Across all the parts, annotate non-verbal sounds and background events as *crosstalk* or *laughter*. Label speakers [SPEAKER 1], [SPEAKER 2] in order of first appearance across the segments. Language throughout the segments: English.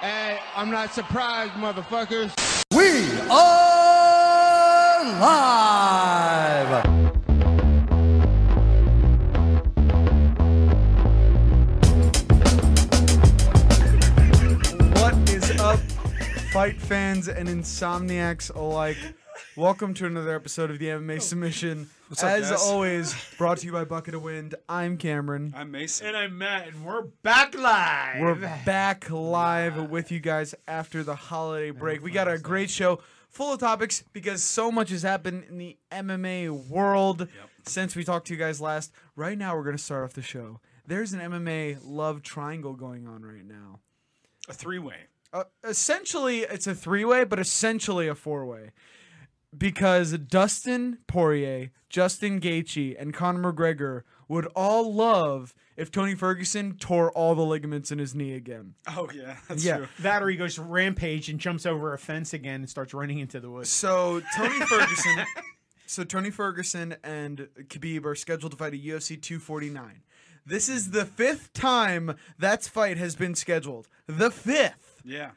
[SPEAKER 1] I'm not surprised, motherfuckers.
[SPEAKER 2] We are live.
[SPEAKER 3] What is up, fight fans and insomniacs alike? Welcome to another episode of the MMA Submission.
[SPEAKER 4] Oh. up,
[SPEAKER 3] As
[SPEAKER 4] guys?
[SPEAKER 3] always, brought to you by Bucket of Wind. I'm Cameron.
[SPEAKER 4] I'm Mason.
[SPEAKER 5] And I'm Matt, and we're back live.
[SPEAKER 3] We're back live with you guys after the holiday break. We got a great show full of topics because so much has happened in the MMA world since we talked to you guys last. Right now, we're going to start off the show. There's an MMA love triangle going on right now.
[SPEAKER 4] a three-way.
[SPEAKER 3] uh, essentially it's a three-way but essentially a four-way because Dustin Poirier, Justin Gaethje, and Conor McGregor would all love if Tony Ferguson tore all the ligaments in his knee again.
[SPEAKER 4] Oh yeah, that's
[SPEAKER 3] Yeah.
[SPEAKER 4] true.
[SPEAKER 5] That or he goes rampage and jumps over a fence again and starts running into the woods.
[SPEAKER 3] So Tony Ferguson, so Tony Ferguson and Khabib are scheduled to fight at UFC 249. This is the fifth time that fight has been scheduled. The fifth.
[SPEAKER 4] Yeah,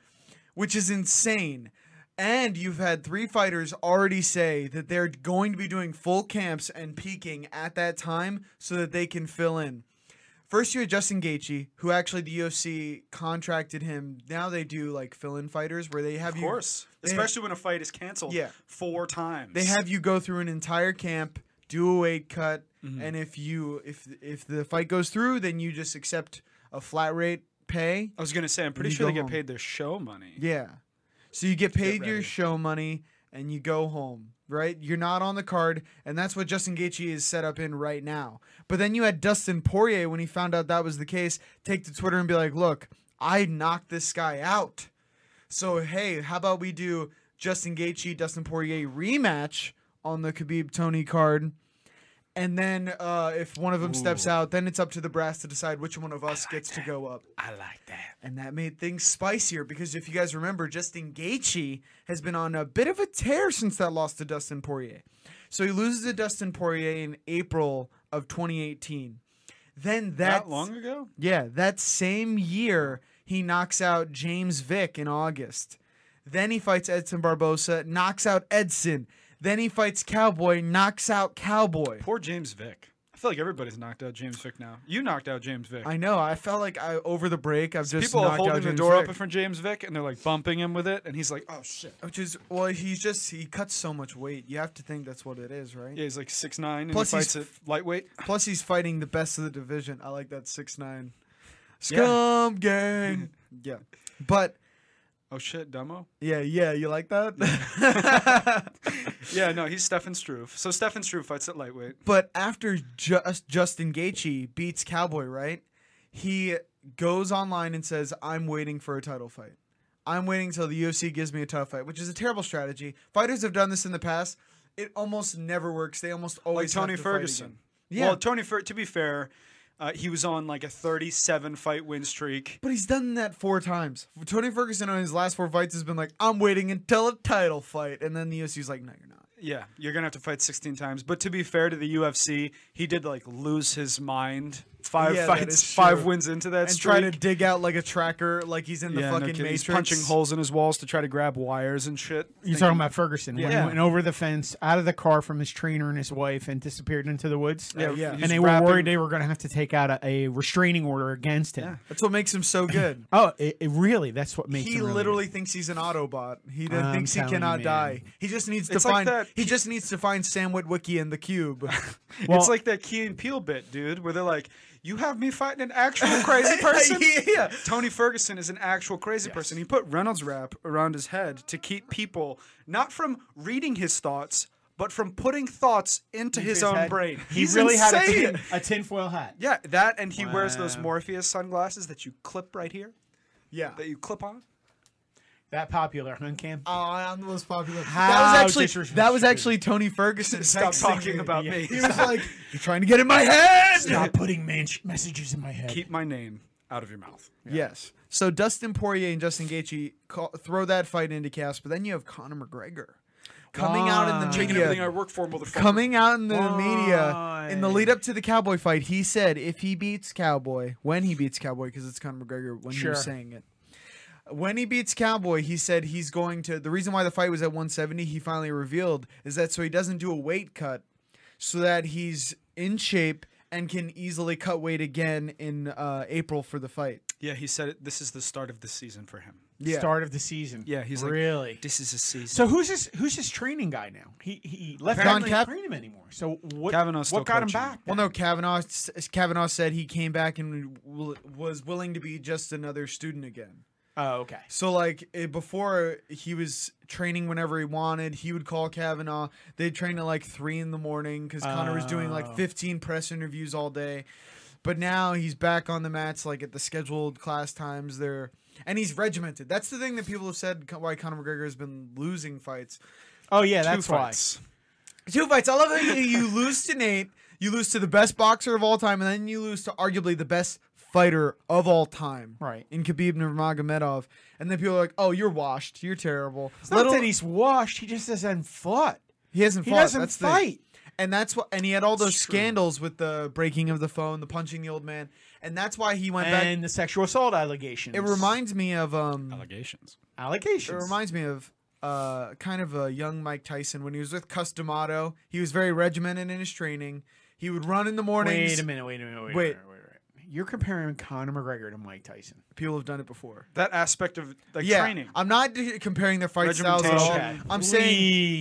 [SPEAKER 3] which is insane. And you've had three fighters already say that they're going to be doing full camps and peaking at that time so that they can fill in. First, you had Justin Gaethje, who actually the UFC contracted him. Now they do like fill-in fighters where they have
[SPEAKER 4] of
[SPEAKER 3] you,
[SPEAKER 4] course.
[SPEAKER 3] they have-
[SPEAKER 4] Especially when a fight is canceled.
[SPEAKER 3] Yeah.
[SPEAKER 4] four times.
[SPEAKER 3] they have you go through an entire camp, do a weight cut, and if you if if the fight goes through, then you just accept a flat rate pay.
[SPEAKER 4] I was gonna say, I'm pretty
[SPEAKER 3] You
[SPEAKER 4] sure they get
[SPEAKER 3] go home.
[SPEAKER 4] paid their show money.
[SPEAKER 3] Yeah. So you get paid your
[SPEAKER 4] ready.
[SPEAKER 3] show money and you go home, right? You're not on the card, and that's what Justin Gaethje is set up in right now. But then you had Dustin Poirier when he found out that was the case, take to Twitter and be like, "Look, I knocked this guy out. So hey, how about we do Justin Gaethje Dustin Poirier rematch on the Khabib Tony card?" And then uh, if one of them steps out, then it's up to the brass to decide which one of us gets to go up.
[SPEAKER 4] I like that.
[SPEAKER 3] And that made things spicier because if you guys remember, Justin Gaethje has been on a bit of a tear since that loss to Dustin Poirier. So he loses to Dustin Poirier in April of 2018. Then that,
[SPEAKER 4] that long ago?
[SPEAKER 3] yeah, that same year he knocks out James Vick in August. Then he fights Edson Barbosa, knocks out Edson. Then he fights Cowboy, knocks out Cowboy.
[SPEAKER 4] Poor James Vick. I feel like everybody's knocked out James Vick now. You knocked out James Vick.
[SPEAKER 3] I know. I felt like I over the break I've just
[SPEAKER 4] People are
[SPEAKER 3] knocked out
[SPEAKER 4] holding the
[SPEAKER 3] James
[SPEAKER 4] door
[SPEAKER 3] Vick.
[SPEAKER 4] open for James Vick, and they're like bumping him with it, and he's like, "Oh shit."
[SPEAKER 3] Which is well, he's just he cuts so much weight. You have to think that's what it is, right?
[SPEAKER 4] Yeah, he's like six nine, and
[SPEAKER 3] Plus
[SPEAKER 4] he
[SPEAKER 3] he's
[SPEAKER 4] fights at lightweight.
[SPEAKER 3] Plus, he's fighting the best of the division. I like that six nine,
[SPEAKER 4] Yeah. *laughs*
[SPEAKER 3] scum gang. yeah, but
[SPEAKER 4] Oh shit, Dumbo.
[SPEAKER 3] yeah, yeah, you like that?
[SPEAKER 4] Yeah, no, he's Stefan Struve. So Stefan Struve fights at lightweight.
[SPEAKER 3] *laughs* But after just Justin Gaethje beats Cowboy, right? He goes online and says, "I'm waiting for a title fight. I'm waiting until the UFC gives me a title fight," which is a terrible strategy. Fighters have done this in the past. It almost never works. They almost
[SPEAKER 4] like
[SPEAKER 3] always have
[SPEAKER 4] Tony
[SPEAKER 3] to fight
[SPEAKER 4] Ferguson.
[SPEAKER 3] again. Yeah.
[SPEAKER 4] Well, Tony Fer- to be fair, uh, he was on like a 37 fight win streak.
[SPEAKER 3] But he's done that four times. Tony Ferguson on his last four fights has been like, "I'm waiting until a title fight," and then the UFC's like, "No, you're not."
[SPEAKER 4] Yeah, you're gonna have to fight 16 times. But to be fair to the UFC, he did like lose his mind. Five
[SPEAKER 3] Yeah, that
[SPEAKER 4] fights,
[SPEAKER 3] is
[SPEAKER 4] five
[SPEAKER 3] true.
[SPEAKER 4] wins into that
[SPEAKER 3] And
[SPEAKER 4] streak.
[SPEAKER 3] try to dig out like a tracker, like he's in the
[SPEAKER 4] yeah, no
[SPEAKER 3] fucking
[SPEAKER 4] kidding.
[SPEAKER 3] matrix,
[SPEAKER 4] He's punching holes in his walls to try to grab wires and shit.
[SPEAKER 5] You're talking about Ferguson. When
[SPEAKER 4] Yeah.
[SPEAKER 5] he went over the fence, out of the car from his trainer and his wife, and disappeared into the woods.
[SPEAKER 4] Yeah,
[SPEAKER 3] yeah.
[SPEAKER 5] And
[SPEAKER 4] he's
[SPEAKER 5] they
[SPEAKER 4] rapping.
[SPEAKER 5] were worried they were going to have to take out a, a restraining order against him.
[SPEAKER 3] That's what makes
[SPEAKER 4] *coughs*
[SPEAKER 3] him so good.
[SPEAKER 5] Oh, it, it really, that's what makes
[SPEAKER 3] he
[SPEAKER 5] him really
[SPEAKER 3] literally thinks he's an Autobot. He then
[SPEAKER 5] I'm
[SPEAKER 3] thinks he
[SPEAKER 5] telling you,
[SPEAKER 3] cannot
[SPEAKER 5] man.
[SPEAKER 3] die. He just needs to
[SPEAKER 4] It's like
[SPEAKER 3] find.
[SPEAKER 4] that-
[SPEAKER 3] He just needs to find Sam Witwicky in
[SPEAKER 4] *laughs*
[SPEAKER 3] the cube.
[SPEAKER 5] Well-
[SPEAKER 4] it's like that Key and Peele bit, dude, where they're like, "You have me fighting an actual *laughs* crazy person."
[SPEAKER 3] Yeah.
[SPEAKER 4] Tony Ferguson is an actual crazy person. He put Reynolds wrap around his head to keep people not from reading his thoughts, but from putting thoughts into his, own
[SPEAKER 5] head.
[SPEAKER 4] brain.
[SPEAKER 5] He
[SPEAKER 4] He's
[SPEAKER 5] really
[SPEAKER 4] insane.
[SPEAKER 5] had a, tin, a tinfoil hat.
[SPEAKER 4] Yeah, that and he wears those
[SPEAKER 5] Wow.
[SPEAKER 4] Morpheus sunglasses that you clip right here,
[SPEAKER 3] yeah.
[SPEAKER 4] that you clip on.
[SPEAKER 5] That popular, huh, Cam?
[SPEAKER 4] Uh,
[SPEAKER 3] Oh, I'm the most popular.
[SPEAKER 5] How
[SPEAKER 3] that was actually
[SPEAKER 5] disrespectful.
[SPEAKER 3] that was actually Tony Ferguson.
[SPEAKER 4] Stop
[SPEAKER 3] texting
[SPEAKER 4] talking
[SPEAKER 3] me.
[SPEAKER 4] about me. *laughs*
[SPEAKER 3] He was like, "You're trying to get in my head."
[SPEAKER 5] Stop putting man- messages in my head.
[SPEAKER 4] Keep my name out of your mouth.
[SPEAKER 3] Yes. So Dustin Poirier and Justin Gaethje call, throw that fight into cast, but then you have Conor McGregor coming out in the
[SPEAKER 4] Taking
[SPEAKER 3] media.
[SPEAKER 4] everything I work for, motherfucker.
[SPEAKER 3] Coming out in the media in the
[SPEAKER 5] Why?
[SPEAKER 3] lead up to the Cowboy fight, he said if he beats Cowboy, when he beats Cowboy, because it's Conor McGregor when he
[SPEAKER 5] Sure.
[SPEAKER 3] was saying it, When he beats Cowboy, he said he's going to. The reason why the fight was at 170, he finally revealed, is that so he doesn't do a weight cut, so that he's in shape and can easily cut weight again in uh, April for the fight.
[SPEAKER 4] Yeah, he said it, this is the start of the season for him.
[SPEAKER 3] Yeah.
[SPEAKER 5] Start of the season.
[SPEAKER 4] Yeah, he's like,
[SPEAKER 5] really.
[SPEAKER 4] This is a season.
[SPEAKER 5] so who's his who's his training guy now? He he left. Apparently,
[SPEAKER 3] Apparently- Cap-
[SPEAKER 5] train him anymore. So what?
[SPEAKER 4] Kavanaugh's still
[SPEAKER 5] what got him
[SPEAKER 4] coaching.
[SPEAKER 5] back?
[SPEAKER 3] Well, no, Kavanaugh. Kavanaugh said he came back and w- was willing to be just another student again.
[SPEAKER 5] Oh, okay.
[SPEAKER 3] So like it, before he was training whenever he wanted, he would call Kavanaugh. They'd train at like three in the morning because Connor was doing
[SPEAKER 5] Oh.
[SPEAKER 3] like fifteen press interviews all day. But now he's back on the mats like at the scheduled class times there, and he's regimented. That's the thing that people have said co- why Conor McGregor has been losing fights.
[SPEAKER 5] Oh yeah, that's why.
[SPEAKER 4] fights.
[SPEAKER 3] Two fights. I love that you- you lose to Nate, you lose to the best boxer of all time, and then you lose to arguably the best fighter of all time.
[SPEAKER 5] Right.
[SPEAKER 3] In Khabib Nurmagomedov. And then people are like, oh, you're washed. You're terrible.
[SPEAKER 5] It's not that he's washed. He just hasn't fought.
[SPEAKER 3] he hasn't
[SPEAKER 5] He
[SPEAKER 3] fought.
[SPEAKER 5] doesn't
[SPEAKER 3] that's the-
[SPEAKER 5] fight.
[SPEAKER 3] and that's what, and he had all those
[SPEAKER 4] true.
[SPEAKER 3] scandals with the breaking of the phone, the punching the old man, and that's why he went back.
[SPEAKER 5] and the sexual assault allegations.
[SPEAKER 3] It reminds me of um,
[SPEAKER 4] Allegations.
[SPEAKER 5] allegations.
[SPEAKER 3] it reminds me of uh, kind of a young Mike Tyson when he was with Customato. He was very regimented in his training. He would run in the mornings.
[SPEAKER 5] Wait a minute. Wait a minute. Wait. a
[SPEAKER 3] Wait.
[SPEAKER 5] minute, wait, wait. You're comparing Conor McGregor to Mike Tyson.
[SPEAKER 3] People have done it before.
[SPEAKER 4] That aspect of like
[SPEAKER 3] yeah,
[SPEAKER 4] training.
[SPEAKER 3] I'm not d- comparing their fight styles at all.
[SPEAKER 4] Regimentation.
[SPEAKER 3] I'm saying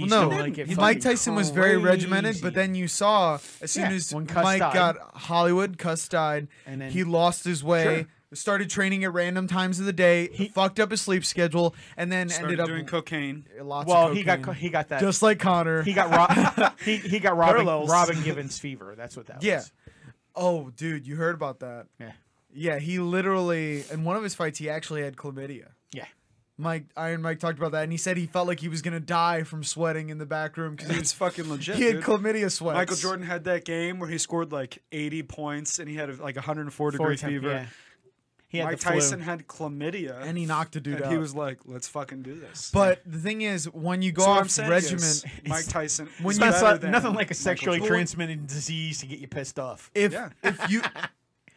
[SPEAKER 5] Please
[SPEAKER 3] well,
[SPEAKER 5] don't
[SPEAKER 3] no.
[SPEAKER 5] make it
[SPEAKER 3] Mike
[SPEAKER 5] fucking
[SPEAKER 3] Tyson was very regimented,
[SPEAKER 5] crazy.
[SPEAKER 3] but then you saw as soon
[SPEAKER 5] Yeah,
[SPEAKER 3] as
[SPEAKER 5] when Cuss
[SPEAKER 3] Mike
[SPEAKER 5] died.
[SPEAKER 3] got Hollywood, Cuss died,
[SPEAKER 5] And
[SPEAKER 3] and
[SPEAKER 5] then-
[SPEAKER 3] he lost his way.
[SPEAKER 5] Sure.
[SPEAKER 3] Started training at random times of the day, fucked up his sleep schedule, and then
[SPEAKER 4] Started
[SPEAKER 3] ended up
[SPEAKER 4] doing
[SPEAKER 3] *laughs*
[SPEAKER 4] cocaine.
[SPEAKER 3] lots
[SPEAKER 5] well,
[SPEAKER 3] of
[SPEAKER 5] he got co-
[SPEAKER 3] cocaine.
[SPEAKER 5] he got that.
[SPEAKER 3] just like Connor.
[SPEAKER 5] he got Rob, he, he got Robin,
[SPEAKER 3] Parallels.
[SPEAKER 5] Robin Givens fever. That's what that
[SPEAKER 3] yeah.
[SPEAKER 5] was.
[SPEAKER 3] Oh, dude, you heard about that?
[SPEAKER 5] Yeah.
[SPEAKER 3] Yeah, he literally in one of his fights he actually had chlamydia.
[SPEAKER 5] Yeah.
[SPEAKER 3] Mike Iron Mike talked about that, and he said he felt like he was gonna die from sweating in the back room because he was
[SPEAKER 4] It's fucking legit.
[SPEAKER 3] he had
[SPEAKER 4] dude.
[SPEAKER 3] chlamydia sweats.
[SPEAKER 4] Michael Jordan had that game where he scored like 80 points and he had like 104
[SPEAKER 5] Four
[SPEAKER 4] degree
[SPEAKER 5] temp-
[SPEAKER 4] fever.
[SPEAKER 5] yeah. He had
[SPEAKER 4] Mike
[SPEAKER 5] the flu.
[SPEAKER 4] Tyson had chlamydia
[SPEAKER 3] and he knocked a dude
[SPEAKER 4] and
[SPEAKER 3] out.
[SPEAKER 4] he was like, "Let's fucking do this."
[SPEAKER 3] but the thing is, when you go
[SPEAKER 4] So what I'm
[SPEAKER 3] off
[SPEAKER 4] saying
[SPEAKER 3] regimen,
[SPEAKER 4] is, Mike Tyson.
[SPEAKER 3] When
[SPEAKER 4] is
[SPEAKER 5] It's
[SPEAKER 3] you-
[SPEAKER 5] not
[SPEAKER 4] better
[SPEAKER 5] so-
[SPEAKER 4] than
[SPEAKER 5] nothing like a
[SPEAKER 4] Michael
[SPEAKER 5] sexually
[SPEAKER 4] Jordan.
[SPEAKER 5] transmitted disease to get you pissed off.
[SPEAKER 3] if
[SPEAKER 4] Yeah.
[SPEAKER 3] *laughs* if you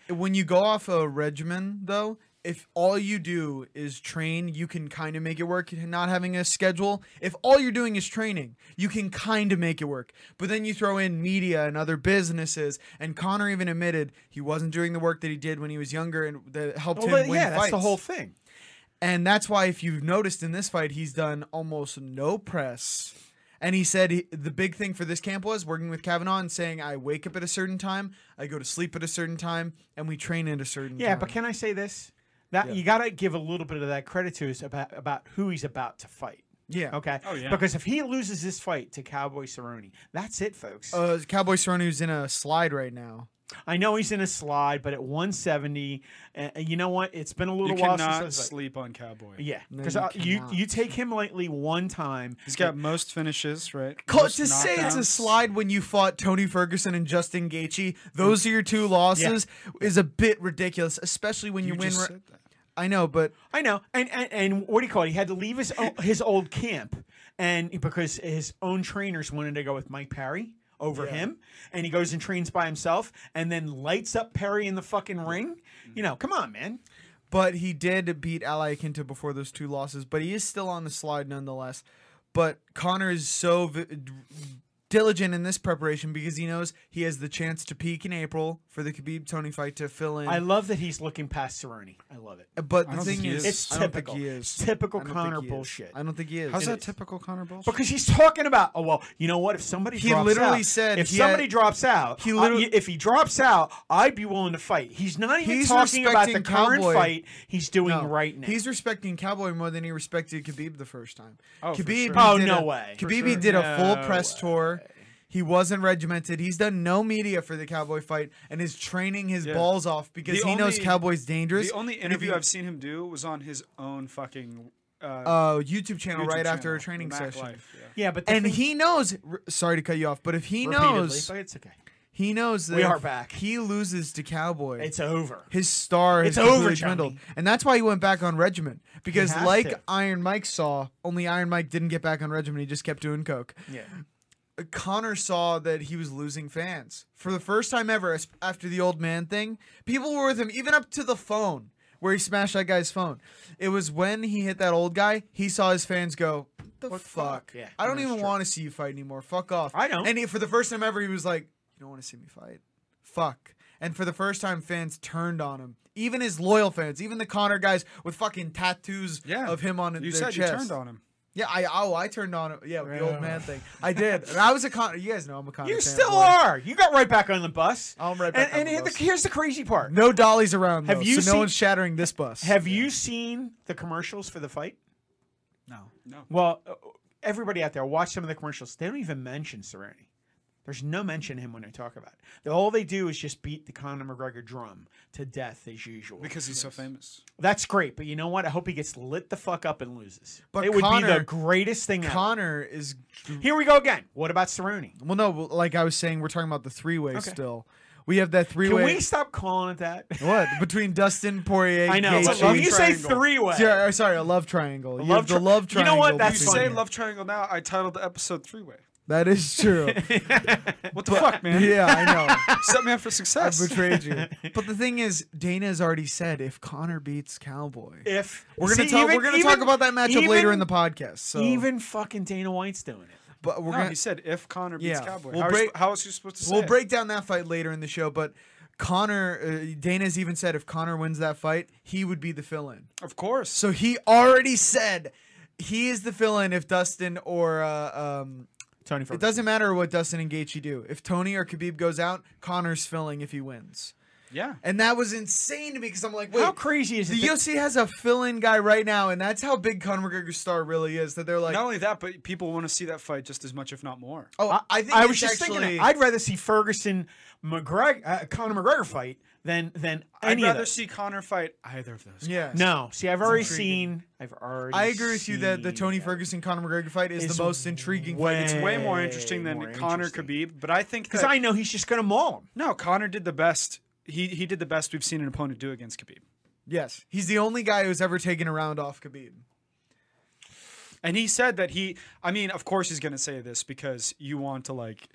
[SPEAKER 3] when you go off a regimen though, if all you do is train, you can kind of make it work. Not having a schedule, if all you're doing is training, you can kind of make it work. But then you throw in media and other businesses, and Connor even admitted he wasn't doing the work that he did when he was younger, and that helped
[SPEAKER 5] Well,
[SPEAKER 3] him
[SPEAKER 5] Oh, but
[SPEAKER 3] win
[SPEAKER 5] yeah, that's
[SPEAKER 3] fights.
[SPEAKER 5] the whole thing.
[SPEAKER 3] And that's why, if you've noticed in this fight, he's done almost no press. And he said he, the big thing for this camp was working with Kavanaugh and saying, I wake up at a certain time, I go to sleep at a certain time, and we train at a certain
[SPEAKER 5] Yeah,
[SPEAKER 3] time.
[SPEAKER 5] but can I say this? That you got to give a little bit of that credit to us about about who he's about to fight.
[SPEAKER 3] yeah.
[SPEAKER 5] Okay.
[SPEAKER 4] Oh, yeah.
[SPEAKER 5] Because if he loses this fight to Cowboy Cerrone, that's it, folks.
[SPEAKER 3] Uh, Cowboy Cerrone's in a slide right now.
[SPEAKER 5] I know he's in a slide, but at 170, uh, you know what? It's been a
[SPEAKER 4] You
[SPEAKER 5] little while since I
[SPEAKER 4] cannot
[SPEAKER 5] was like-
[SPEAKER 4] sleep on Cowboy.
[SPEAKER 5] yeah,
[SPEAKER 3] No,
[SPEAKER 5] because
[SPEAKER 3] you
[SPEAKER 5] you,
[SPEAKER 3] cannot.
[SPEAKER 5] you take him lightly one time.
[SPEAKER 4] He's got most finishes, right?
[SPEAKER 3] Co-
[SPEAKER 4] Most
[SPEAKER 3] to say it's a
[SPEAKER 4] knockdowns.
[SPEAKER 3] slide when you fought Tony Ferguson and Justin Gaethje, those are your two losses, is a bit ridiculous, especially when you,
[SPEAKER 4] You
[SPEAKER 3] win.
[SPEAKER 4] just
[SPEAKER 3] ra-
[SPEAKER 4] said that.
[SPEAKER 3] I know, but
[SPEAKER 5] I know, and, and and what do you call it? He had to leave his o- his old camp, and because his own trainers wanted to go with Mike Perry over him, and he goes and trains by himself, and then lights up Perry in the fucking ring.
[SPEAKER 3] Mm-hmm.
[SPEAKER 5] You know, come on, man.
[SPEAKER 3] but he did beat Ali Akinta before those two losses, but he is still on the slide nonetheless. But Connor is so v- diligent in this preparation because he knows he has the chance to peak in April for the Khabib Tony fight to fill in.
[SPEAKER 5] I love that he's looking past Cerrone. I love it.
[SPEAKER 3] but
[SPEAKER 4] I
[SPEAKER 3] the
[SPEAKER 4] don't
[SPEAKER 3] thing
[SPEAKER 4] think he
[SPEAKER 3] is,
[SPEAKER 4] is.
[SPEAKER 5] It's
[SPEAKER 3] I don't think
[SPEAKER 5] typical.
[SPEAKER 3] he
[SPEAKER 5] It's
[SPEAKER 3] is.
[SPEAKER 5] typical
[SPEAKER 3] I don't think
[SPEAKER 5] Connor
[SPEAKER 3] he is.
[SPEAKER 5] bullshit.
[SPEAKER 3] I don't think he is.
[SPEAKER 4] How's
[SPEAKER 3] It
[SPEAKER 4] that
[SPEAKER 3] is.
[SPEAKER 4] typical Connor bullshit?
[SPEAKER 5] Because he's talking about, oh well, you know what? If somebody
[SPEAKER 3] He
[SPEAKER 5] drops
[SPEAKER 3] literally
[SPEAKER 5] out-
[SPEAKER 3] said
[SPEAKER 5] if
[SPEAKER 3] he
[SPEAKER 5] somebody
[SPEAKER 3] had-
[SPEAKER 5] drops out,
[SPEAKER 3] he
[SPEAKER 5] I-
[SPEAKER 3] literally-
[SPEAKER 5] if he drops out, I'd be willing to fight. He's not even
[SPEAKER 3] He's
[SPEAKER 5] talking about the
[SPEAKER 3] respecting
[SPEAKER 5] current
[SPEAKER 3] Cowboy.
[SPEAKER 5] fight he's doing
[SPEAKER 3] No.
[SPEAKER 5] right now.
[SPEAKER 3] Oh, He's respecting Cowboy more than he respected Khabib the first time.
[SPEAKER 4] Oh, for
[SPEAKER 3] Khabib, he
[SPEAKER 4] sure.
[SPEAKER 5] Oh,
[SPEAKER 3] did
[SPEAKER 5] no
[SPEAKER 3] a-
[SPEAKER 5] way. For
[SPEAKER 3] Khabib he
[SPEAKER 5] sure.
[SPEAKER 3] did a full
[SPEAKER 5] No
[SPEAKER 3] press tour. He wasn't regimented. He's done no media for the Cowboy fight and is training his
[SPEAKER 4] Yeah.
[SPEAKER 3] balls off because
[SPEAKER 4] The
[SPEAKER 3] he knows
[SPEAKER 4] only-
[SPEAKER 3] Cowboy's dangerous.
[SPEAKER 4] the only
[SPEAKER 3] And if
[SPEAKER 4] interview
[SPEAKER 3] he-
[SPEAKER 4] I've seen him do was on his own fucking uh,
[SPEAKER 3] uh, YouTube channel
[SPEAKER 4] YouTube
[SPEAKER 3] right after a
[SPEAKER 4] channel,
[SPEAKER 3] training
[SPEAKER 4] Mac
[SPEAKER 3] session.
[SPEAKER 4] Life, yeah.
[SPEAKER 5] yeah, but the
[SPEAKER 3] And
[SPEAKER 5] thing-
[SPEAKER 3] he knows. r- Sorry to cut you off, but if he
[SPEAKER 5] repeatedly,
[SPEAKER 3] knows,
[SPEAKER 5] but it's okay.
[SPEAKER 3] he knows that
[SPEAKER 5] We
[SPEAKER 3] if
[SPEAKER 5] are back.
[SPEAKER 3] He loses to Cowboy.
[SPEAKER 5] It's over.
[SPEAKER 3] his star
[SPEAKER 5] It's
[SPEAKER 3] has
[SPEAKER 5] over,
[SPEAKER 3] completely
[SPEAKER 5] Johnny.
[SPEAKER 3] dwindled, and that's why he went back on regimen. Because
[SPEAKER 5] has
[SPEAKER 3] like
[SPEAKER 5] to.
[SPEAKER 3] Iron Mike saw, only Iron Mike didn't get back on regimen. He just kept doing coke.
[SPEAKER 5] Yeah.
[SPEAKER 3] Connor saw that he was losing fans for the first time ever as- after the old man thing. People were with him even up to the phone. where he smashed that guy's phone. It was when he hit that old guy. He saw his fans go, "The fuck?
[SPEAKER 5] fuck?" Yeah,
[SPEAKER 3] I don't
[SPEAKER 5] that's
[SPEAKER 3] even
[SPEAKER 5] true.
[SPEAKER 3] want to see you fight anymore. Fuck off."
[SPEAKER 5] I don't.
[SPEAKER 3] And he, for the first time ever, he was like, "You don't want to see me fight? Fuck." And for the first time, fans turned on him. Even his loyal fans, even the Connor guys with fucking tattoos
[SPEAKER 4] Yeah.
[SPEAKER 3] of him on
[SPEAKER 4] You
[SPEAKER 3] their
[SPEAKER 4] said
[SPEAKER 3] chest.
[SPEAKER 4] you turned on him.
[SPEAKER 3] Yeah, I oh I turned on it. Yeah, the old man thing. I did. And I was a con. You guys know I'm a con.
[SPEAKER 5] You still are. You got right back on the bus.
[SPEAKER 3] I'm right back
[SPEAKER 5] and,
[SPEAKER 3] on
[SPEAKER 5] and
[SPEAKER 3] the
[SPEAKER 5] here-
[SPEAKER 3] bus.
[SPEAKER 5] here's the crazy part.
[SPEAKER 3] No dollies around.
[SPEAKER 5] Have
[SPEAKER 3] Have
[SPEAKER 5] you
[SPEAKER 3] you? So
[SPEAKER 5] seen-
[SPEAKER 3] no one's shattering this bus.
[SPEAKER 5] Have you seen the commercials for the fight?
[SPEAKER 3] no?
[SPEAKER 5] Well, uh, everybody out there, watch some of the commercials. They don't even mention Cerrone. There's no mention of him when they talk about it. They- All they do is just beat the Conor McGregor drum to death as usual.
[SPEAKER 4] Because he's so famous.
[SPEAKER 5] That's great, but you know what? I hope he gets lit the fuck up and loses.
[SPEAKER 3] But
[SPEAKER 5] it would be
[SPEAKER 3] Conor-
[SPEAKER 5] the greatest thing ever.
[SPEAKER 3] Connor is.
[SPEAKER 5] Here we go again. What about Cerrone?
[SPEAKER 3] Well, no. well, Like I was saying, we're talking about the three way still. We have that three
[SPEAKER 5] Can
[SPEAKER 3] way.
[SPEAKER 5] we stop calling it that? *laughs*
[SPEAKER 3] What between Dustin Poirier?
[SPEAKER 5] I know.
[SPEAKER 3] Gaethje-
[SPEAKER 4] love
[SPEAKER 5] But when you say
[SPEAKER 4] triangle.
[SPEAKER 5] three way, *laughs*
[SPEAKER 3] Yeah, or sorry, a love triangle. you
[SPEAKER 5] love
[SPEAKER 3] have the
[SPEAKER 5] tri-
[SPEAKER 3] love
[SPEAKER 5] You
[SPEAKER 3] triangle.
[SPEAKER 5] know what?
[SPEAKER 4] You
[SPEAKER 5] That's
[SPEAKER 3] between-
[SPEAKER 4] say
[SPEAKER 5] funny.
[SPEAKER 4] love triangle now. I titled the episode three way.
[SPEAKER 3] That is
[SPEAKER 5] *laughs*
[SPEAKER 3] true. *laughs*
[SPEAKER 4] What the fuck, man?
[SPEAKER 3] yeah, I know.
[SPEAKER 4] Set me up for
[SPEAKER 3] I
[SPEAKER 4] success.
[SPEAKER 3] betrayed you. But the thing is, Dana has already said if Connor beats Cowboy,
[SPEAKER 5] if
[SPEAKER 3] We're gonna
[SPEAKER 5] See,
[SPEAKER 3] talk.
[SPEAKER 5] even-
[SPEAKER 3] we're gonna
[SPEAKER 5] even-
[SPEAKER 3] talk about that matchup later
[SPEAKER 5] even-
[SPEAKER 3] in the podcast. So
[SPEAKER 5] Even fucking Dana White's doing it.
[SPEAKER 3] but we're
[SPEAKER 4] No,
[SPEAKER 3] gonna
[SPEAKER 4] he said if Connor beats
[SPEAKER 3] Yeah.
[SPEAKER 4] Cowboy.
[SPEAKER 3] We'll
[SPEAKER 4] how,
[SPEAKER 3] break-
[SPEAKER 4] how is he supposed to say
[SPEAKER 3] we'll
[SPEAKER 4] it?
[SPEAKER 3] break down that fight later in the show. But Connor, uh, Dana's even said if Connor wins that fight, he would be the fill-in.
[SPEAKER 4] Of course.
[SPEAKER 3] So he already said he is the fill-in if Dustin or uh, um,
[SPEAKER 5] Tony
[SPEAKER 3] it
[SPEAKER 5] Ferguson.
[SPEAKER 3] doesn't matter what Dustin and Gaethje do. If Tony or Khabib goes out, Connor's filling if he wins.
[SPEAKER 4] yeah.
[SPEAKER 3] And that was insane to me because I'm like, wait,
[SPEAKER 5] How crazy is
[SPEAKER 3] the
[SPEAKER 5] it? that-
[SPEAKER 3] UFC has a fill-in guy right now, and that's how big Conor McGregor's star really is. That they're like,
[SPEAKER 4] Not only that, but people want to see that fight just as much, if not more.
[SPEAKER 3] oh, I, think
[SPEAKER 5] I
[SPEAKER 3] it's
[SPEAKER 5] was just
[SPEAKER 3] actually,
[SPEAKER 5] thinking that. I'd rather see Ferguson McGregor uh, Conor McGregor fight than than
[SPEAKER 4] I'd
[SPEAKER 5] any
[SPEAKER 4] rather
[SPEAKER 5] of those.
[SPEAKER 4] see Connor fight either of those.
[SPEAKER 3] yeah,
[SPEAKER 5] no, see, I've already
[SPEAKER 4] intriguing.
[SPEAKER 5] seen. I've already.
[SPEAKER 3] I agree with you that the
[SPEAKER 5] seen
[SPEAKER 3] Tony
[SPEAKER 5] that.
[SPEAKER 3] Ferguson Conor McGregor fight is,
[SPEAKER 5] Is
[SPEAKER 3] the most intriguing.
[SPEAKER 5] way-
[SPEAKER 3] fight.
[SPEAKER 4] It's way more interesting than
[SPEAKER 5] more
[SPEAKER 4] Connor
[SPEAKER 5] interesting.
[SPEAKER 4] Khabib, but I think
[SPEAKER 5] Because
[SPEAKER 4] that-
[SPEAKER 5] I know he's just gonna maul him.
[SPEAKER 4] no Connor did the best. He he did the best we've seen an opponent do against Khabib,
[SPEAKER 3] Yes, he's the only guy who's ever taken a round off Khabib.
[SPEAKER 4] and he said that he. I mean, of course he's going to say this because you want to like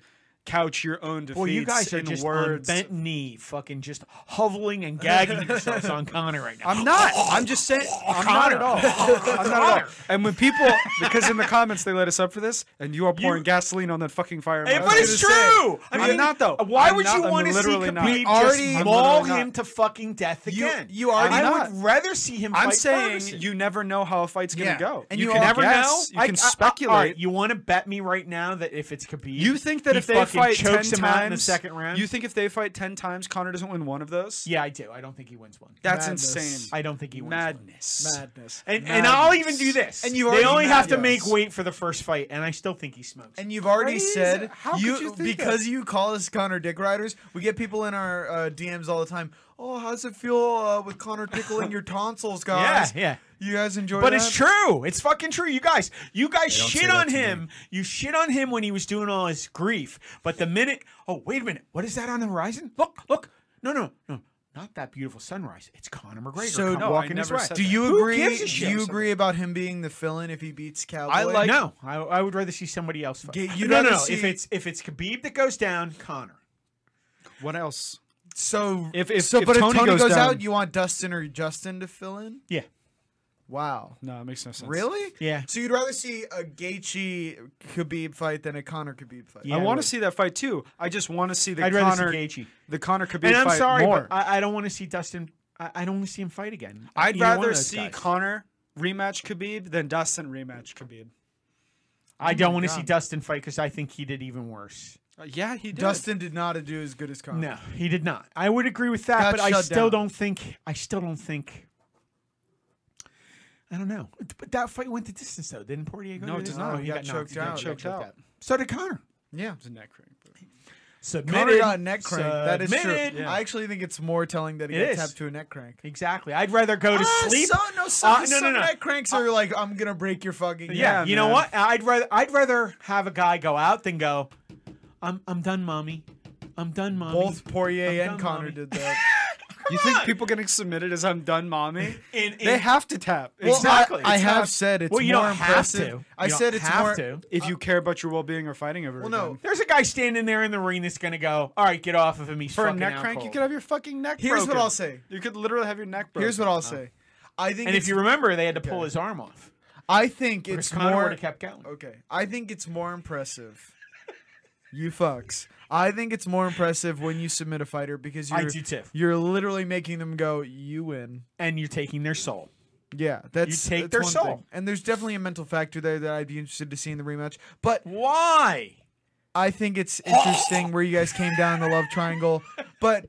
[SPEAKER 4] couch your own defeats
[SPEAKER 5] Well, you guys are
[SPEAKER 4] in
[SPEAKER 5] just
[SPEAKER 4] words.
[SPEAKER 5] on bent knee, fucking just hoveling and gagging yourselves *laughs* on Connor right now.
[SPEAKER 4] I'm not. I'm just
[SPEAKER 5] *laughs*
[SPEAKER 4] saying. I'm
[SPEAKER 5] Connor.
[SPEAKER 4] not at all. *laughs* I'm not at all.
[SPEAKER 5] Connor.
[SPEAKER 4] And when people, because in the comments they let us up for this, and you are pouring gasoline on that fucking fire.
[SPEAKER 5] Hey,
[SPEAKER 4] I was
[SPEAKER 5] but
[SPEAKER 4] gonna
[SPEAKER 5] it's
[SPEAKER 4] say,
[SPEAKER 5] true. I mean, uh,
[SPEAKER 4] I'm not though.
[SPEAKER 5] Why
[SPEAKER 4] I'm
[SPEAKER 5] would
[SPEAKER 4] not-
[SPEAKER 5] you
[SPEAKER 4] I'm
[SPEAKER 5] want to see
[SPEAKER 4] literally not.
[SPEAKER 5] Khabib
[SPEAKER 3] already-
[SPEAKER 5] just
[SPEAKER 3] I'm
[SPEAKER 5] maul
[SPEAKER 4] literally
[SPEAKER 5] him
[SPEAKER 4] not.
[SPEAKER 5] to fucking death again?
[SPEAKER 3] you already
[SPEAKER 5] I
[SPEAKER 4] not.
[SPEAKER 5] would rather see him.
[SPEAKER 4] I'm
[SPEAKER 5] fight
[SPEAKER 4] saying
[SPEAKER 5] Ferguson.
[SPEAKER 4] you never know how a fight's gonna
[SPEAKER 3] Yeah.
[SPEAKER 4] go,
[SPEAKER 3] And
[SPEAKER 4] you,
[SPEAKER 3] you
[SPEAKER 4] can
[SPEAKER 3] all-
[SPEAKER 4] never
[SPEAKER 5] guess.
[SPEAKER 4] know. You
[SPEAKER 5] I-
[SPEAKER 4] can
[SPEAKER 5] I- I- all right,
[SPEAKER 4] speculate.
[SPEAKER 5] you want to bet me right now that if it's Khabib,
[SPEAKER 4] You think that
[SPEAKER 5] he
[SPEAKER 4] if they
[SPEAKER 5] fucking
[SPEAKER 4] fight ten
[SPEAKER 5] chokes him
[SPEAKER 4] times
[SPEAKER 5] out in the second round?
[SPEAKER 4] you think if they fight ten times, Connor doesn't win one of those?
[SPEAKER 5] yeah, I do. I don't think he wins one.
[SPEAKER 4] that's
[SPEAKER 3] Madness.
[SPEAKER 4] insane.
[SPEAKER 5] I don't think he wins one.
[SPEAKER 4] madness.
[SPEAKER 3] Madness.
[SPEAKER 5] And, and I'll even do this.
[SPEAKER 3] And you
[SPEAKER 5] they
[SPEAKER 3] already
[SPEAKER 5] only have to
[SPEAKER 3] madness.
[SPEAKER 5] make weight for the first fight, and I still think he smokes.
[SPEAKER 3] And you've already
[SPEAKER 4] Crazy.
[SPEAKER 3] said
[SPEAKER 4] How could
[SPEAKER 3] you,
[SPEAKER 4] you think
[SPEAKER 3] because you call us Connor Dick Riders. We get people in our uh, DMs all the time. Oh, how's it feel uh, with
[SPEAKER 4] *laughs*
[SPEAKER 3] Connor tickling your tonsils, guys?
[SPEAKER 5] yeah.
[SPEAKER 3] You guys enjoy
[SPEAKER 5] But
[SPEAKER 3] that?
[SPEAKER 5] it's true. It's fucking true. You guys, you guys shit
[SPEAKER 2] that
[SPEAKER 5] on
[SPEAKER 2] to me.
[SPEAKER 5] him. You shit on him when he was doing all his grief. But the minute, oh wait a minute, what is that on the horizon? Look, look. No, no, no, not that beautiful sunrise. It's Conor McGregor
[SPEAKER 3] So-
[SPEAKER 5] come
[SPEAKER 3] No, I
[SPEAKER 5] walking his
[SPEAKER 4] never
[SPEAKER 5] way.
[SPEAKER 4] said
[SPEAKER 3] Do
[SPEAKER 4] that.
[SPEAKER 3] you
[SPEAKER 5] Who
[SPEAKER 3] agree?
[SPEAKER 5] gives a
[SPEAKER 3] do
[SPEAKER 5] shit?
[SPEAKER 3] you agree about him being the fill-in if he beats Cowboy?
[SPEAKER 4] I like-
[SPEAKER 5] No, I, I would rather see somebody else. Fight.
[SPEAKER 3] Get- you'd
[SPEAKER 5] no, no,
[SPEAKER 3] rather
[SPEAKER 5] no. If
[SPEAKER 3] see-
[SPEAKER 5] it's if it's Khabib that goes down, Conor.
[SPEAKER 4] What else?
[SPEAKER 3] so.
[SPEAKER 4] If- if-
[SPEAKER 3] so,
[SPEAKER 4] if
[SPEAKER 3] but
[SPEAKER 4] Tony
[SPEAKER 3] if Tony
[SPEAKER 4] goes
[SPEAKER 3] goes,
[SPEAKER 4] down-
[SPEAKER 3] out, you want Dustin or Justin to fill in?
[SPEAKER 5] Yeah,
[SPEAKER 3] Wow.
[SPEAKER 4] No, it makes no sense.
[SPEAKER 3] Really?
[SPEAKER 5] Yeah.
[SPEAKER 3] So you'd rather see a Gaethje Khabib fight than a Connor Khabib fight?
[SPEAKER 5] Yeah.
[SPEAKER 4] I want
[SPEAKER 5] would.
[SPEAKER 4] to see that fight too. I just want to see the
[SPEAKER 5] I'd rather
[SPEAKER 4] Connor,
[SPEAKER 5] see Gaethje.
[SPEAKER 4] the Connor Khabib
[SPEAKER 5] And I'm
[SPEAKER 4] fight
[SPEAKER 5] sorry,
[SPEAKER 4] more.
[SPEAKER 5] but I, I don't want to see Dustin. I, I don't want to see him fight again.
[SPEAKER 4] I'd
[SPEAKER 5] Either one of
[SPEAKER 4] rather
[SPEAKER 5] those
[SPEAKER 4] see
[SPEAKER 5] guys.
[SPEAKER 4] Connor rematch Khabib than Dustin rematch Khabib.
[SPEAKER 5] I don't want to see Dustin fight because I think he did even worse.
[SPEAKER 4] Uh, yeah, he did.
[SPEAKER 3] Dustin did not do as good as Connor.
[SPEAKER 5] No, he did not. I would agree with that,
[SPEAKER 3] Got
[SPEAKER 5] but I
[SPEAKER 3] shut
[SPEAKER 5] still
[SPEAKER 3] down.
[SPEAKER 5] don't think. I still don't think. I don't know. But that fight went the distance, though. Didn't Poirier go?
[SPEAKER 4] No, it
[SPEAKER 5] the
[SPEAKER 4] did
[SPEAKER 5] distance?
[SPEAKER 4] not.
[SPEAKER 5] Oh,
[SPEAKER 4] He
[SPEAKER 3] got choked
[SPEAKER 5] knocked down.
[SPEAKER 3] out.
[SPEAKER 5] He got
[SPEAKER 4] Choked out.
[SPEAKER 5] So did Connor.
[SPEAKER 3] Yeah.
[SPEAKER 4] It's a neck crank, but-
[SPEAKER 5] Submitted.
[SPEAKER 3] Connor got a neck crank. That is
[SPEAKER 5] Submitted.
[SPEAKER 3] true. I actually think it's more telling that he
[SPEAKER 5] It
[SPEAKER 3] got
[SPEAKER 5] is.
[SPEAKER 3] tapped to a neck crank.
[SPEAKER 5] Exactly. I'd rather go
[SPEAKER 3] Ah,
[SPEAKER 5] to sleep.
[SPEAKER 3] So, no, some,
[SPEAKER 5] Uh, no,
[SPEAKER 3] some
[SPEAKER 5] no, no.
[SPEAKER 3] neck cranks are like, I'm gonna break your fucking.
[SPEAKER 5] yeah,
[SPEAKER 4] Yeah,
[SPEAKER 5] you know
[SPEAKER 4] man.
[SPEAKER 5] what? I'd rather I'd rather have a guy go out than go. I'm I'm done, mommy. I'm done, mommy.
[SPEAKER 3] Both Poirier
[SPEAKER 5] I'm
[SPEAKER 3] and
[SPEAKER 5] done,
[SPEAKER 3] Connor
[SPEAKER 5] mommy. *laughs*
[SPEAKER 3] did that.
[SPEAKER 4] you think people getting submitted as I'm done, mommy?
[SPEAKER 5] In-
[SPEAKER 4] they
[SPEAKER 5] in-
[SPEAKER 4] have to tap.
[SPEAKER 5] Well,
[SPEAKER 4] It's-
[SPEAKER 5] Exactly.
[SPEAKER 3] I, I
[SPEAKER 5] It's
[SPEAKER 3] have
[SPEAKER 5] not-
[SPEAKER 3] said it's
[SPEAKER 5] well, you
[SPEAKER 3] more
[SPEAKER 5] don't have
[SPEAKER 3] impressive.
[SPEAKER 5] to.
[SPEAKER 3] I
[SPEAKER 5] You don't
[SPEAKER 3] said it's
[SPEAKER 5] have
[SPEAKER 3] more.
[SPEAKER 5] to.
[SPEAKER 4] if you care about your well-being or fighting over
[SPEAKER 3] Well,
[SPEAKER 4] it.
[SPEAKER 3] no.
[SPEAKER 4] again.
[SPEAKER 5] There's a guy standing there in the ring that's gonna go. All right, get off of him. He's
[SPEAKER 4] For a
[SPEAKER 5] fucking
[SPEAKER 4] neck
[SPEAKER 5] out
[SPEAKER 4] crank, you
[SPEAKER 5] cold."
[SPEAKER 4] could have your fucking neck
[SPEAKER 3] Here's what
[SPEAKER 4] broken.
[SPEAKER 3] I'll say.
[SPEAKER 4] You could literally have your neck broken.
[SPEAKER 3] Here's what I'll say. I
[SPEAKER 5] And
[SPEAKER 3] think
[SPEAKER 5] if
[SPEAKER 3] it's-
[SPEAKER 5] you remember, they had to pull his arm off.
[SPEAKER 3] I think it's
[SPEAKER 5] Chris Conner would
[SPEAKER 3] more
[SPEAKER 5] have kept going.
[SPEAKER 4] Oh,
[SPEAKER 3] Okay. I think it's more impressive. you fucks. I think it's more impressive when you submit a fighter because you're
[SPEAKER 5] I do too.
[SPEAKER 3] you're literally making them go, you win.
[SPEAKER 5] And you're taking their soul.
[SPEAKER 3] Yeah, that's
[SPEAKER 5] take
[SPEAKER 3] that's
[SPEAKER 5] their
[SPEAKER 3] one
[SPEAKER 5] soul.
[SPEAKER 3] thing. and there's definitely a mental factor there that I'd be interested to see in the rematch. But
[SPEAKER 5] Why?
[SPEAKER 3] I
[SPEAKER 5] *laughs*
[SPEAKER 3] think it's interesting where you guys came down in the love triangle. But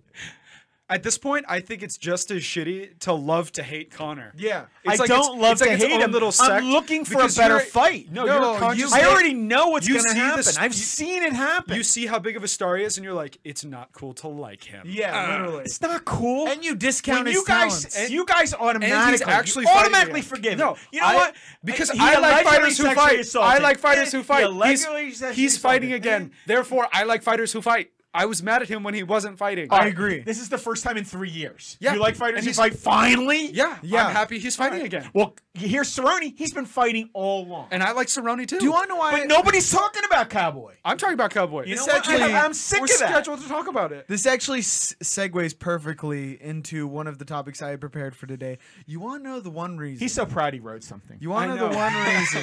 [SPEAKER 4] At this point, I think it's just as shitty to love to hate Connor.
[SPEAKER 3] yeah,
[SPEAKER 5] I
[SPEAKER 4] It's like
[SPEAKER 5] don't
[SPEAKER 4] it's-
[SPEAKER 5] love
[SPEAKER 4] it's like
[SPEAKER 5] to
[SPEAKER 4] its
[SPEAKER 5] hate
[SPEAKER 4] own
[SPEAKER 5] him.
[SPEAKER 4] little sect
[SPEAKER 5] I'm looking for a
[SPEAKER 4] because
[SPEAKER 5] better
[SPEAKER 4] you're-
[SPEAKER 5] fight. No,
[SPEAKER 4] No,
[SPEAKER 5] you're conscious.
[SPEAKER 4] you-
[SPEAKER 5] I already know what's
[SPEAKER 4] you
[SPEAKER 5] going to
[SPEAKER 4] see
[SPEAKER 5] happen.
[SPEAKER 4] this-
[SPEAKER 5] I've
[SPEAKER 4] you-
[SPEAKER 5] seen it happen.
[SPEAKER 4] You see how big of a star he is, and you're like, it's not cool to like him.
[SPEAKER 3] yeah, literally.
[SPEAKER 5] it's not cool.
[SPEAKER 3] And
[SPEAKER 5] Uh,
[SPEAKER 3] you
[SPEAKER 5] when
[SPEAKER 3] discount his
[SPEAKER 5] you guys,
[SPEAKER 3] talents.
[SPEAKER 5] you guys automatically, you
[SPEAKER 4] actually fighting
[SPEAKER 5] automatically
[SPEAKER 4] again.
[SPEAKER 5] forgive.
[SPEAKER 4] No,
[SPEAKER 5] him. you know
[SPEAKER 4] I-
[SPEAKER 5] what?
[SPEAKER 4] because
[SPEAKER 5] He
[SPEAKER 4] I like
[SPEAKER 5] allegedly
[SPEAKER 4] fighters who
[SPEAKER 5] sexually
[SPEAKER 4] fight.
[SPEAKER 5] assaulted.
[SPEAKER 4] I like fighters
[SPEAKER 5] He
[SPEAKER 4] who fight. He's,
[SPEAKER 5] allegedly sexually
[SPEAKER 4] he's fighting
[SPEAKER 5] assaulted.
[SPEAKER 4] again. Therefore, I like fighters who fight. I was mad at him when he wasn't fighting.
[SPEAKER 3] I agree.
[SPEAKER 5] This is the first time in three years.
[SPEAKER 4] Yeah.
[SPEAKER 5] You like fighters
[SPEAKER 4] And
[SPEAKER 5] who
[SPEAKER 4] he's-
[SPEAKER 5] fight finally?
[SPEAKER 4] yeah,
[SPEAKER 3] Yeah.
[SPEAKER 4] I'm happy he's fighting again.
[SPEAKER 5] Well, you hear Cerrone, he's been fighting all along.
[SPEAKER 4] And I like Cerrone too.
[SPEAKER 3] Do you want to know why?
[SPEAKER 5] but nobody's talking about Cowboy.
[SPEAKER 4] I'm talking about Cowboy.
[SPEAKER 5] You know
[SPEAKER 4] It's
[SPEAKER 5] what?
[SPEAKER 3] actually-
[SPEAKER 5] *laughs* I, am sick
[SPEAKER 4] we're
[SPEAKER 5] of that.
[SPEAKER 4] scheduled to talk about it.
[SPEAKER 3] This actually s- segues perfectly into one of the topics I had prepared for today. You want to know the one reason?
[SPEAKER 5] He's so proud he wrote something.
[SPEAKER 3] you want to
[SPEAKER 4] I
[SPEAKER 3] know the
[SPEAKER 4] know.
[SPEAKER 3] one
[SPEAKER 5] *laughs*
[SPEAKER 3] reason?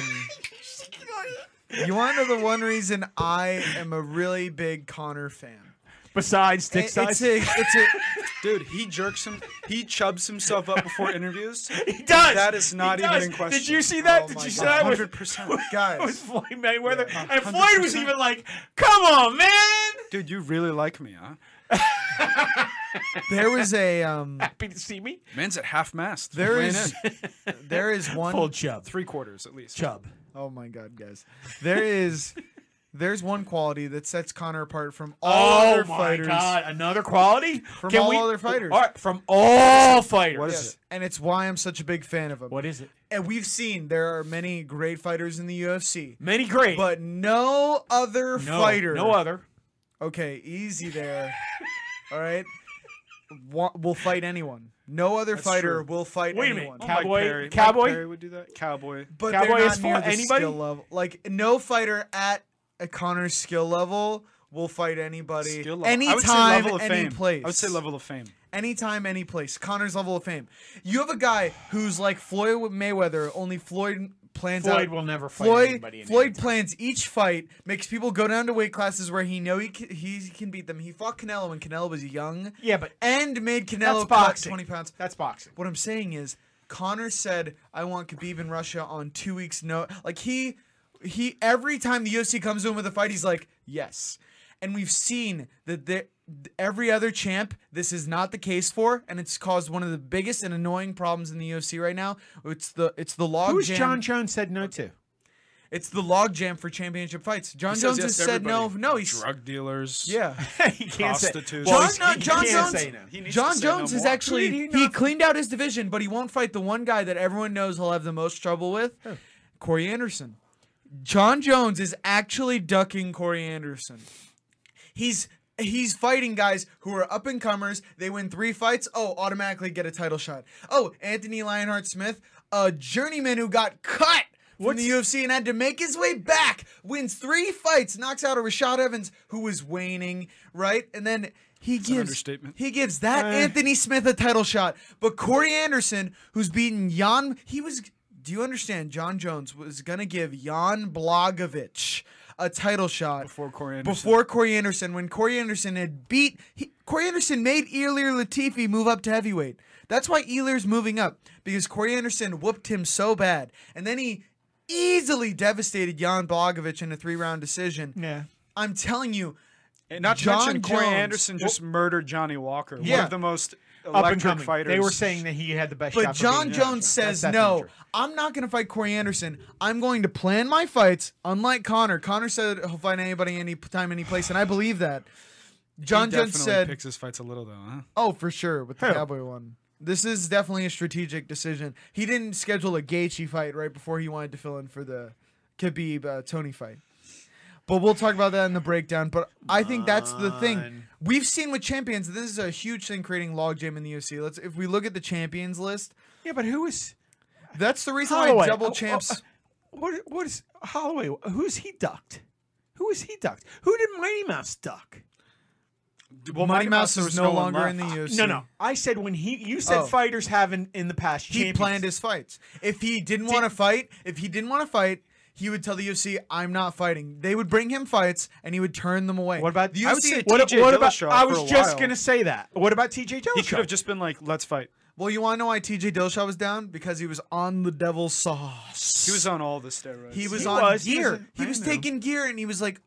[SPEAKER 3] you want to know the one reason I am a really big Connor fan?
[SPEAKER 5] Besides dick
[SPEAKER 3] It- it's
[SPEAKER 5] size,
[SPEAKER 3] a, it's a,
[SPEAKER 4] Dude, he jerks him. He chubs himself up before interviews.
[SPEAKER 5] *laughs*
[SPEAKER 3] *laughs*
[SPEAKER 5] he does.
[SPEAKER 4] That is not
[SPEAKER 5] He
[SPEAKER 4] even
[SPEAKER 5] does.
[SPEAKER 4] in question.
[SPEAKER 5] Did you see that?
[SPEAKER 3] Oh
[SPEAKER 5] Did
[SPEAKER 3] my
[SPEAKER 5] you see
[SPEAKER 3] God.
[SPEAKER 5] that? with-
[SPEAKER 3] *laughs*
[SPEAKER 4] 100%.
[SPEAKER 3] Guys.
[SPEAKER 5] with Floyd Mayweather,
[SPEAKER 4] Yeah.
[SPEAKER 5] and Floyd was
[SPEAKER 4] 100%.
[SPEAKER 5] even like, "Come on, man."
[SPEAKER 4] Dude, you really like me, huh?
[SPEAKER 3] there was a um
[SPEAKER 5] *laughs* Happy to see me.
[SPEAKER 4] Man's at half mast.
[SPEAKER 3] there
[SPEAKER 4] Weighing
[SPEAKER 3] is
[SPEAKER 4] in.
[SPEAKER 5] *laughs*
[SPEAKER 3] there is one
[SPEAKER 5] Full chub.
[SPEAKER 4] three quarters at least.
[SPEAKER 5] Chub.
[SPEAKER 3] Oh my god, guys. There is there's one quality that sets Connor apart from all
[SPEAKER 5] Oh
[SPEAKER 3] other
[SPEAKER 5] my
[SPEAKER 3] fighters.
[SPEAKER 5] God! Another quality from
[SPEAKER 3] all other fighters.
[SPEAKER 5] All right, from all fighters.
[SPEAKER 4] What is
[SPEAKER 3] Yes, And it's why I'm such a big fan of him.
[SPEAKER 5] What is it?
[SPEAKER 3] And we've seen there are many great fighters in the UFC.
[SPEAKER 5] Many great,
[SPEAKER 3] But no other
[SPEAKER 5] no,
[SPEAKER 3] fighter.
[SPEAKER 5] No other.
[SPEAKER 3] Okay, easy there. All right. Wa- Will fight anyone. No other fighter
[SPEAKER 4] true.
[SPEAKER 3] will fight
[SPEAKER 5] Wait a minute.
[SPEAKER 3] anyone.
[SPEAKER 5] Cap- Cowboy-
[SPEAKER 4] Oh Perry. Mike
[SPEAKER 5] Cowboy?
[SPEAKER 4] Perry would do that. Cowboy.
[SPEAKER 3] but
[SPEAKER 5] Cowboy
[SPEAKER 3] they're
[SPEAKER 5] has
[SPEAKER 3] not near
[SPEAKER 5] fought
[SPEAKER 3] the
[SPEAKER 5] anybody?
[SPEAKER 3] skill level. Like no fighter at a Connor's skill level will fight anybody.
[SPEAKER 4] Skill level. I would say
[SPEAKER 3] Anytime,
[SPEAKER 4] level of
[SPEAKER 3] any
[SPEAKER 4] fame.
[SPEAKER 3] place.
[SPEAKER 4] I would say level of fame.
[SPEAKER 3] anytime, any place. Connor's level of fame. You have a guy who's like Floyd Mayweather, only Floyd plans
[SPEAKER 5] Floyd
[SPEAKER 3] out.
[SPEAKER 5] will never fight
[SPEAKER 3] Floyd,
[SPEAKER 5] anybody. in
[SPEAKER 3] Floyd
[SPEAKER 5] any-
[SPEAKER 3] plans each fight, makes people go down to weight classes where he know he can, he can beat them. He fought Canelo when Canelo was young,
[SPEAKER 5] Yeah, but
[SPEAKER 3] and made
[SPEAKER 5] that's
[SPEAKER 3] Canelo cut
[SPEAKER 5] boxing.
[SPEAKER 3] twenty pounds.
[SPEAKER 5] That's boxing.
[SPEAKER 3] What I'm saying is, Connor said, "I want Khabib in Russia on two weeks' no." Like he, he every time the UFC comes to him with a fight, he's like, "Yes," and we've seen that the, every other champ this is not the case for, and it's caused one of the biggest and annoying problems in the UFC right now. It's the it's the log.
[SPEAKER 5] Who's
[SPEAKER 3] jam.
[SPEAKER 5] John Jones said no to?
[SPEAKER 3] It's the log jam for championship fights. John
[SPEAKER 4] He says
[SPEAKER 3] Jones
[SPEAKER 4] yes
[SPEAKER 3] has
[SPEAKER 4] to
[SPEAKER 3] said no.
[SPEAKER 4] everybody.
[SPEAKER 3] No, he's
[SPEAKER 4] drug dealers. *laughs*
[SPEAKER 3] yeah.
[SPEAKER 5] *laughs* he can't say.
[SPEAKER 4] Prostitutes.
[SPEAKER 5] Well,
[SPEAKER 3] John-
[SPEAKER 5] he
[SPEAKER 3] John
[SPEAKER 5] can't
[SPEAKER 3] Jones-
[SPEAKER 5] say no.
[SPEAKER 4] He needs
[SPEAKER 3] John
[SPEAKER 4] to say no
[SPEAKER 3] Jones is
[SPEAKER 4] more.
[SPEAKER 3] actually
[SPEAKER 5] Did he
[SPEAKER 3] he,
[SPEAKER 5] not-
[SPEAKER 3] cleaned out his division, but he won't fight the one guy that everyone knows he'll have the most trouble with, Corey Anderson. John Jones is actually ducking Corey Anderson. He's he's fighting guys who are up and comers. They win three fights. Oh, automatically get a title shot. Oh, Anthony Lionheart Smith, a journeyman who got cut. From the UFC and had to make his way back, wins three fights, knocks out a Rashad Evans who was waning, right? And then he gives
[SPEAKER 4] understatement. Eh.
[SPEAKER 3] he gives that Anthony Smith a title shot, but Corey Anderson, who's beaten Jan, he was. Do you understand? John Jones was gonna give Jan Blagovic a title shot
[SPEAKER 4] Before Corey Anderson.
[SPEAKER 3] Before Corey Anderson, when Corey Anderson had beat he, Corey Anderson, made Elir Latifi move up to heavyweight. That's why Elir's moving up because Corey Anderson whooped him so bad, and then he easily devastated Jan Blagovic in a three-round decision.
[SPEAKER 5] Yeah.
[SPEAKER 3] I'm telling you,
[SPEAKER 4] And not to
[SPEAKER 3] John
[SPEAKER 4] mention Corey
[SPEAKER 3] Jones.
[SPEAKER 4] Anderson just murdered Johnny Walker, one
[SPEAKER 3] Yeah.
[SPEAKER 4] of the most
[SPEAKER 5] Up
[SPEAKER 4] electric
[SPEAKER 5] and coming.
[SPEAKER 4] fighters.
[SPEAKER 5] They were saying that he had the best.
[SPEAKER 3] But
[SPEAKER 5] shot for
[SPEAKER 3] John
[SPEAKER 5] being
[SPEAKER 3] Jones
[SPEAKER 5] That's
[SPEAKER 3] says,
[SPEAKER 5] definitely
[SPEAKER 3] no, I'm not going to fight Corey Anderson. I'm going to plan my fights, unlike Connor. Connor said he'll fight anybody, any time, any place, and I believe that. John
[SPEAKER 4] He
[SPEAKER 3] Jones
[SPEAKER 4] definitely
[SPEAKER 3] said,
[SPEAKER 4] picks his fights a little though, huh?
[SPEAKER 3] oh, for sure, with the Cowboy one. This is definitely a strategic decision. He didn't schedule a Gaethje fight right before he wanted to fill in for the Khabib uh, Tony fight. But we'll talk about that in the breakdown. But I think that's the thing
[SPEAKER 5] on.
[SPEAKER 3] we've seen with champions. This is a huge thing creating logjam in the UFC. Let's if we look at the champions list,
[SPEAKER 5] Yeah, but who is
[SPEAKER 3] that's the reason why
[SPEAKER 5] Holloway?
[SPEAKER 3] double
[SPEAKER 5] Oh, oh,
[SPEAKER 3] champs.
[SPEAKER 5] uh, what what is Holloway? Who's he ducked? Who is he ducked? Who did Mighty Mouse duck?
[SPEAKER 4] Well,
[SPEAKER 3] Mighty Mouse
[SPEAKER 4] there
[SPEAKER 3] is
[SPEAKER 4] was
[SPEAKER 3] no
[SPEAKER 4] one
[SPEAKER 3] longer in
[SPEAKER 4] *laughs*
[SPEAKER 3] the
[SPEAKER 4] left.
[SPEAKER 3] UFC.
[SPEAKER 5] No, no. I said when he. You said
[SPEAKER 3] Oh.
[SPEAKER 5] fighters haven't in the past.
[SPEAKER 3] He
[SPEAKER 5] champions.
[SPEAKER 3] planned his fights. If he didn't want to fight, if he didn't want to fight, he would tell the UFC, "I'm not fighting." They would bring him fights, and he would turn them away.
[SPEAKER 4] What about-
[SPEAKER 3] the
[SPEAKER 4] I would
[SPEAKER 3] UFC?
[SPEAKER 4] say-
[SPEAKER 5] What,
[SPEAKER 4] TJ
[SPEAKER 5] what about?
[SPEAKER 4] Dillashaw
[SPEAKER 5] I
[SPEAKER 4] for
[SPEAKER 5] was
[SPEAKER 4] a
[SPEAKER 5] just
[SPEAKER 4] while.
[SPEAKER 5] gonna say that. What about T.J. Dillashaw?
[SPEAKER 4] He could have just been like, "Let's fight."
[SPEAKER 3] well, you want to know why T.J. Dillashaw was down? Because he was on the devil's sauce.
[SPEAKER 4] He was on all the steroids.
[SPEAKER 3] He was
[SPEAKER 5] He
[SPEAKER 3] on
[SPEAKER 5] was, he was
[SPEAKER 3] gear.
[SPEAKER 5] a-
[SPEAKER 3] He
[SPEAKER 5] I
[SPEAKER 3] was
[SPEAKER 5] know.
[SPEAKER 3] taking gear, and he was like,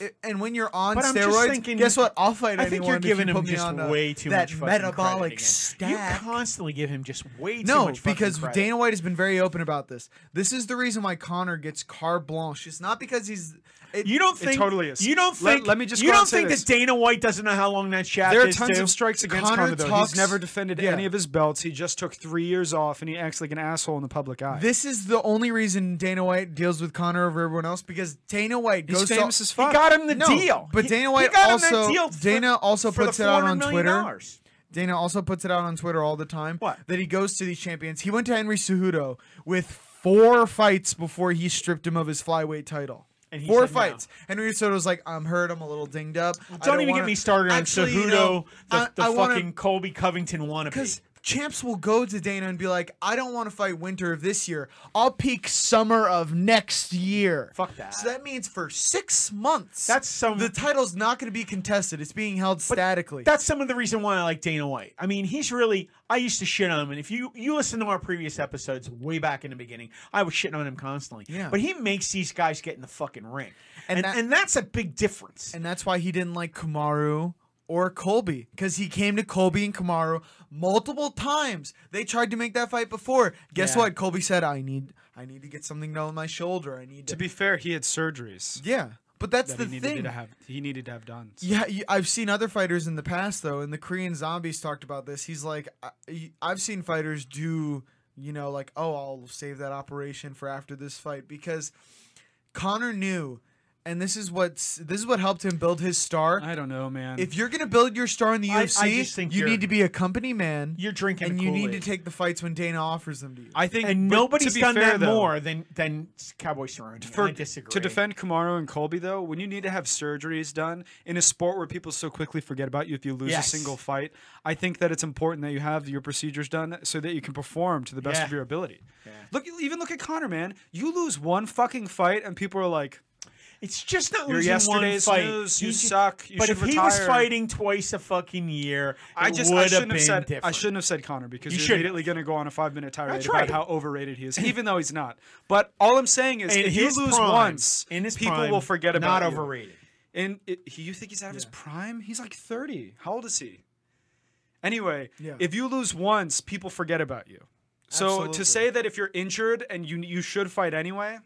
[SPEAKER 3] i- and when you're on
[SPEAKER 5] But I'm just
[SPEAKER 3] steroids,
[SPEAKER 5] thinking-
[SPEAKER 3] guess what? I'll fight
[SPEAKER 5] I
[SPEAKER 3] anyone.
[SPEAKER 5] think you're
[SPEAKER 3] if
[SPEAKER 5] giving
[SPEAKER 3] you
[SPEAKER 5] him
[SPEAKER 3] put me
[SPEAKER 5] just
[SPEAKER 3] on a-
[SPEAKER 5] way too
[SPEAKER 3] that
[SPEAKER 5] much fucking credit
[SPEAKER 3] metabolic
[SPEAKER 5] again.
[SPEAKER 3] stack.
[SPEAKER 5] You constantly give him just way too
[SPEAKER 3] No,
[SPEAKER 5] much fucking
[SPEAKER 3] because
[SPEAKER 5] credit.
[SPEAKER 3] Dana White has been very open about this. This is the reason why Connor gets carte blanche. It's not because he's. It,
[SPEAKER 5] You don't think
[SPEAKER 4] totally is.
[SPEAKER 5] You don't
[SPEAKER 4] Let-
[SPEAKER 5] think.
[SPEAKER 4] let me just
[SPEAKER 5] You
[SPEAKER 4] go out
[SPEAKER 5] don't
[SPEAKER 4] and say
[SPEAKER 5] think
[SPEAKER 4] this.
[SPEAKER 5] that Dana White doesn't know how long that shaft
[SPEAKER 4] There are
[SPEAKER 5] is,
[SPEAKER 4] tons
[SPEAKER 5] too?
[SPEAKER 4] of strikes against
[SPEAKER 3] Conor
[SPEAKER 4] Conor, though.
[SPEAKER 3] talks-
[SPEAKER 4] He's never defended
[SPEAKER 3] Yeah.
[SPEAKER 4] any of his belts. He just took three years off, and he acts like an asshole in the public eye.
[SPEAKER 3] This is the only reason Dana White deals with Connor over everyone else because Dana White
[SPEAKER 4] He's
[SPEAKER 3] goes
[SPEAKER 4] famous
[SPEAKER 3] to,
[SPEAKER 4] as
[SPEAKER 5] He
[SPEAKER 4] fuck.
[SPEAKER 5] got him the
[SPEAKER 3] No,
[SPEAKER 5] deal.
[SPEAKER 3] Oh, but
[SPEAKER 5] He-
[SPEAKER 3] Dana
[SPEAKER 5] he
[SPEAKER 3] White
[SPEAKER 5] got him that
[SPEAKER 3] also-
[SPEAKER 5] deal for-
[SPEAKER 3] Dana also
[SPEAKER 5] for the
[SPEAKER 3] puts it out on
[SPEAKER 5] $400 million
[SPEAKER 3] Twitter.
[SPEAKER 5] dollars.
[SPEAKER 3] Dana also puts it out on Twitter all the time
[SPEAKER 5] What?
[SPEAKER 3] that he goes to these champions. He went to Henry Cejudo with four fights before he stripped him of his flyweight title.
[SPEAKER 5] And he
[SPEAKER 3] four
[SPEAKER 5] said no.
[SPEAKER 3] fights. Henry Cejudo's like, I'm hurt. I'm a little dinged up. I
[SPEAKER 5] Don't even get
[SPEAKER 3] wanna-
[SPEAKER 5] me started on
[SPEAKER 3] Actually,
[SPEAKER 5] Cejudo,
[SPEAKER 3] you know,
[SPEAKER 5] the,
[SPEAKER 3] I-
[SPEAKER 5] the
[SPEAKER 3] I wanna-
[SPEAKER 5] fucking Colby Covington wannabe.
[SPEAKER 3] because champs will go to Dana and be like, I don't want to fight winter of this year. I'll peak summer of next year.
[SPEAKER 5] Fuck that.
[SPEAKER 3] So that means for six months,
[SPEAKER 5] That's some-
[SPEAKER 3] the title's not going to be contested. It's being held statically.
[SPEAKER 5] That's some of the reason why I like Dana White. I mean, he's really I used to shit on him, and if you you listen to our previous episodes way back in the beginning, I was shitting on him constantly.
[SPEAKER 3] Yeah.
[SPEAKER 5] But he makes these guys get in the fucking ring,
[SPEAKER 3] And
[SPEAKER 5] and and,
[SPEAKER 3] that-
[SPEAKER 5] that's a big difference.
[SPEAKER 3] and that's why he didn't like Kamaru or Colby because he came to Colby and Kamaru multiple times. They tried to make that fight before. Guess
[SPEAKER 5] Yeah.
[SPEAKER 3] what? Colby said, "I need, I need to get something done with my shoulder. I need to."
[SPEAKER 4] to be fair, he had surgeries
[SPEAKER 3] yeah, but that's
[SPEAKER 4] that
[SPEAKER 3] the
[SPEAKER 4] he needed
[SPEAKER 3] thing.
[SPEAKER 4] to have. He needed to have done.
[SPEAKER 3] Yeah, you, I've seen other fighters in the past though, and the Korean Zombies talked about this. He's like, I, he- I've seen fighters do, you know, like, oh, I'll save that operation for after this fight because Connor knew, and this is what this is what helped him build his star.
[SPEAKER 4] I don't know, man.
[SPEAKER 3] If you're gonna build your star in the
[SPEAKER 5] I- I
[SPEAKER 3] UFC,
[SPEAKER 5] just think
[SPEAKER 3] you
[SPEAKER 5] you're-
[SPEAKER 3] need to be a company man.
[SPEAKER 5] You're drinking
[SPEAKER 3] and
[SPEAKER 5] the
[SPEAKER 3] you need to
[SPEAKER 5] Kool-Aid.
[SPEAKER 3] take the fights when Dana offers them to you.
[SPEAKER 4] I think,
[SPEAKER 5] and
[SPEAKER 4] but to
[SPEAKER 5] nobody's
[SPEAKER 4] be
[SPEAKER 5] done
[SPEAKER 4] fair,
[SPEAKER 5] that
[SPEAKER 4] though,
[SPEAKER 5] more than than Cowboy Cerrone.
[SPEAKER 4] For,
[SPEAKER 5] I disagree.
[SPEAKER 4] to defend Kamaru and Colby, though, when you need to have surgeries done in a sport where people so quickly forget about you if you lose
[SPEAKER 5] Yes.
[SPEAKER 4] a single fight, I think that it's important that you have your procedures done so that you can perform to the best
[SPEAKER 5] Yeah.
[SPEAKER 4] of your ability. Look, e, even look at Connor, man. You lose one fucking fight, and people are like,
[SPEAKER 5] It's just not
[SPEAKER 4] You're
[SPEAKER 5] losing
[SPEAKER 4] yesterday's
[SPEAKER 5] one fight.
[SPEAKER 4] news. You
[SPEAKER 5] He's ju-
[SPEAKER 4] suck. You
[SPEAKER 5] but
[SPEAKER 4] should
[SPEAKER 5] if he was
[SPEAKER 4] retire.
[SPEAKER 5] fighting twice a fucking year,
[SPEAKER 4] I
[SPEAKER 5] it
[SPEAKER 4] just
[SPEAKER 5] would
[SPEAKER 4] I shouldn't
[SPEAKER 5] been
[SPEAKER 4] have said
[SPEAKER 5] different.
[SPEAKER 4] I shouldn't have said Connor because
[SPEAKER 5] You
[SPEAKER 4] you are
[SPEAKER 5] shouldn't
[SPEAKER 4] immediately going to go on a five minute tirade
[SPEAKER 5] That's
[SPEAKER 4] about
[SPEAKER 5] right.
[SPEAKER 4] how overrated *laughs* he is, even though he's not. But all I'm saying is,
[SPEAKER 5] In
[SPEAKER 4] if you
[SPEAKER 5] his
[SPEAKER 4] lose
[SPEAKER 5] prime-
[SPEAKER 4] once,
[SPEAKER 5] in his
[SPEAKER 4] people
[SPEAKER 5] prime,
[SPEAKER 4] will forget about
[SPEAKER 5] Not
[SPEAKER 4] you.
[SPEAKER 5] overrated.
[SPEAKER 4] And it, he- you think he's out of his prime? He's like 30. How old is he? Anyway,
[SPEAKER 3] Yeah.
[SPEAKER 4] if you lose once, people forget about you. So
[SPEAKER 3] Absolutely.
[SPEAKER 4] to say that if you're injured and you you should fight anyway,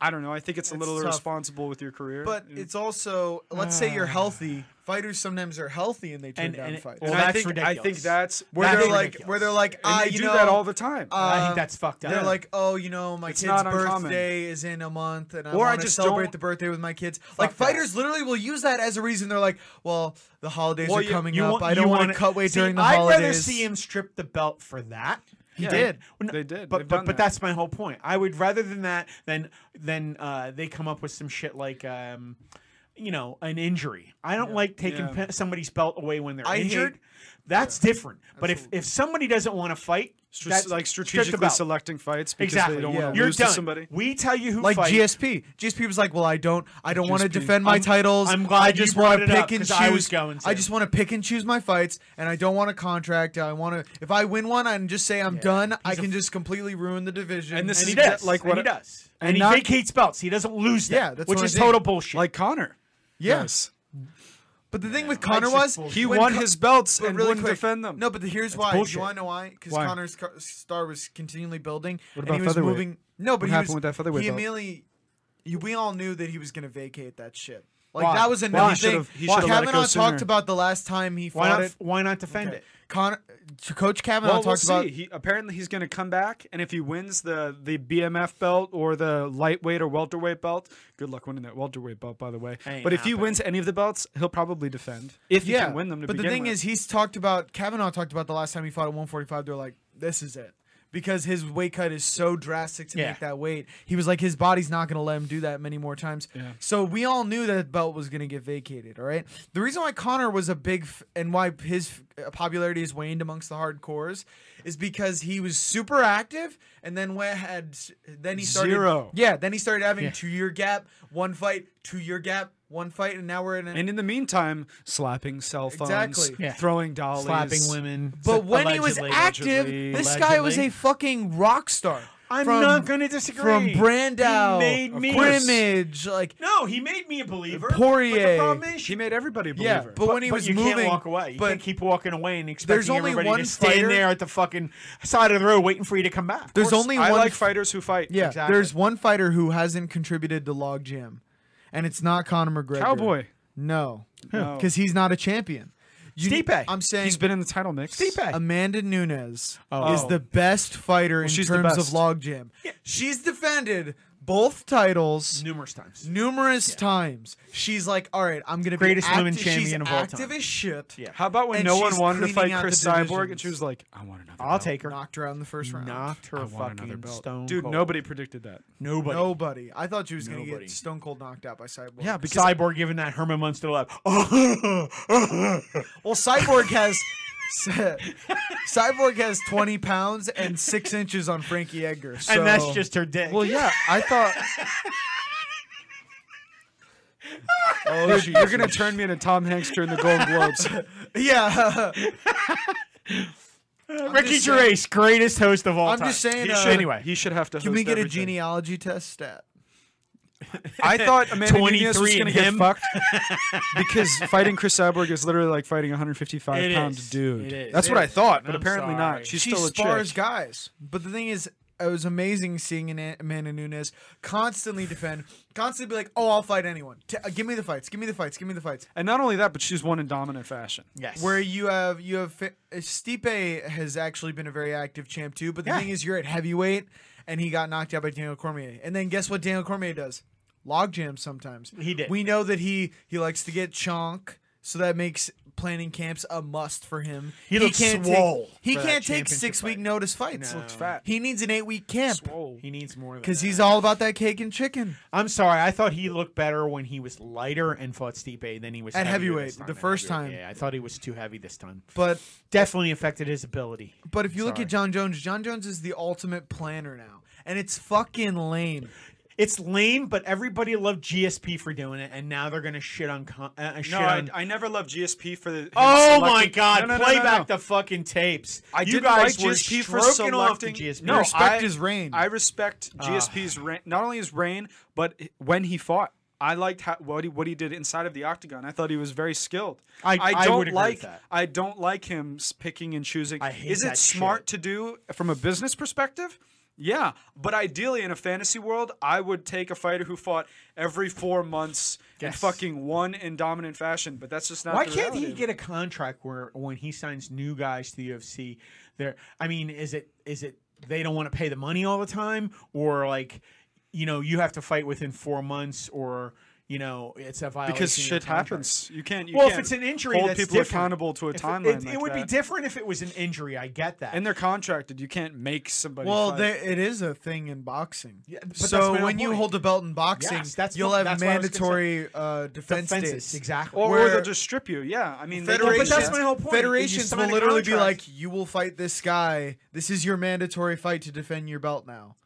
[SPEAKER 4] I don't know. I think it's a little
[SPEAKER 3] tough.
[SPEAKER 4] irresponsible with your career.
[SPEAKER 3] but it's also, let's say you're healthy. Fighters sometimes are healthy and they turn
[SPEAKER 5] Ah. And-
[SPEAKER 3] down
[SPEAKER 5] and-
[SPEAKER 3] fights.
[SPEAKER 5] well,
[SPEAKER 4] I
[SPEAKER 5] that's
[SPEAKER 4] think I
[SPEAKER 5] ridiculous.
[SPEAKER 4] think that's
[SPEAKER 3] where
[SPEAKER 5] That's
[SPEAKER 3] they're like
[SPEAKER 5] ridiculous.
[SPEAKER 3] where they're like
[SPEAKER 4] and
[SPEAKER 3] ah
[SPEAKER 4] they
[SPEAKER 3] you
[SPEAKER 4] do
[SPEAKER 3] know
[SPEAKER 4] that all the time.
[SPEAKER 5] I
[SPEAKER 3] um,
[SPEAKER 5] think that's fucked up.
[SPEAKER 3] They're like, oh, you know, my
[SPEAKER 4] It's
[SPEAKER 3] kid's
[SPEAKER 4] not uncommon.
[SPEAKER 3] birthday is in a month, and I
[SPEAKER 4] Or I
[SPEAKER 3] want to
[SPEAKER 4] just
[SPEAKER 3] celebrate
[SPEAKER 4] don't-
[SPEAKER 3] the birthday with my kids. like
[SPEAKER 5] that.
[SPEAKER 3] fighters literally will use that as a reason. They're like, well, the holidays
[SPEAKER 4] Well,
[SPEAKER 3] are
[SPEAKER 4] you-
[SPEAKER 3] coming
[SPEAKER 5] You
[SPEAKER 3] up.
[SPEAKER 5] want-
[SPEAKER 3] I
[SPEAKER 5] you
[SPEAKER 3] don't want
[SPEAKER 5] wanna-
[SPEAKER 3] to cut weight
[SPEAKER 5] See,
[SPEAKER 3] during the
[SPEAKER 5] I'd
[SPEAKER 3] holidays.
[SPEAKER 5] rather see him strip the belt for that. He
[SPEAKER 4] did.
[SPEAKER 5] Well, no,
[SPEAKER 4] They did.
[SPEAKER 5] But
[SPEAKER 4] They've
[SPEAKER 5] but,
[SPEAKER 4] done
[SPEAKER 5] but
[SPEAKER 4] that.
[SPEAKER 5] that's my whole point. I would rather than that than than uh, they come up with some shit like um, you know, an injury. I don't like taking
[SPEAKER 4] Yeah.
[SPEAKER 5] pe- somebody's belt away when they're
[SPEAKER 3] I hate-
[SPEAKER 5] injured. that's different. But if if somebody doesn't want to fight,
[SPEAKER 4] Stra-
[SPEAKER 5] that's
[SPEAKER 4] like
[SPEAKER 5] strip the
[SPEAKER 4] strategically
[SPEAKER 5] belt.
[SPEAKER 4] selecting fights because
[SPEAKER 5] Exactly.
[SPEAKER 4] they don't
[SPEAKER 3] yeah.
[SPEAKER 4] want to
[SPEAKER 5] You're
[SPEAKER 4] lose
[SPEAKER 5] done.
[SPEAKER 4] to somebody.
[SPEAKER 5] We tell you who
[SPEAKER 3] like
[SPEAKER 5] fight.
[SPEAKER 3] GSP. GSP was like, well, I don't, I don't want to
[SPEAKER 4] GSP.
[SPEAKER 3] defend my
[SPEAKER 5] I'm-
[SPEAKER 3] titles.
[SPEAKER 5] I'm glad
[SPEAKER 3] I
[SPEAKER 5] you
[SPEAKER 3] just
[SPEAKER 5] brought
[SPEAKER 3] wanna
[SPEAKER 5] it up,
[SPEAKER 3] pick and
[SPEAKER 5] 'cause
[SPEAKER 3] choose.
[SPEAKER 5] I was going to.
[SPEAKER 3] I just want to pick and choose my fights, and I don't want a contract. I want to. If I win one, I can just say I'm done. I
[SPEAKER 5] He's a-
[SPEAKER 3] can just completely ruin the division.
[SPEAKER 4] And this
[SPEAKER 5] and he
[SPEAKER 4] is
[SPEAKER 5] does.
[SPEAKER 4] like what
[SPEAKER 5] and he does.
[SPEAKER 4] and
[SPEAKER 5] And, he
[SPEAKER 4] not-
[SPEAKER 5] vacates belts. He doesn't lose them,
[SPEAKER 3] Yeah, that's
[SPEAKER 5] which
[SPEAKER 3] what I
[SPEAKER 5] is
[SPEAKER 3] think.
[SPEAKER 5] total bullshit.
[SPEAKER 4] like Connor.
[SPEAKER 3] Yeah.
[SPEAKER 4] Yes.
[SPEAKER 3] But the thing with Connor
[SPEAKER 5] just
[SPEAKER 3] was
[SPEAKER 5] bullshit.
[SPEAKER 4] He
[SPEAKER 3] when
[SPEAKER 4] won
[SPEAKER 3] Co-
[SPEAKER 4] his belts
[SPEAKER 3] But
[SPEAKER 4] and
[SPEAKER 3] really
[SPEAKER 4] wouldn't
[SPEAKER 3] quick,
[SPEAKER 4] defend them.
[SPEAKER 3] No, but the- here's why. Do
[SPEAKER 5] bullshit.
[SPEAKER 3] you want to know why? Because
[SPEAKER 4] Why?
[SPEAKER 3] Connor's car- star was continually building. What
[SPEAKER 4] about
[SPEAKER 3] and he was
[SPEAKER 4] featherweight?
[SPEAKER 3] moving. No, but
[SPEAKER 4] What
[SPEAKER 3] he
[SPEAKER 4] happened
[SPEAKER 3] was,
[SPEAKER 4] with that featherweight
[SPEAKER 3] He
[SPEAKER 4] belt?
[SPEAKER 3] immediately. you- we all knew that he was going to vacate that shit. Like
[SPEAKER 5] Why?
[SPEAKER 3] that was
[SPEAKER 5] Why?
[SPEAKER 3] another
[SPEAKER 4] He
[SPEAKER 3] thing.
[SPEAKER 4] should've- he should've let it go
[SPEAKER 3] Kavanaugh
[SPEAKER 4] sooner.
[SPEAKER 3] talked about the last time he
[SPEAKER 5] why
[SPEAKER 3] fought
[SPEAKER 5] not?
[SPEAKER 3] it.
[SPEAKER 5] Why not defend it?
[SPEAKER 3] Con- Coach Kavanaugh
[SPEAKER 4] Well, we'll
[SPEAKER 3] talked
[SPEAKER 4] see.
[SPEAKER 3] about
[SPEAKER 4] he, apparently, he's going to come back, and if he wins the the BMF belt or the lightweight or welterweight belt, good luck winning that welterweight belt, by the way.
[SPEAKER 5] Ain't
[SPEAKER 4] But if he
[SPEAKER 5] happening.
[SPEAKER 4] wins any of the belts, he'll probably defend if he
[SPEAKER 3] yeah,
[SPEAKER 4] can win them. To
[SPEAKER 3] but the
[SPEAKER 4] begin
[SPEAKER 3] thing
[SPEAKER 4] with.
[SPEAKER 3] is, he's talked about Kavanaugh talked about the last time he fought at 145. They're like, this is it. Because his weight cut is so drastic to
[SPEAKER 5] Yeah.
[SPEAKER 3] make that weight, he was like, his body's not going to let him do that many more times. So we all knew that belt was going to get vacated. All right. The reason why Connor was a big f- and why his f- uh, popularity has waned amongst the hardcores is because he was super active and then went had then he started
[SPEAKER 4] Zero.
[SPEAKER 3] Yeah, then he started having two year gap, one fight, two year gap, one fight, and now we're in an
[SPEAKER 4] and in the meantime, slapping cell phones,
[SPEAKER 3] Exactly.
[SPEAKER 5] Yeah.
[SPEAKER 4] throwing dollies,
[SPEAKER 5] slapping women.
[SPEAKER 3] But when he was
[SPEAKER 5] allegedly.
[SPEAKER 3] active,
[SPEAKER 4] allegedly-
[SPEAKER 3] this guy was a fucking rock star.
[SPEAKER 5] I'm
[SPEAKER 3] From-
[SPEAKER 5] not going to disagree.
[SPEAKER 3] From Brandau,
[SPEAKER 5] He made me.
[SPEAKER 3] Grimmage, like
[SPEAKER 5] No, he made me a believer. But
[SPEAKER 3] Poirier.
[SPEAKER 5] the problem is,
[SPEAKER 4] He made everybody a believer.
[SPEAKER 3] yeah. But, when he
[SPEAKER 5] but
[SPEAKER 3] was
[SPEAKER 5] you
[SPEAKER 3] moving,
[SPEAKER 5] can't walk away. You
[SPEAKER 3] but
[SPEAKER 5] can't keep walking away and expecting
[SPEAKER 3] There's only
[SPEAKER 5] everybody
[SPEAKER 3] one
[SPEAKER 5] to stand
[SPEAKER 3] fighter-
[SPEAKER 5] there at the fucking side of the road waiting for you to come back.
[SPEAKER 3] there's only
[SPEAKER 4] I
[SPEAKER 3] one.
[SPEAKER 4] like
[SPEAKER 3] f-
[SPEAKER 4] fighters who fight.
[SPEAKER 3] yeah,
[SPEAKER 5] Exactly.
[SPEAKER 3] there's one fighter who hasn't contributed to log jam, and it's not Conor McGregor.
[SPEAKER 4] Cowboy.
[SPEAKER 3] no,
[SPEAKER 4] No.
[SPEAKER 3] because he's not a champion. You,
[SPEAKER 5] Stipe.
[SPEAKER 3] I'm saying
[SPEAKER 4] He's been in the title mix.
[SPEAKER 3] Amanda Nunes
[SPEAKER 5] Oh.
[SPEAKER 3] is the best fighter in
[SPEAKER 4] she's the
[SPEAKER 3] terms of
[SPEAKER 4] best.
[SPEAKER 3] log jam. She's defended both titles.
[SPEAKER 5] numerous times.
[SPEAKER 3] numerous times. She's like, "All right, I'm gonna
[SPEAKER 5] Greatest
[SPEAKER 3] be active.
[SPEAKER 5] women champion
[SPEAKER 3] she's
[SPEAKER 5] of all
[SPEAKER 3] active
[SPEAKER 5] time.
[SPEAKER 3] as shit.
[SPEAKER 5] Yeah.
[SPEAKER 4] How about when
[SPEAKER 3] And
[SPEAKER 4] no one
[SPEAKER 3] she's
[SPEAKER 4] wanted to
[SPEAKER 3] cleaning
[SPEAKER 4] fight
[SPEAKER 3] out
[SPEAKER 4] Chris
[SPEAKER 3] the
[SPEAKER 4] Cyborg and
[SPEAKER 3] divisions.
[SPEAKER 4] she was like, "I want another."
[SPEAKER 5] I'll
[SPEAKER 4] belt.
[SPEAKER 5] take her.
[SPEAKER 3] Knocked her out in the first round.
[SPEAKER 5] Knocked
[SPEAKER 4] I
[SPEAKER 5] her
[SPEAKER 4] want another
[SPEAKER 5] fucking
[SPEAKER 4] belt."
[SPEAKER 5] stone
[SPEAKER 4] Dude,
[SPEAKER 5] cold.
[SPEAKER 4] nobody predicted that.
[SPEAKER 5] Nobody.
[SPEAKER 3] Nobody. I thought she was gonna
[SPEAKER 5] Nobody.
[SPEAKER 3] get Stone Cold knocked out by Cyborg.
[SPEAKER 4] Yeah, because
[SPEAKER 5] Cyborg giving that Herman Munster love. *laughs* Oh,
[SPEAKER 3] Well, Cyborg has. *laughs* Cyborg has 20 pounds and six inches on Frankie Edgar. So.
[SPEAKER 5] and that's just her dick.
[SPEAKER 3] Well, yeah, I thought.
[SPEAKER 5] *laughs*
[SPEAKER 4] oh, dude, you're gonna turn me into Tom Hanks during the Golden Globes.
[SPEAKER 3] *laughs*
[SPEAKER 5] *laughs*
[SPEAKER 3] Yeah.
[SPEAKER 5] Ricky
[SPEAKER 3] just saying-
[SPEAKER 5] Gervais, greatest host of all
[SPEAKER 3] I'm
[SPEAKER 5] time.
[SPEAKER 3] just saying,
[SPEAKER 4] He
[SPEAKER 3] uh,
[SPEAKER 4] should,
[SPEAKER 5] Anyway.
[SPEAKER 4] he should have to.
[SPEAKER 3] Can we
[SPEAKER 4] host
[SPEAKER 3] get a
[SPEAKER 4] everything.
[SPEAKER 3] genealogy test stat?
[SPEAKER 4] I thought Amanda Nunes
[SPEAKER 5] 23
[SPEAKER 4] was gonna
[SPEAKER 5] and
[SPEAKER 4] get
[SPEAKER 5] him. *laughs*
[SPEAKER 4] fucked because fighting Chris Cyborg is literally like fighting a 155
[SPEAKER 5] It
[SPEAKER 4] pound
[SPEAKER 5] is.
[SPEAKER 4] dude.
[SPEAKER 5] It is.
[SPEAKER 4] That's
[SPEAKER 5] It
[SPEAKER 4] what I
[SPEAKER 5] is.
[SPEAKER 4] thought, but
[SPEAKER 5] I'm
[SPEAKER 4] apparently
[SPEAKER 5] sorry.
[SPEAKER 4] not. She's
[SPEAKER 3] she
[SPEAKER 4] still a
[SPEAKER 3] spars
[SPEAKER 4] chick.
[SPEAKER 3] guys. But the thing is, it was amazing seeing an Amanda Nunes constantly defend, constantly be like, "Oh, I'll fight anyone. T- uh, give me the fights. Give me the fights. Give me the fights."
[SPEAKER 4] And not only that, but she's won in dominant fashion.
[SPEAKER 5] yes.
[SPEAKER 3] Where you have you have fi- uh, Stipe has actually been a very active champ too. But the
[SPEAKER 5] Yeah.
[SPEAKER 3] thing is, you're at heavyweight, and he got knocked out by Daniel Cormier. And then guess what Daniel Cormier does? Log jam sometimes.
[SPEAKER 5] He did.
[SPEAKER 3] We know that he he likes to get chonk. So that makes planning camps a must for him.
[SPEAKER 5] He looks
[SPEAKER 3] take-
[SPEAKER 5] swole
[SPEAKER 3] he
[SPEAKER 5] for that
[SPEAKER 3] can't take
[SPEAKER 5] championship
[SPEAKER 3] six week
[SPEAKER 5] fight.
[SPEAKER 3] notice fights.
[SPEAKER 5] No.
[SPEAKER 3] Looks fat. He needs an eight week camp.
[SPEAKER 5] he needs more.
[SPEAKER 3] Because he's all about that cake and chicken.
[SPEAKER 5] I'm sorry. I thought he looked better when he was lighter and fought Stipe than he was
[SPEAKER 3] At
[SPEAKER 5] heavier
[SPEAKER 3] heavyweight,
[SPEAKER 5] this time.
[SPEAKER 3] the
[SPEAKER 5] At
[SPEAKER 3] first
[SPEAKER 5] heavyweight,
[SPEAKER 3] time.
[SPEAKER 5] Yeah, I thought he was too heavy this time.
[SPEAKER 3] But
[SPEAKER 5] Definitely affected his ability.
[SPEAKER 3] but if you look
[SPEAKER 5] Sorry.
[SPEAKER 3] at John Jones, John Jones is the ultimate planner now. And it's fucking lame.
[SPEAKER 5] It's lame, but everybody loved GSP for doing it, and now they're gonna shit on. Con- uh, uh, shit
[SPEAKER 4] No, I,
[SPEAKER 5] on
[SPEAKER 4] I never loved GSP for the.
[SPEAKER 5] Oh
[SPEAKER 4] him
[SPEAKER 5] my
[SPEAKER 4] selecting-
[SPEAKER 5] God!
[SPEAKER 4] No, no, no,
[SPEAKER 5] Play
[SPEAKER 4] no, no.
[SPEAKER 5] back the fucking tapes.
[SPEAKER 4] I
[SPEAKER 5] you
[SPEAKER 4] didn't
[SPEAKER 5] guys
[SPEAKER 4] like
[SPEAKER 5] were
[SPEAKER 4] GSP for
[SPEAKER 5] stroking off the
[SPEAKER 4] selecting-
[SPEAKER 5] GSP.
[SPEAKER 4] No,
[SPEAKER 3] respect
[SPEAKER 4] I-
[SPEAKER 3] his reign.
[SPEAKER 4] I respect
[SPEAKER 5] Uh.
[SPEAKER 4] GSP's reign, not only his reign, but h- when he fought. I liked how, what he what he did inside of the octagon. I thought he was very skilled.
[SPEAKER 5] I- I
[SPEAKER 4] don't
[SPEAKER 5] would agree with
[SPEAKER 4] like
[SPEAKER 5] that.
[SPEAKER 4] I don't like him s- picking and choosing.
[SPEAKER 5] I hate
[SPEAKER 4] Is it
[SPEAKER 5] that
[SPEAKER 4] smart
[SPEAKER 5] shit.
[SPEAKER 4] to do from a business perspective? Yeah, but ideally in a fantasy world, I would take a fighter who fought every four months and
[SPEAKER 5] Yes.
[SPEAKER 4] fucking won in dominant fashion. But that's just not.
[SPEAKER 5] Why
[SPEAKER 4] the
[SPEAKER 5] can't he
[SPEAKER 4] reality.
[SPEAKER 5] get a contract where when he signs new guys to the UFC, there? I mean, is it is it they don't want to pay the money all the time, or like, you know, you have to fight within four months, or you know, it's a violation
[SPEAKER 4] because
[SPEAKER 5] of your
[SPEAKER 4] shit
[SPEAKER 5] contract.
[SPEAKER 4] happens. You can't. You
[SPEAKER 5] well, if
[SPEAKER 4] can't
[SPEAKER 5] it's an injury,
[SPEAKER 4] hold
[SPEAKER 5] that's
[SPEAKER 4] people
[SPEAKER 5] different.
[SPEAKER 4] accountable to a
[SPEAKER 5] If it-
[SPEAKER 4] timeline.
[SPEAKER 5] It, it,
[SPEAKER 4] like
[SPEAKER 5] would be
[SPEAKER 4] that.
[SPEAKER 5] different if it was an injury. I get that.
[SPEAKER 4] And they're contracted. You can't make somebody.
[SPEAKER 3] Well,
[SPEAKER 4] fight.
[SPEAKER 3] there, it is a thing in boxing.
[SPEAKER 5] but that's
[SPEAKER 3] so
[SPEAKER 5] my whole
[SPEAKER 3] when you
[SPEAKER 5] point.
[SPEAKER 3] hold a belt in boxing,
[SPEAKER 5] Yes, that's
[SPEAKER 3] you'll
[SPEAKER 5] what-
[SPEAKER 3] have
[SPEAKER 5] that's what I was gonna
[SPEAKER 3] mandatory uh, defense
[SPEAKER 5] Defenses,
[SPEAKER 3] days.
[SPEAKER 5] exactly.
[SPEAKER 4] or, or
[SPEAKER 3] where-
[SPEAKER 4] they'll just strip you. Yeah, I mean, they don't-
[SPEAKER 5] Well,
[SPEAKER 3] Federations,
[SPEAKER 5] but that's my whole point.
[SPEAKER 3] Federations
[SPEAKER 5] You
[SPEAKER 3] will
[SPEAKER 5] sign a
[SPEAKER 3] literally be
[SPEAKER 5] contract.
[SPEAKER 3] like, "You will fight this guy. This is your mandatory fight to defend your belt now,"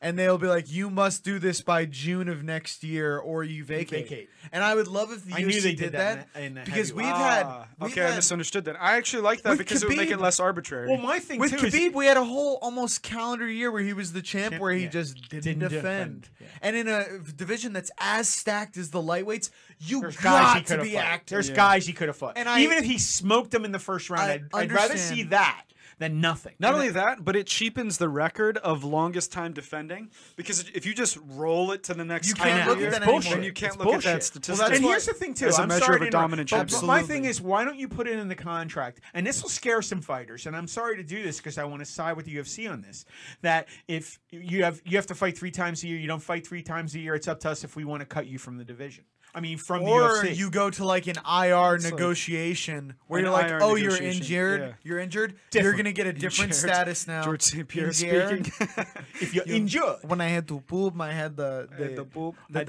[SPEAKER 3] and they'll be like, "You must do this by June of next year, or you vacate."
[SPEAKER 5] vacate.
[SPEAKER 3] And I would love if the
[SPEAKER 5] I
[SPEAKER 3] UFC
[SPEAKER 5] knew they
[SPEAKER 3] did,
[SPEAKER 5] did
[SPEAKER 3] that,
[SPEAKER 5] that in the- in the
[SPEAKER 3] because we've
[SPEAKER 5] heavyweight.
[SPEAKER 3] had
[SPEAKER 4] Ah,
[SPEAKER 3] we've
[SPEAKER 4] okay, I
[SPEAKER 3] had,
[SPEAKER 4] misunderstood that. I actually like that
[SPEAKER 3] With
[SPEAKER 4] because it would make it
[SPEAKER 3] Khabib-
[SPEAKER 4] less arbitrary.
[SPEAKER 5] well, my thing
[SPEAKER 3] with
[SPEAKER 5] too is
[SPEAKER 3] Khabib, we had a whole almost calendar year where he was the champ,
[SPEAKER 5] Champ-
[SPEAKER 3] where he
[SPEAKER 5] yeah.
[SPEAKER 3] just didn't,
[SPEAKER 5] Didn't
[SPEAKER 3] defend.
[SPEAKER 5] defend, yeah.
[SPEAKER 3] And in a division that's as stacked as the lightweights, you
[SPEAKER 5] There's guys he
[SPEAKER 3] got
[SPEAKER 5] could
[SPEAKER 3] to
[SPEAKER 5] have
[SPEAKER 3] be
[SPEAKER 5] fought.
[SPEAKER 3] active.
[SPEAKER 5] There's guys he could have fought. And
[SPEAKER 3] And I-
[SPEAKER 5] even if he smoked them in the first round,
[SPEAKER 3] I
[SPEAKER 5] I'd, I'd rather see
[SPEAKER 3] understand.
[SPEAKER 5] that than nothing.
[SPEAKER 4] Not only that, but it cheapens the record of longest time defending because if you just roll it to the next,
[SPEAKER 3] You
[SPEAKER 4] time
[SPEAKER 3] can't look
[SPEAKER 4] period,
[SPEAKER 3] at that
[SPEAKER 4] then
[SPEAKER 3] anymore.
[SPEAKER 4] You can't
[SPEAKER 5] It's
[SPEAKER 4] look at that
[SPEAKER 5] bullshit.
[SPEAKER 4] statistic.
[SPEAKER 3] Well, that's
[SPEAKER 5] and
[SPEAKER 3] why-
[SPEAKER 5] here's the thing too.
[SPEAKER 4] as a
[SPEAKER 5] I'm
[SPEAKER 4] measure
[SPEAKER 5] sorry
[SPEAKER 4] of a
[SPEAKER 5] to interrupt,
[SPEAKER 4] dominant
[SPEAKER 5] but-
[SPEAKER 4] champion.
[SPEAKER 5] But my
[SPEAKER 3] Absolutely.
[SPEAKER 5] thing is, why don't you put it in the contract? And this will scare some fighters. And I'm sorry to do this because I want to side with the UFC on this. That if you have you have to fight three times a year, you don't fight three times a year. It's up to us if we want to cut you from the division. I mean, from
[SPEAKER 3] or
[SPEAKER 5] the UFC.
[SPEAKER 3] you go to like an IR negotiation where
[SPEAKER 4] An
[SPEAKER 3] you're like,
[SPEAKER 4] IR
[SPEAKER 3] oh, you're
[SPEAKER 4] negotiation,
[SPEAKER 3] injured,
[SPEAKER 4] yeah.
[SPEAKER 3] you're injured, you're
[SPEAKER 5] Different.
[SPEAKER 3] gonna get a different
[SPEAKER 4] Injured.
[SPEAKER 3] status now.
[SPEAKER 4] George St. Pierre
[SPEAKER 5] *laughs*
[SPEAKER 3] Injured.
[SPEAKER 4] speaking. *laughs*
[SPEAKER 5] if you're injured,
[SPEAKER 3] When I had to poop, I had the the,
[SPEAKER 4] the poop,
[SPEAKER 3] the
[SPEAKER 4] had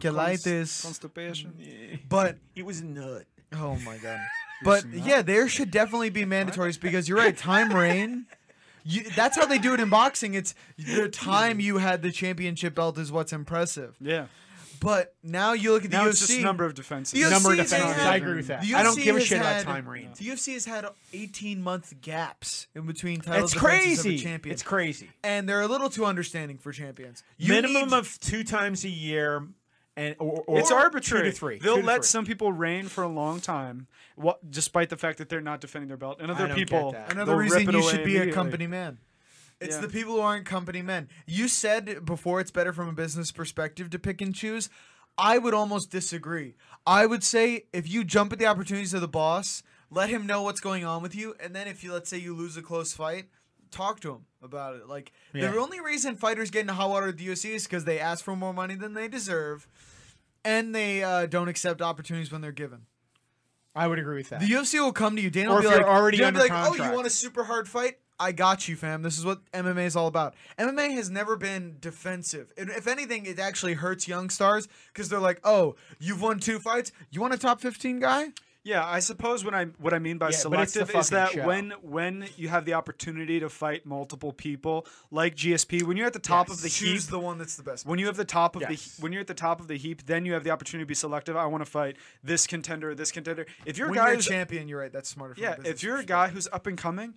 [SPEAKER 3] diverticulitis.
[SPEAKER 4] constipation.
[SPEAKER 5] Eh.
[SPEAKER 3] but
[SPEAKER 5] it was nut.
[SPEAKER 3] oh my
[SPEAKER 5] *laughs*
[SPEAKER 3] god. But yeah, there should definitely be mandatories because you're right. Time *laughs* reign. You, that's how they do it in boxing. It's the time you had the championship belt is what's impressive.
[SPEAKER 4] Yeah.
[SPEAKER 3] But now you look at the
[SPEAKER 4] Now
[SPEAKER 3] UFC.
[SPEAKER 4] it's just number of defenses.
[SPEAKER 3] The
[SPEAKER 5] Number of
[SPEAKER 3] UFC
[SPEAKER 5] defenses.
[SPEAKER 3] had-
[SPEAKER 5] I agree with that.
[SPEAKER 3] the
[SPEAKER 5] I don't
[SPEAKER 3] UFC
[SPEAKER 5] give a
[SPEAKER 3] has
[SPEAKER 5] shit about
[SPEAKER 3] had-
[SPEAKER 5] time reigns.
[SPEAKER 3] The UFC has had 18 month gaps in between titles.
[SPEAKER 5] It's crazy.
[SPEAKER 3] Champion.
[SPEAKER 5] It's crazy.
[SPEAKER 3] And they're a little too understanding for champions.
[SPEAKER 5] Minimum
[SPEAKER 3] need-
[SPEAKER 5] of two times a year, and or, or
[SPEAKER 4] it's arbitrary.
[SPEAKER 5] Two to three.
[SPEAKER 4] They'll
[SPEAKER 5] Two to
[SPEAKER 4] let
[SPEAKER 5] three.
[SPEAKER 4] some people reign for a long time, wha- despite the fact that they're not defending their belt, and other
[SPEAKER 5] don't get
[SPEAKER 4] people.
[SPEAKER 5] that.
[SPEAKER 3] another
[SPEAKER 4] they'll
[SPEAKER 3] reason
[SPEAKER 4] rip it
[SPEAKER 3] you
[SPEAKER 4] away
[SPEAKER 3] should be a
[SPEAKER 4] immediately.
[SPEAKER 3] company man. It's
[SPEAKER 4] Yeah.
[SPEAKER 3] the people who aren't company men. You said before it's better from a business perspective to pick and choose. I would almost disagree. I would say if you jump at the opportunities of the boss, let him know what's going on with you, and then if you let's say you lose a close fight, talk to him about it. Like
[SPEAKER 5] Yeah.
[SPEAKER 3] the only reason fighters get into hot water with the UFC is because they ask for more money than they deserve, and they uh, don't accept opportunities when they're given.
[SPEAKER 5] I would agree with that.
[SPEAKER 3] The UFC will come to you. Dana
[SPEAKER 5] Or
[SPEAKER 3] will
[SPEAKER 5] if
[SPEAKER 3] be
[SPEAKER 5] you're
[SPEAKER 3] like,
[SPEAKER 5] already
[SPEAKER 3] Dana will be
[SPEAKER 5] under
[SPEAKER 3] like, oh, you
[SPEAKER 5] contract."
[SPEAKER 3] want a super hard fight? I got you, fam. This is what MMA is all about. MMA has never been defensive. And if anything, it actually hurts young stars because they're like, oh, you've won two fights. You want a top 15 guy?
[SPEAKER 4] Yeah, I suppose what I what I mean by
[SPEAKER 5] Yeah, but it's the
[SPEAKER 4] selective is
[SPEAKER 5] fucking
[SPEAKER 4] that
[SPEAKER 5] show.
[SPEAKER 4] when when you have the opportunity to fight multiple people, like GSP, when you're at the top of the heap,
[SPEAKER 3] Choose the one that's the best.
[SPEAKER 4] when you have the top of
[SPEAKER 5] Yes.
[SPEAKER 4] the when you're at the top of the heap, then you have the opportunity to be selective. I want to fight this contender, this contender. If you're a
[SPEAKER 3] When
[SPEAKER 4] guy
[SPEAKER 3] you're a
[SPEAKER 4] who's
[SPEAKER 3] champion, you're right. That's smarter. From a
[SPEAKER 4] yeah,
[SPEAKER 3] business
[SPEAKER 4] if you're a
[SPEAKER 3] perspective.
[SPEAKER 4] guy who's up and coming,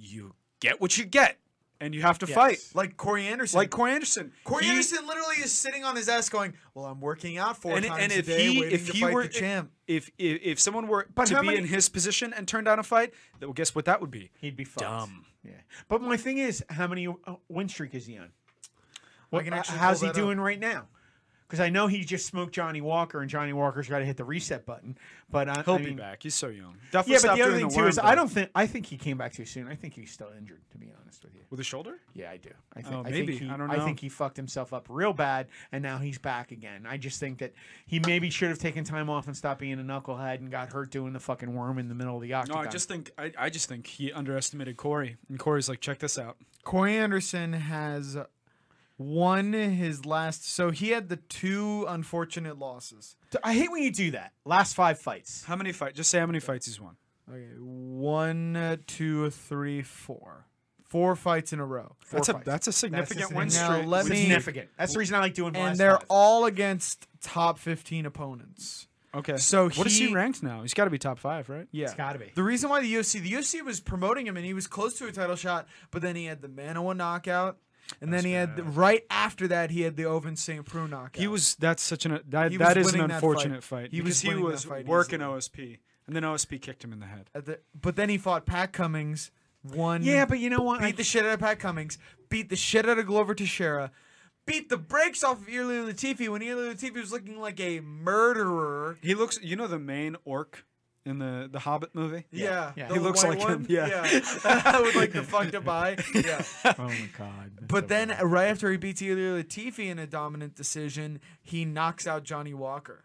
[SPEAKER 4] you get what you get, and you have to fight
[SPEAKER 3] like Corey Anderson,
[SPEAKER 4] like Corey Anderson.
[SPEAKER 3] Corey
[SPEAKER 4] He-
[SPEAKER 3] Anderson, literally is sitting on his ass going, "Well, I'm working out four
[SPEAKER 4] and,
[SPEAKER 3] times
[SPEAKER 4] and
[SPEAKER 3] a
[SPEAKER 4] if
[SPEAKER 3] day,
[SPEAKER 4] he
[SPEAKER 3] waiting
[SPEAKER 4] if
[SPEAKER 3] to
[SPEAKER 4] he
[SPEAKER 3] fight
[SPEAKER 4] were
[SPEAKER 3] the champ."
[SPEAKER 4] if if if someone were
[SPEAKER 5] how
[SPEAKER 4] to be
[SPEAKER 5] many-
[SPEAKER 4] in his position and turned down a fight, then well, guess what that would be.
[SPEAKER 5] He'd be fucked. Yeah. But my thing is, how many uh, win streak is he on? What,
[SPEAKER 3] can
[SPEAKER 5] uh,
[SPEAKER 3] actually
[SPEAKER 5] how's
[SPEAKER 3] pull
[SPEAKER 5] he
[SPEAKER 3] that up.
[SPEAKER 5] doing right now? Because I know he just smoked Johnny Walker, and Johnny Walker's got to hit the reset button. But I,
[SPEAKER 4] He'll
[SPEAKER 5] I
[SPEAKER 4] be
[SPEAKER 5] mean-
[SPEAKER 4] back. He's so young. Definitely
[SPEAKER 5] Yeah, but
[SPEAKER 4] stop
[SPEAKER 5] the other
[SPEAKER 4] doing
[SPEAKER 5] thing
[SPEAKER 4] the
[SPEAKER 5] too
[SPEAKER 4] worm,
[SPEAKER 5] is I
[SPEAKER 4] though.
[SPEAKER 5] don't think I think he came back too soon. I think he's still injured, to be honest with you.
[SPEAKER 4] with a shoulder.
[SPEAKER 5] Yeah, I do. I think
[SPEAKER 4] Oh,
[SPEAKER 5] I
[SPEAKER 4] maybe.
[SPEAKER 5] think he,
[SPEAKER 4] I don't
[SPEAKER 5] I
[SPEAKER 4] know.
[SPEAKER 5] think he fucked himself up real bad, and now he's back again. I just think that he maybe should have taken time off and stopped being a knucklehead and got hurt doing the fucking worm in the middle of the
[SPEAKER 4] No,
[SPEAKER 5] octagon.
[SPEAKER 4] I just think I, I just think he underestimated Corey, and Corey's like, check this out.
[SPEAKER 3] Corey Anderson has won his last. So he had the two unfortunate losses.
[SPEAKER 5] I hate when you do that. Last five fights.
[SPEAKER 4] How many fights? Just say how many fights he's won.
[SPEAKER 3] Okay, one, uh, two, three, four. Four fights in a row.
[SPEAKER 4] that's
[SPEAKER 5] fights.
[SPEAKER 4] a that's a significant win
[SPEAKER 3] significant- Now
[SPEAKER 4] streak.
[SPEAKER 3] let
[SPEAKER 4] Win
[SPEAKER 3] me-
[SPEAKER 4] streak.
[SPEAKER 5] significant. That's the reason I like doing.
[SPEAKER 3] And
[SPEAKER 5] last
[SPEAKER 3] they're
[SPEAKER 5] five.
[SPEAKER 3] all against top 15 opponents.
[SPEAKER 4] Okay.
[SPEAKER 3] So
[SPEAKER 4] what is
[SPEAKER 3] he-
[SPEAKER 4] he ranked now? He's got to be top five, right?
[SPEAKER 3] Yeah.
[SPEAKER 5] It's gotta be.
[SPEAKER 3] The reason why the UFC, the UFC was promoting him and he was close to a title shot, but then he had the Manoa knockout. And then he had, the- right after that, he had the Ovin St. Preux knockout.
[SPEAKER 4] He was. That's such an. That,
[SPEAKER 3] He was
[SPEAKER 4] that is an
[SPEAKER 3] winning that
[SPEAKER 4] unfortunate
[SPEAKER 3] fight.
[SPEAKER 4] fight.
[SPEAKER 3] He
[SPEAKER 4] because
[SPEAKER 3] was
[SPEAKER 4] he
[SPEAKER 3] winning that
[SPEAKER 4] was
[SPEAKER 3] fight
[SPEAKER 4] working
[SPEAKER 3] easily.
[SPEAKER 4] OSP, and then OSP kicked him in the head.
[SPEAKER 3] At the, but then he fought Pat Cummings, won.
[SPEAKER 5] Yeah, but you know what? I-
[SPEAKER 3] beat the shit out of Pat Cummings, beat the shit out of Glover Teixeira, beat the brakes off of Ilya Latifi when Ilya Latifi was looking like a murderer.
[SPEAKER 4] He looks. You know the main orc in the the Hobbit movie.
[SPEAKER 3] Yeah,
[SPEAKER 5] yeah.
[SPEAKER 3] the
[SPEAKER 4] He looks
[SPEAKER 3] white
[SPEAKER 4] like him, yeah. *laughs*
[SPEAKER 3] *laughs* with like the fucked up eye. Yeah, *laughs*
[SPEAKER 5] oh my god.
[SPEAKER 3] but then right after he beats Ilya Latifi in a dominant decision, he knocks out Johnny Walker,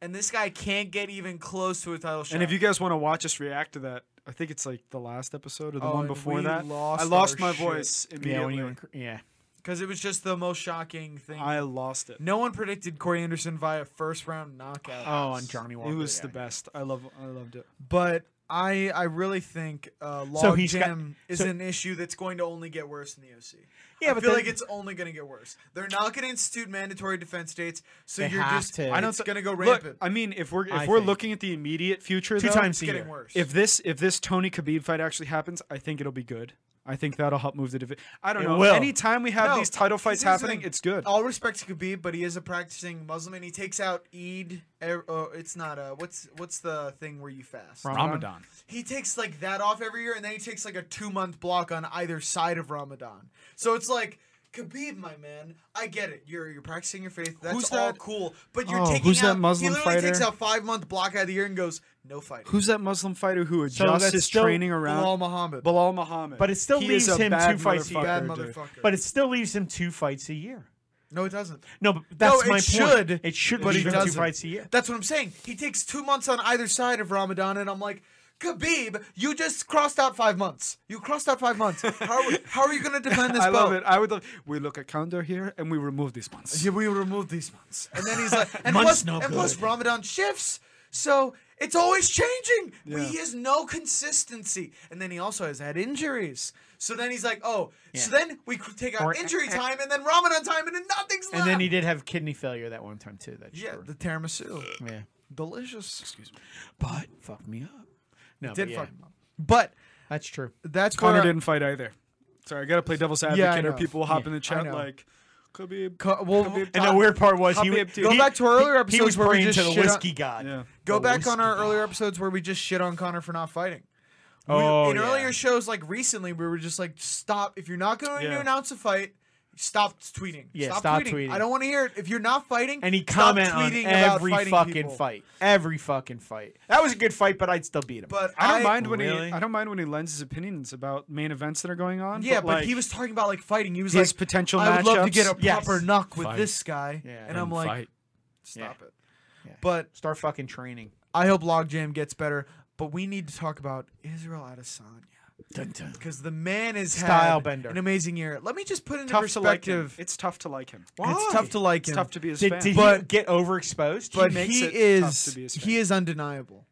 [SPEAKER 3] and this guy can't get even close to a title shot.
[SPEAKER 4] And if you guys want to watch us react to that, I think it's like the last episode or the
[SPEAKER 3] Oh,
[SPEAKER 4] one
[SPEAKER 3] and
[SPEAKER 4] before
[SPEAKER 3] we
[SPEAKER 4] that.
[SPEAKER 3] lost
[SPEAKER 4] I lost
[SPEAKER 3] our
[SPEAKER 4] my
[SPEAKER 3] shit.
[SPEAKER 4] voice
[SPEAKER 5] yeah, when
[SPEAKER 4] immediately.
[SPEAKER 5] you were, yeah.
[SPEAKER 3] because it was just the most shocking thing.
[SPEAKER 4] I lost it.
[SPEAKER 3] no one predicted Corey Anderson via first round knockout.
[SPEAKER 5] Oh, on Johnny Walker.
[SPEAKER 4] It was
[SPEAKER 5] yeah.
[SPEAKER 4] the best. I love. I loved it.
[SPEAKER 3] but I I really think uh, logjam
[SPEAKER 5] So he's got-
[SPEAKER 3] is
[SPEAKER 5] so-
[SPEAKER 3] an issue that's going to only get worse in the OC.
[SPEAKER 5] Yeah,
[SPEAKER 3] I
[SPEAKER 5] but
[SPEAKER 3] feel
[SPEAKER 5] then-
[SPEAKER 3] like it's only going to get worse. They're not going to institute mandatory defense dates, so
[SPEAKER 5] They
[SPEAKER 3] you're
[SPEAKER 5] have
[SPEAKER 3] just
[SPEAKER 5] to.
[SPEAKER 3] I
[SPEAKER 5] I
[SPEAKER 3] know
[SPEAKER 5] don't
[SPEAKER 3] it's going to go
[SPEAKER 4] Look,
[SPEAKER 3] rampant.
[SPEAKER 4] I mean, if we're if
[SPEAKER 5] I
[SPEAKER 4] we're
[SPEAKER 5] think-
[SPEAKER 4] looking at the immediate future,
[SPEAKER 5] Two
[SPEAKER 4] though,
[SPEAKER 5] times a
[SPEAKER 3] getting
[SPEAKER 5] year.
[SPEAKER 3] worse.
[SPEAKER 4] If this if this Tony Khabib fight actually happens, I think it'll be good. I think that'll help move the division. I don't
[SPEAKER 5] It
[SPEAKER 4] know.
[SPEAKER 5] will.
[SPEAKER 4] Anytime we have
[SPEAKER 3] No,
[SPEAKER 4] these title fights
[SPEAKER 3] here's the
[SPEAKER 4] happening,
[SPEAKER 3] thing.
[SPEAKER 4] it's good.
[SPEAKER 3] All respect to Khabib, but he is a practicing Muslim, and he takes out Eid. er- uh, it's not a what's what's the thing where you fast?
[SPEAKER 4] Ramadan.
[SPEAKER 3] He takes like that off every year, and then he takes like a two month block on either side of Ramadan. So it's like. Khabib, my man, I get it. You're you're practicing your faith. That's
[SPEAKER 4] Who's
[SPEAKER 3] all
[SPEAKER 4] that-
[SPEAKER 3] cool. But you're
[SPEAKER 4] Oh,
[SPEAKER 3] taking
[SPEAKER 4] who's that
[SPEAKER 3] out.
[SPEAKER 4] Muslim
[SPEAKER 3] he literally takes
[SPEAKER 4] fighter?
[SPEAKER 3] out five month block out of the year and goes no fighting.
[SPEAKER 4] Who's that Muslim fighter who
[SPEAKER 5] So
[SPEAKER 4] adjusts
[SPEAKER 5] that's
[SPEAKER 4] his
[SPEAKER 5] still
[SPEAKER 4] training around?
[SPEAKER 3] Bilal Muhammad.
[SPEAKER 4] Bilal Muhammad.
[SPEAKER 5] But it still
[SPEAKER 4] He
[SPEAKER 5] leaves
[SPEAKER 4] is a
[SPEAKER 5] him
[SPEAKER 4] bad
[SPEAKER 5] two fights a year.
[SPEAKER 3] Bad
[SPEAKER 4] motherfucker, dude.
[SPEAKER 3] motherfucker.
[SPEAKER 5] But it still leaves him two fights a year.
[SPEAKER 3] no, it doesn't.
[SPEAKER 5] No, but that's
[SPEAKER 3] it
[SPEAKER 5] my point.
[SPEAKER 3] should,
[SPEAKER 5] It should
[SPEAKER 3] but he
[SPEAKER 5] leave him two
[SPEAKER 3] doesn't.
[SPEAKER 5] fights a year.
[SPEAKER 3] That's what I'm saying. He takes two months on either side of Ramadan, and I'm like, Khabib, you just crossed out five months. You crossed out five months. How are, how are you going
[SPEAKER 4] *laughs*
[SPEAKER 3] to defend this
[SPEAKER 4] I
[SPEAKER 3] belt?
[SPEAKER 4] love it. I would love. We look at calendar here and we remove these months.
[SPEAKER 3] Yeah, we removed these months. And
[SPEAKER 5] *laughs*
[SPEAKER 3] then he's like, and,
[SPEAKER 5] Months
[SPEAKER 3] plus,
[SPEAKER 5] no
[SPEAKER 3] and plus
[SPEAKER 5] good.
[SPEAKER 3] Ramadan shifts, so it's always changing.
[SPEAKER 4] Yeah.
[SPEAKER 3] He has no consistency. And then he also has had injuries. So then he's like, oh, so then we c- take out
[SPEAKER 5] Or- *laughs*
[SPEAKER 3] injury time and then Ramadan time and then nothing's left.
[SPEAKER 5] And then he did have kidney failure that one time too. That's
[SPEAKER 3] Yeah,
[SPEAKER 5] true.
[SPEAKER 3] the tiramisu.
[SPEAKER 5] yeah.
[SPEAKER 3] Delicious. Excuse me.
[SPEAKER 5] But fuck me up. No, but
[SPEAKER 3] Did
[SPEAKER 5] yeah,
[SPEAKER 3] fuck him up. But
[SPEAKER 5] That's true.
[SPEAKER 3] that's
[SPEAKER 4] Connor
[SPEAKER 3] where-
[SPEAKER 4] didn't fight either. Sorry, I gotta play devil's advocate,
[SPEAKER 3] I
[SPEAKER 4] or
[SPEAKER 3] know.
[SPEAKER 4] people will hop in the
[SPEAKER 3] I
[SPEAKER 4] chat
[SPEAKER 3] know.
[SPEAKER 4] like, Khabib.
[SPEAKER 3] Co- well,
[SPEAKER 5] And the weird part was he,
[SPEAKER 4] Copy
[SPEAKER 5] w-
[SPEAKER 4] up to-
[SPEAKER 5] he
[SPEAKER 4] Go
[SPEAKER 3] back to our
[SPEAKER 5] he-
[SPEAKER 3] earlier
[SPEAKER 5] He
[SPEAKER 3] episodes
[SPEAKER 5] was
[SPEAKER 3] where we
[SPEAKER 5] praying
[SPEAKER 3] just
[SPEAKER 5] to the
[SPEAKER 3] shit on-
[SPEAKER 5] whiskey god.
[SPEAKER 4] yeah.
[SPEAKER 3] go
[SPEAKER 5] the
[SPEAKER 3] back on our
[SPEAKER 5] whiskey.
[SPEAKER 3] earlier episodes where we just shit on Connor for not fighting. We-
[SPEAKER 5] Oh,
[SPEAKER 3] in
[SPEAKER 5] yeah.
[SPEAKER 3] earlier shows, like recently, we were just like, stop. If you're not going
[SPEAKER 4] Yeah.
[SPEAKER 3] to announce a fight, stop tweeting.
[SPEAKER 5] Yeah, stop tweeting.
[SPEAKER 3] I don't want to hear it. If you're not fighting,
[SPEAKER 5] And he
[SPEAKER 3] stop
[SPEAKER 5] comment on
[SPEAKER 3] tweeting about
[SPEAKER 5] every
[SPEAKER 3] fighting
[SPEAKER 5] fucking
[SPEAKER 3] people.
[SPEAKER 5] fight. Every fucking fight. That was a good fight, but I'd still beat him.
[SPEAKER 3] But
[SPEAKER 4] I don't mind when
[SPEAKER 5] Really?
[SPEAKER 4] he. I don't mind when he lends his opinions about main events that are going on.
[SPEAKER 3] Yeah, but,
[SPEAKER 4] but, like,
[SPEAKER 3] he was talking about like fighting. He was
[SPEAKER 4] his
[SPEAKER 3] like,
[SPEAKER 4] potential
[SPEAKER 3] I would love to get a
[SPEAKER 4] matchups.
[SPEAKER 5] Yes.
[SPEAKER 3] proper knock with
[SPEAKER 1] Fight.
[SPEAKER 3] this guy.
[SPEAKER 5] Yeah.
[SPEAKER 3] and I'm like,
[SPEAKER 5] Yeah.
[SPEAKER 3] stop it.
[SPEAKER 5] Yeah.
[SPEAKER 3] But
[SPEAKER 5] Start fucking training.
[SPEAKER 3] I hope Logjam gets better. But we need to talk about Israel Adesanya. because the man is
[SPEAKER 5] Style bender.
[SPEAKER 3] an amazing year. Let me just put into
[SPEAKER 4] tough to like him.
[SPEAKER 3] perspective.
[SPEAKER 4] It's tough to like him.
[SPEAKER 3] It's tough to like
[SPEAKER 4] It's
[SPEAKER 3] him,
[SPEAKER 4] tough to be his
[SPEAKER 5] Did,
[SPEAKER 4] fan.
[SPEAKER 5] did he
[SPEAKER 3] But-
[SPEAKER 5] get overexposed?
[SPEAKER 3] but
[SPEAKER 4] He makes
[SPEAKER 3] he
[SPEAKER 4] it tough to be
[SPEAKER 3] is
[SPEAKER 4] his
[SPEAKER 3] he
[SPEAKER 4] fan.
[SPEAKER 3] is undeniable.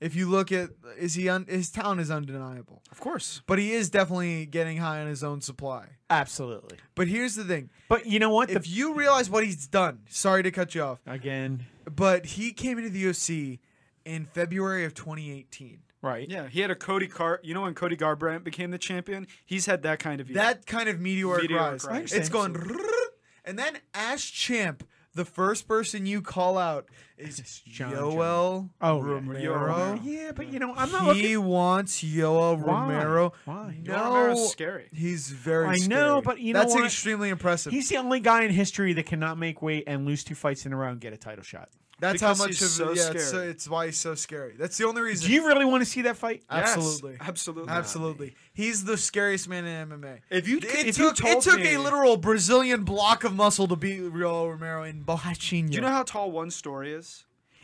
[SPEAKER 3] If you look at is he un, his town is undeniable,
[SPEAKER 4] of course.
[SPEAKER 3] but he is definitely getting high on his own supply.
[SPEAKER 5] Absolutely.
[SPEAKER 3] But here's the thing:
[SPEAKER 5] But you know what? The,
[SPEAKER 3] if you realize what he's done, sorry to cut you off,
[SPEAKER 5] again,
[SPEAKER 3] but he came into the UFC in February of 2018.
[SPEAKER 5] right.
[SPEAKER 4] Yeah, he had a Cody Car. You know when Cody Garbrandt became the champion, he's had that kind of year.
[SPEAKER 3] That kind of meteoric,
[SPEAKER 4] Meteoric rise.
[SPEAKER 3] rise.
[SPEAKER 4] I
[SPEAKER 5] understand.
[SPEAKER 3] It's going, and then Ash Champ, the first person you call out
[SPEAKER 4] *laughs*
[SPEAKER 3] is
[SPEAKER 5] John
[SPEAKER 3] Yoel
[SPEAKER 5] Oh, yeah.
[SPEAKER 3] Romero.
[SPEAKER 5] Yeah, but you know, I'm not
[SPEAKER 3] He
[SPEAKER 5] looking.
[SPEAKER 3] wants Yoel
[SPEAKER 5] Why?
[SPEAKER 3] Romero.
[SPEAKER 5] Why? Yoel
[SPEAKER 3] No,
[SPEAKER 4] Romero's scary.
[SPEAKER 3] He's very.
[SPEAKER 5] I know,
[SPEAKER 3] scary.
[SPEAKER 5] but you know
[SPEAKER 3] that's
[SPEAKER 5] what?
[SPEAKER 3] extremely impressive.
[SPEAKER 5] He's the only guy in history that cannot make weight and lose two fights in a row and get a title shot.
[SPEAKER 3] that's how
[SPEAKER 4] because
[SPEAKER 3] much
[SPEAKER 4] he's
[SPEAKER 3] of
[SPEAKER 4] so
[SPEAKER 3] yeah. It's, uh,
[SPEAKER 4] scary.
[SPEAKER 3] it's why he's so scary. That's the only reason.
[SPEAKER 5] Do you really want to see that fight?
[SPEAKER 4] Yes,
[SPEAKER 3] absolutely.
[SPEAKER 4] absolutely,
[SPEAKER 3] Absolutely, he's the scariest man in MMA.
[SPEAKER 4] If you
[SPEAKER 3] It
[SPEAKER 4] if you
[SPEAKER 3] took,
[SPEAKER 4] told
[SPEAKER 3] it took
[SPEAKER 4] me-
[SPEAKER 3] a literal Brazilian block of muscle to beat Yoel Romero in Bohachinho.
[SPEAKER 4] Do you know how tall one story is?